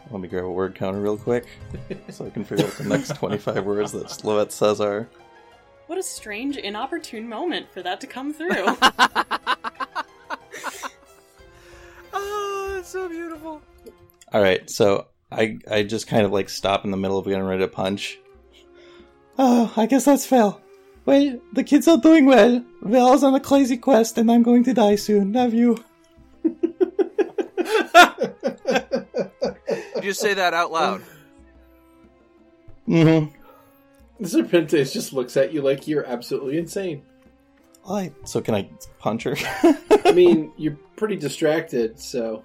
Let me grab a word counter real quick so I can figure out the next 25 words that Slovette says are. What a strange, inopportune moment for that to come through. Oh, that's so beautiful. All right, so I I just kind of like stop in the middle of getting ready to punch. Oh, I guess that's fair. Well, the kids are doing well. We're all on a crazy quest, and I'm going to die soon. Love you. Did you say that out loud? Mm-hmm. The Serpentes just looks at you like you're absolutely insane. Alright. So can I punch her? I mean, you're pretty distracted, so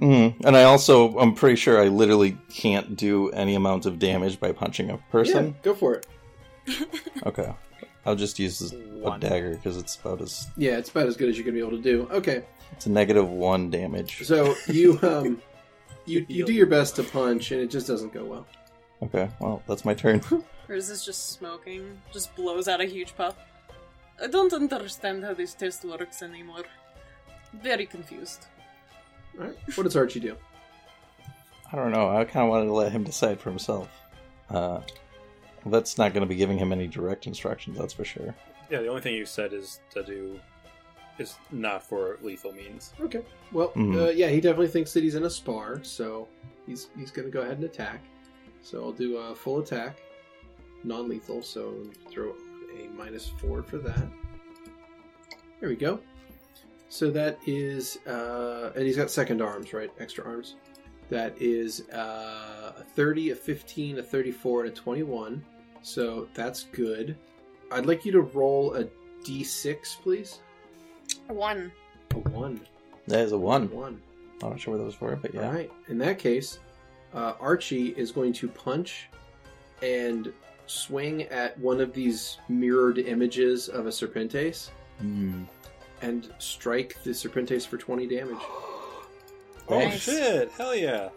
Mm. And I also, I'm pretty sure I literally can't do any amount of damage by punching a person. Yeah, go for it. Okay. I'll just use a dagger because it's about as Yeah, it's about as good as you're gonna be able to do. Okay, it's a negative one damage. so you um, you you do your best to punch, and it just doesn't go well. Okay, well that's my turn. Or is this just smoking? Just blows out a huge puff. I don't understand how this test works anymore. Very confused. All right, what does Archie do? I don't know. I kind of wanted to let him decide for himself. Uh, that's not going to be giving him any direct instructions. That's for sure. Yeah, the only thing you said is to do is not for lethal means. Okay. Well, Mhm. uh, yeah, he definitely thinks that he's in a spar, so he's he's gonna go ahead and attack. So I'll do a full attack, non-lethal. So throw a minus four for that. There we go. So that is, uh, and he's got second arms, right? Extra arms. That is uh, a 30, a 15, a 34, and a 21. So that's good. I'd like you to roll a d6, please. One. A 1. That is a one. One. I'm not sure where those were, but yeah. All right. In that case, uh, Archie is going to punch and swing at one of these mirrored images of a Serpentes Mm. and strike the Serpentes for 20 damage. Oh Nice. shit! Hell yeah!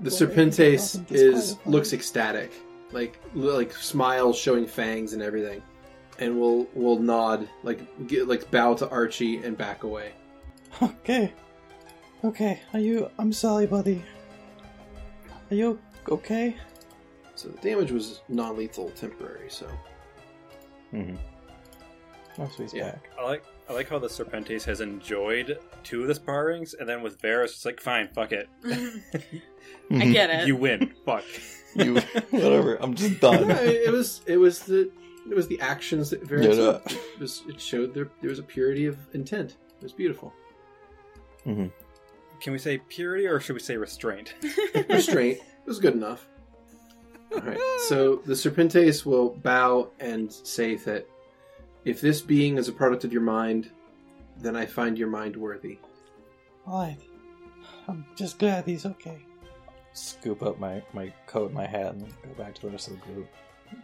The Serpentes is looks ecstatic, like like smiles, showing fangs and everything, and will will nod like get, like bow to Archie and back away. Okay. Okay. Are you? I'm sorry, buddy. Are you okay? So the damage was non-lethal, temporary. So Mm-hmm. Oh, so he's back. I like I like how the Serpentes has enjoyed two of the sparrings, and then with Varus, it's like fine, fuck it. I get it. You win. fuck. You whatever. I'm just yeah, done. uh, it it was it was the it was the actions that very Yeah, no. it, was, it showed there there was a purity of intent. It was beautiful. Can we say purity or should we say restraint? Restraint it was good enough. All right. So the Serpentes will bow and say that if this being is a product of your mind, then I find your mind worthy. Alright. I'm just glad he's okay. Scoop up my, my coat and my hat and go back to the rest of the group.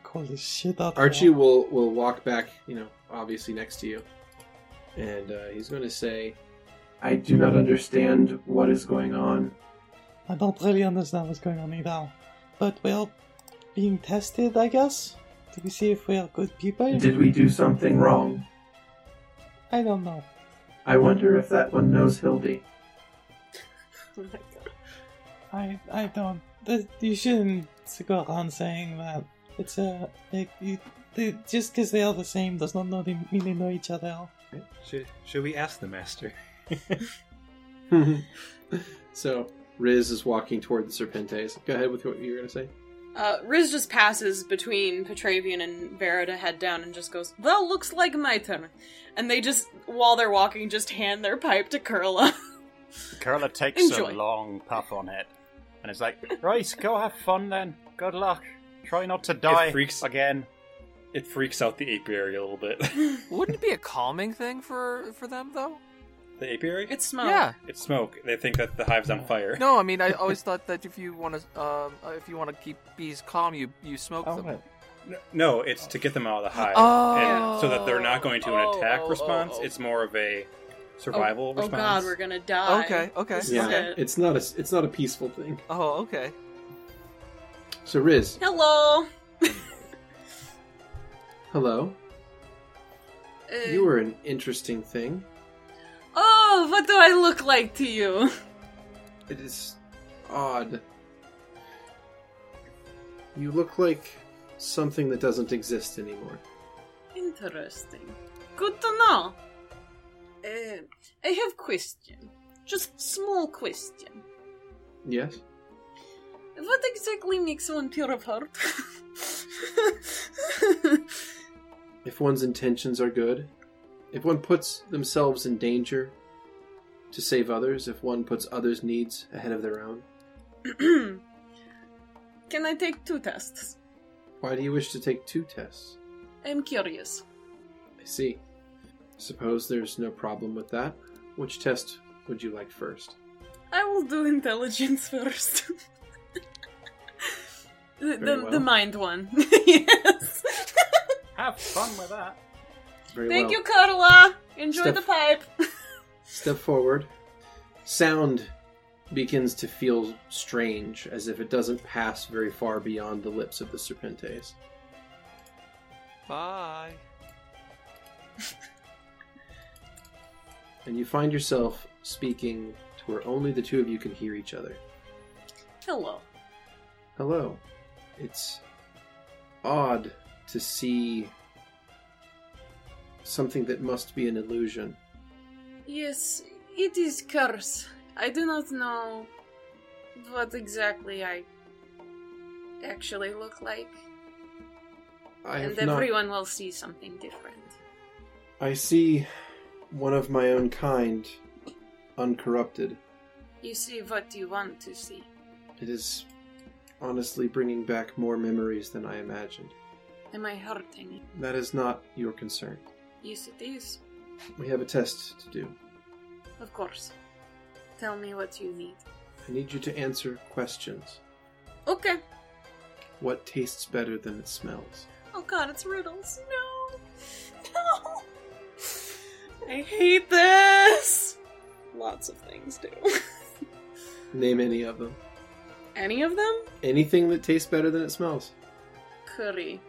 Cold as shit out. there. Archie will will walk back, you know, obviously next to you, and uh, he's going to say, "I do not understand what is going on." I don't really understand what's going on either. But we're being tested, I guess. Do we see if we're good people? Did we do something wrong? I don't know. I wonder if that one knows Hildy. I I don't. That, you shouldn't go around saying that. It's a like you. They, just because they are the same does not know they, mean they know each other. Should, should we ask the master? so Riz is walking toward the Serpentes. Go ahead with what you were going to say. Uh, Riz just passes between Petravian and Vera to head down and just goes, That looks like my turn. And they just, while they're walking, just hand their pipe to Curla. Carla takes Enjoy. a long puff on it, and it's like, right, go have fun then. Good luck. Try not to die freaks- again. It freaks out the apiary a little bit. Wouldn't it be a calming thing for for them though? the apiary? It's smoke. Yeah. It's smoke. They think that the hive's on fire. No, I mean I always thought that if you want to um, uh, if you want to keep bees calm, you you smoke Oh, them. No, it's to get them out of the hive, Oh. and so that they're not going to an Oh, attack oh, oh, response. oh. It's more of a survival oh, response. god, we're gonna die. Okay, okay. This is Yeah, it. it's not a it's not a peaceful thing. Oh, okay. So Riz, Hello! hello. Uh, You were an interesting thing. Oh, what do I look like to you? It is odd. You look like something that doesn't exist anymore. Interesting. Good to know. Uh, I have question. Just small question. Yes. What exactly makes one pure of heart? If one's intentions are good, if one puts themselves in danger to save others, if one puts others' needs ahead of their own, Can I take two tests? why do you wish to take two tests? I'm curious. I see. Suppose there's no problem with that. Which test would you like first? I will do intelligence first. the, Very the, well. the mind one. yes. Have fun with that. Very Thank well. you, Carla. Enjoy Steph- the pipe. Step forward. Sound begins to feel strange, as if it doesn't pass very far beyond the lips of the Serpentes. Bye. And you find yourself speaking to where only the two of you can hear each other. Hello. Hello. It's odd to see something that must be an illusion. Yes, it is curse. I do not know what exactly I actually look like, I and have not- everyone will see something different. I see one of my own kind, uncorrupted. You see what you want to see. It is honestly bringing back more memories than I imagined. Am I hurting? you? That is not your concern. Yes, it is. We have a test to do. Of course. Tell me what you need. I need you to answer questions. Okay. What tastes better than it smells? Oh god, it's riddles. No. No. I hate this. Lots of things do. Name any of them. Any of them? Anything that tastes better than it smells. Curry.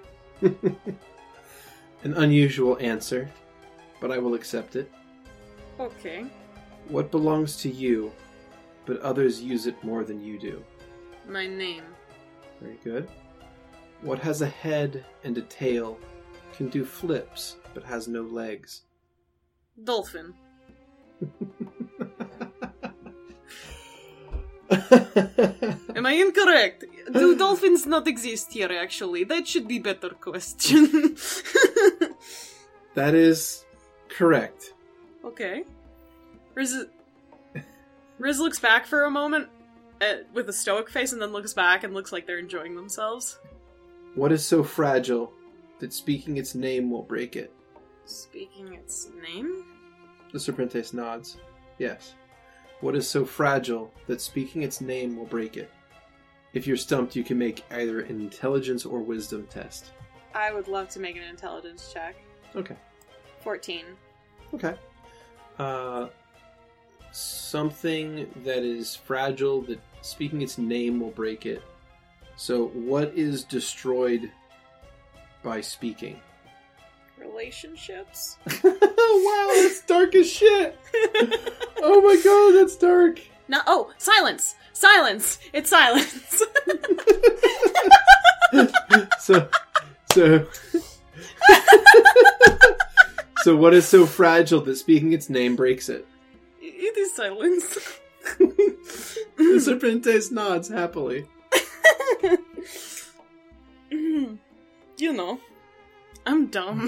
An unusual answer, but I will accept it. Okay. What belongs to you, but others use it more than you do? My name. Very good. What has a head and a tail, can do flips, but has no legs? Dolphin. Am I incorrect? Do dolphins not exist here, actually? That should be better question. That is correct. okay. Riz... Riz looks back for a moment at, with a stoic face and then looks back and looks like they're enjoying themselves. What is so fragile that speaking its name will break it? Speaking its name? The Serpentes nods. Yes. What is so fragile that speaking its name will break it? If you're stumped, you can make either an intelligence or wisdom test. I would love to make an intelligence check. Okay. 14. Okay. Uh, something that is fragile that speaking its name will break it. So, what is destroyed by speaking? Relationships? wow, that's dark as shit! oh my god, that's dark! No. Oh, silence! Silence! It's silence! So, so, so, what is so fragile that speaking its name breaks it? it is silence. The Serpentes nods happily. you know, I'm dumb.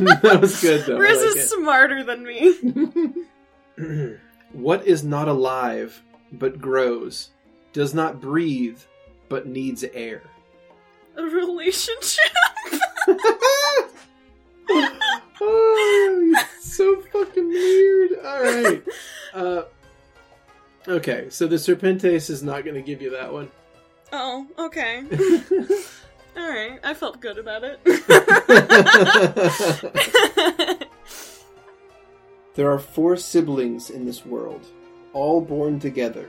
that was good though. I Riz like is it. smarter than me. what is not alive but grows, does not breathe but needs air? A relationship? oh, so fucking weird. All right. Uh, okay, so the Serpentes is not going to give you that one. Oh, okay. Alright, I felt good about it. There are four siblings in this world, all born together.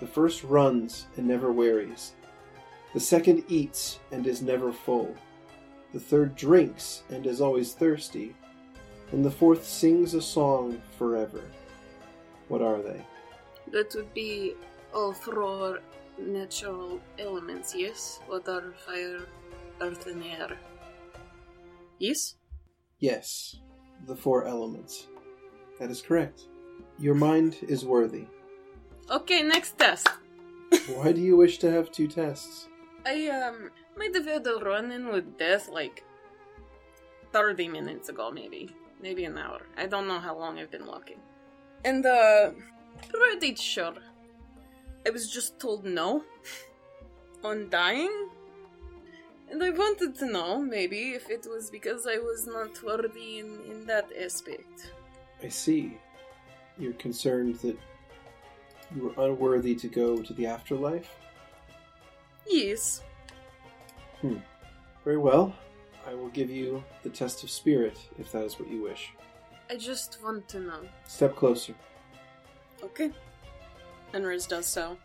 The first runs and never wearies. The second eats and is never full. The third drinks and is always thirsty. And the fourth sings a song forever. What are they? that would be all four natural elements, yes? Water, fire, earth, and air. Yes? Yes, the four elements. That is correct. Your mind is worthy. Okay, next test. Why do you wish to have two tests? I um might have had a run in with death like thirty minutes ago, maybe. Maybe an hour. I don't know how long I've been walking. And uh pretty sure. I was just told no on dying. And I wanted to know, maybe, if it was because I was not worthy in, in that aspect. I see. You're concerned that You were unworthy to go to the afterlife? Yes. Hmm. Very well. I will give you the test of spirit if that is what you wish. I just want to know. Step closer. Okay. And Riz does so.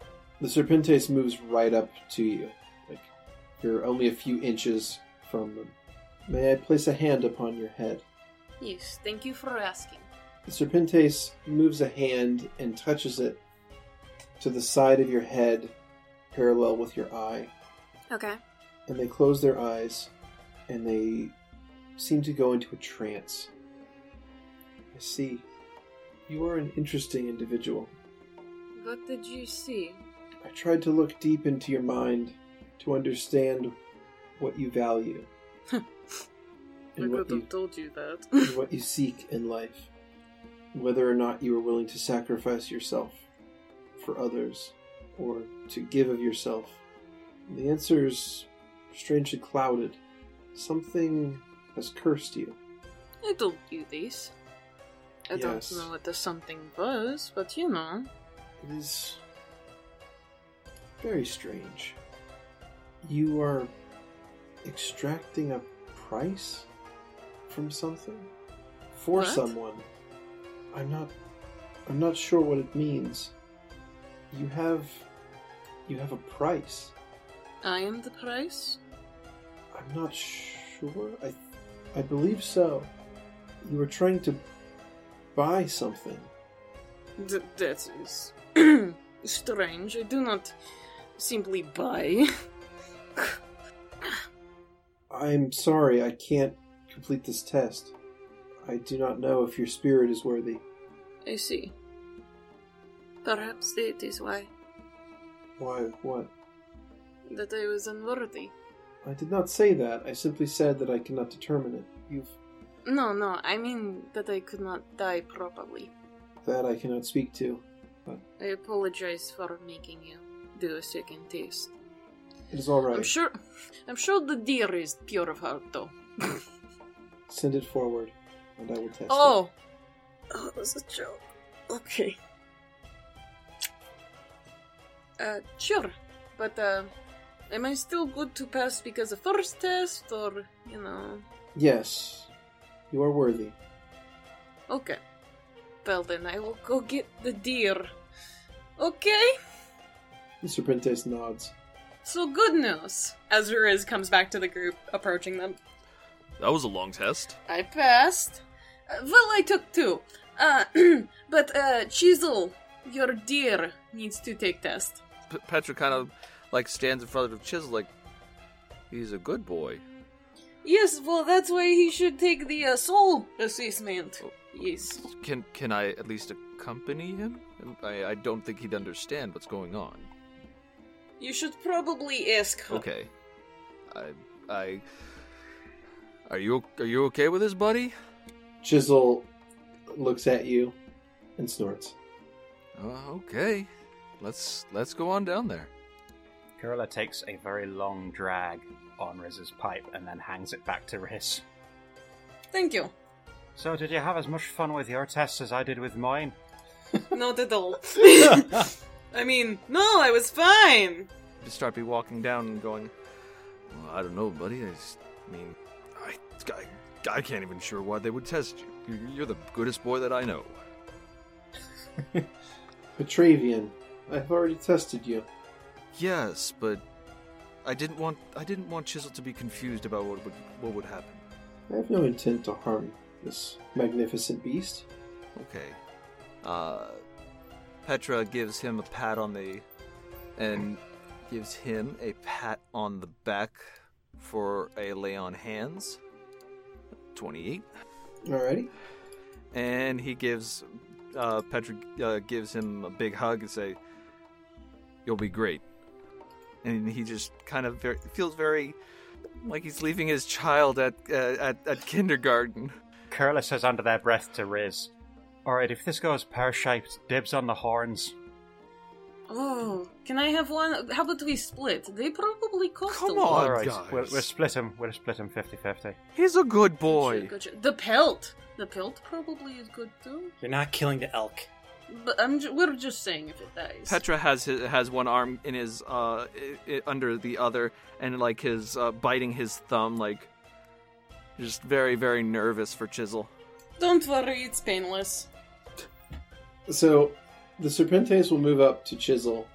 The Serpentes moves right up to you. Like, you're only a few inches from them. May I place a hand upon your head? Yes, thank you for asking. The Serpentes moves a hand and touches it to the side of your head, parallel with your eye. Okay. And they close their eyes and they seem to go into a trance. I see. You are an interesting individual. What did you see? I tried to look deep into your mind to understand what you value. I and could what you, have told you that. and what you seek in life. and Whether or not you are willing to sacrifice yourself for others or to give of yourself. And the answer is strangely clouded. Something has cursed you. I told you this. I Yes. don't know what the something was, but you know. It is very strange. You are extracting a price from something for What? someone. I'm not I'm not sure what it means. You have you have a price. I am the price? I'm not sure. I I believe so. You were trying to buy something. Th- that is strange. I do not simply buy. I'm sorry, I can't complete this test. I do not know if your spirit is worthy. I see. Perhaps that is why Why, what? that I was unworthy. I did not say that. I simply said that I cannot determine it. You've. No, no, I mean that I could not die properly. That I cannot speak to. But I apologize for making you do a second test. it is alright. I'm sure I'm sure the deer is pure of heart though. Send it forward, and I will test it. Oh. Oh, that was a joke. Okay. Uh, sure. But, uh, am I still good to pass because of first test, or, you know? Yes. You are worthy. Okay. Well, then I will go get the deer. Okay? The Serpentes nods. So, good news. As Riz comes back to the group, approaching them. That was a long test. I passed. Uh, well, I took two. Uh, but, uh, Chisel, your deer needs to take test. P- Petra kind of like stands in front of Chisel, like he's a good boy. Yes, well, that's why he should take the uh, soul assessment. Yes. Can can I at least accompany him? I, I don't think he'd understand what's going on. You should probably ask her. Okay. I I Are you are you okay with this, buddy? Chisel looks at you and snorts. Uh, okay. Let's let's go on down there. Kurilla takes a very long drag on Riz's pipe and then hands it back to Riz. Thank you. So, did you have as much fun with your test as I did with mine? Not at all. I mean, no, I was fine. Just start be walking down and going. Well, I don't know, buddy. I, just, I mean, I, I I can't even sure why they would test you. You're- You're the goodest boy that I know. Petravian, I've already tested you. Yes, but I didn't want I didn't want Chisel to be confused about what would what would happen. I have no intent to harm this magnificent beast. Okay. Uh, Petra gives him a pat on the, and gives him a pat on the back for a lay on hands. Twenty-eight, Alrighty. and he gives uh, Petra uh, gives him a big hug and say, "You'll be great." And he just kind of very, feels very like he's leaving his child at uh, at, at kindergarten. Kurilla says under their breath to Riz, Alright, if this goes pear shaped, dibs on the horns. Oh, can I have one? How about we split? They probably cost a lot. Alright, we'll, we'll split them. We'll split them 50 50. He's a good boy. Gotcha. The pelt. The pelt probably is good too. You're not killing the elk. But I'm ju- we're just saying if it dies. Petra has his, has one arm in his uh i i under the other, and like his uh, biting his thumb, like just very very nervous for Chisel. Don't worry, it's painless. So the Serpentes will move up to Chisel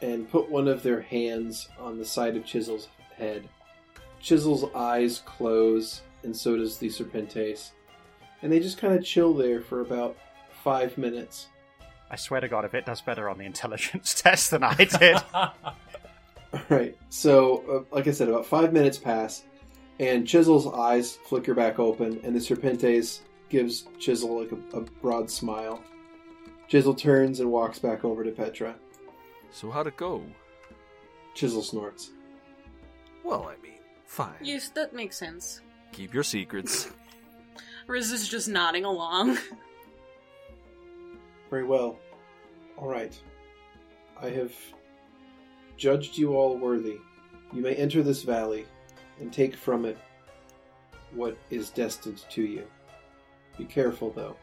and put one of their hands on the side of Chisel's head. Chisel's eyes close, and so does the Serpentes. And they just kind of chill there for about five minutes. I swear to God, if it does better on the intelligence test than I did. Right. So, uh, like I said, about five minutes pass, and Chisel's eyes flicker back open, and the Serpentes gives Chisel like a, a broad smile. Chisel turns and walks back over to Petra. So how'd it go? Chisel snorts. Well, I mean, fine. Yes, that makes sense. Keep your secrets. Riz is just nodding along. Very well. All right. I have judged you all worthy. You may enter this valley and take from it what is destined to you. Be careful, though.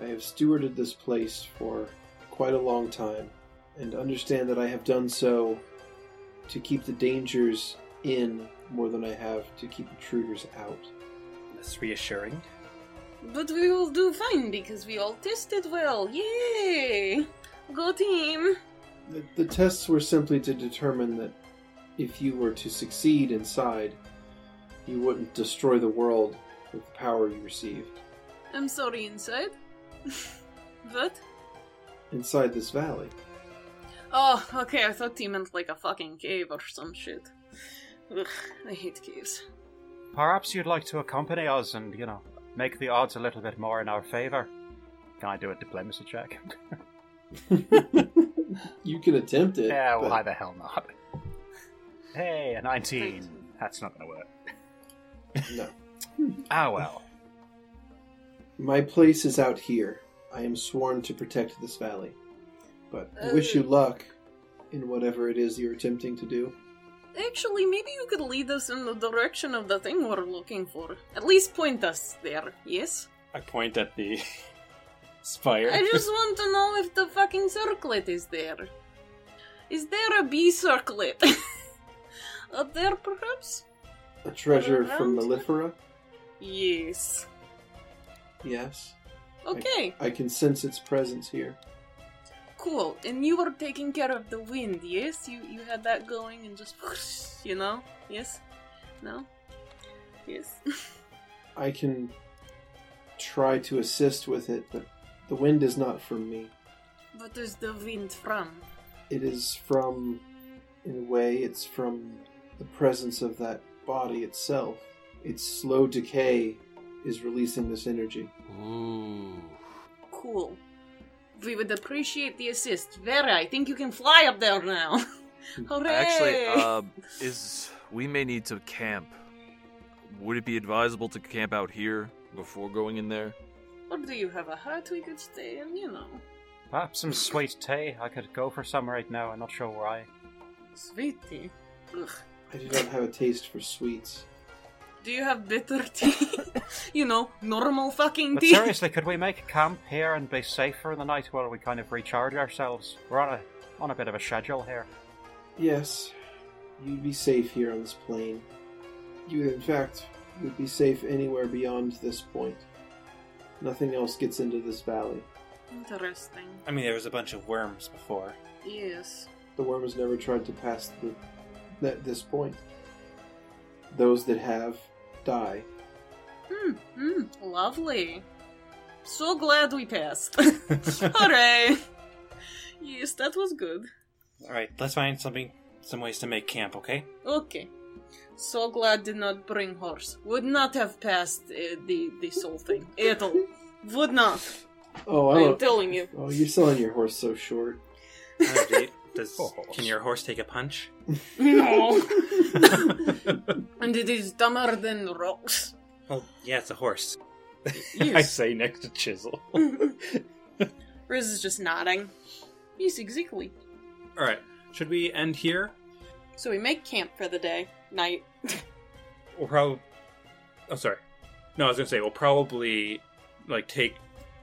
I have stewarded this place for quite a long time, and understand that I have done so to keep the dangers in more than I have to keep intruders out. That's reassuring. But we will do fine because we all tested well. Yay! Go team! The, the tests were simply to determine that if you were to succeed inside, you wouldn't destroy the world with the power you received. I'm sorry, inside. what? Inside this valley, Oh, okay, I thought he meant like a fucking cave or some shit. Ugh, I hate caves. Perhaps you'd like to accompany us and, you know, make the odds a little bit more in our favor. Can I do a diplomacy check? you can attempt it. yeah, why but- the hell not? Hey, a 19. That's not going to work. No. Ah, well. My place is out here. I am sworn to protect this valley. But I wish you luck in whatever it is you're attempting to do. Actually, maybe you could lead us in the direction of the thing we're looking for. At least point us there, yes? I point at the spire. I just want to know if the fucking circlet is there. Is there a bee circlet? Up there, perhaps? A treasure from Around? Mellifera? Yes. Yes. I- Okay, I, can sense its presence here. cool. And you were taking care of the wind, yes? You you had that going and just, you know? Yes? No? Yes? I can try to assist with it, but the wind is not from me. what is the wind from? It is from, in a way, it's from the presence of that body itself. Its slow decay is releasing this energy. Cool. We would appreciate the assist. Vera, I think you can fly up there now. Hooray! Actually, uh, is we may need to camp. Would it be advisable to camp out here before going in there? Or do you have a hut we could stay in, you know? Perhaps some sweet tea. I could go for some right now. I'm not sure why. Sweet tea. Ugh. I do not have a taste for sweets. Do you have bitter tea? you know, normal fucking But tea. seriously, could we make camp here and be safer in the night while we kind of recharge ourselves? We're on a on a bit of a schedule here. Yes, you'd be safe here on this plane. You, in fact, would be safe anywhere beyond this point. Nothing else gets into this valley. Interesting. I mean, there was a bunch of worms before. Yes. The worm has never tried to pass the, that this point. Those that have die. Hmm, hmm, lovely. So glad we passed. Hooray! Yes, that was good. Alright, let's find something, some ways to make camp, okay? Okay. So glad did not bring horse. Would not have passed uh, the this whole thing. It'll would not. Oh, I I'm don't. telling you. Oh, you're selling your horse so short. Uh, do you- does, can your horse take a punch? No. and it is dumber than rocks. Oh, yeah, it's a horse. I say next to Chisel. Riz is just nodding. Yes, exactly. All right. Should we end here? So we make camp for the day, night. We'll probably. Oh, sorry. No, I was gonna say we'll probably like take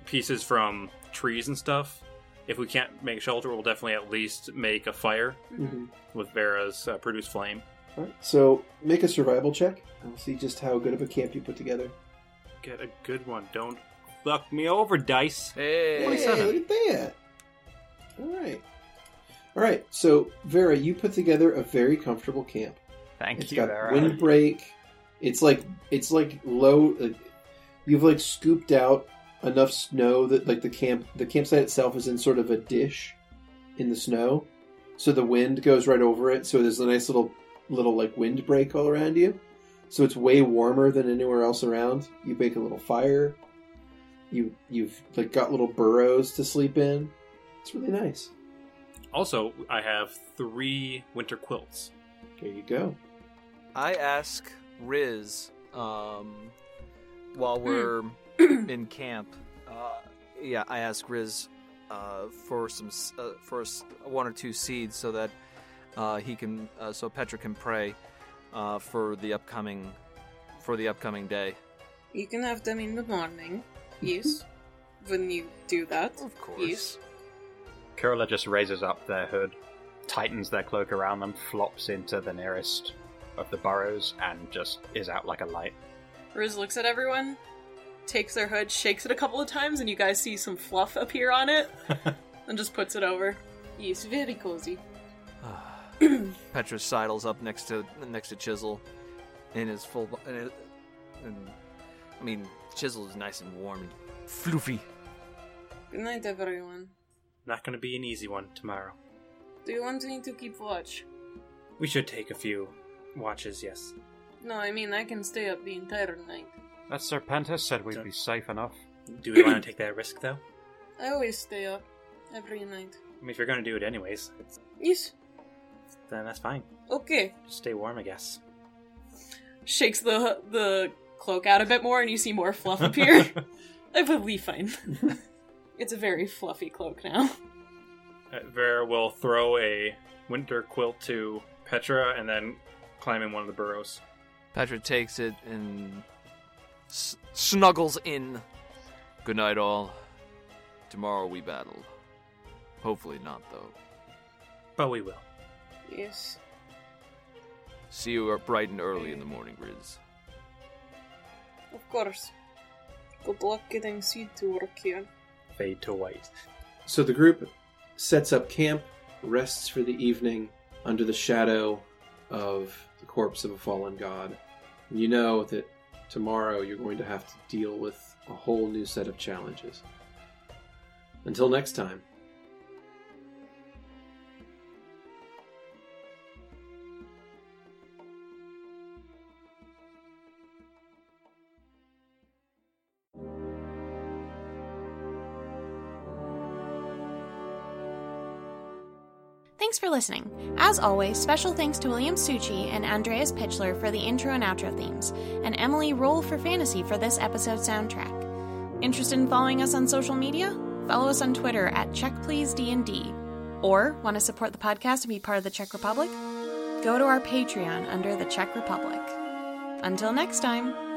pieces from trees and stuff if we can't make shelter, we'll definitely at least make a fire Mhm. with Vera's uh, produce flame. Alright, so make a survival check. and We'll see just how good of a camp you put together. Get a good one. Don't fuck me over, dice. Hey, look at that. All right. All right. So, Vera, you put together a very comfortable camp. Thank It's you, got Vera. windbreak. It's like it's like low. Like, you've like scooped out enough snow that like the camp the campsite itself is in sort of a dish in the snow, so the wind goes right over it. So there's a nice little little like windbreak all around you. So it's way warmer than anywhere else around. You bake a little fire. You you've like got little burrows to sleep in. It's really nice. Also, I have three winter quilts. There you go. I ask Riz um, while we're in camp. Uh, yeah, I ask Riz uh, for some s- uh, for s- one or two seeds so that uh, he can uh, so Petra can pray uh, for the upcoming for the upcoming day. You can have them in the morning. Yes. when you do that. Of course. Yes. Curla just raises up their hood, tightens their cloak around them, flops into the nearest of the burrows, and just is out like a light. Riz looks at everyone, takes their hood, shakes it a couple of times, and you guys see some fluff appear on it, and just puts it over. Yes, very cozy. Petra sidles up next to next to Chisel in his full bo- and, and I mean Chisel is nice and warm and floofy. Good night, everyone. Not going to be an easy one tomorrow. Do you want me to keep watch? We should take a few watches, yes. No, I mean, I can stay up the entire night. That Serpentis said we'd be safe enough. Do we want to take that risk, though? I always stay up. Every night. I mean, if you're going to do it anyways, it's, Yes. then that's fine. Okay. Just stay warm, I guess. Shakes the the cloak out a bit more, and you see more fluff appear. I will be Oh, fine. it's a very fluffy cloak now. Uh, Vera will throw a winter quilt to Petra and then climb in one of the burrows. Petra takes it and s- snuggles in. Good night, all. Tomorrow we battle. Hopefully not, though. But we will. Yes. See you bright and early in the morning, Riz. Of course. Good luck getting seed to work here. Fade to white. So the group sets up camp, rests for the evening under the shadow of the corpse of a fallen god. And you know that tomorrow you're going to have to deal with a whole new set of challenges. Until next time. Thanks for listening. As always, special thanks to William Succi and Andreas Pitchler for the intro and outro themes, and Emily Roll for Fantasy for this episode soundtrack. Interested in following us on social media? Follow us on Twitter at CheckPleaseDND. Or want to support the podcast and be part of the Czech Republic? Go to our Patreon under the Czech Republic. Until next time.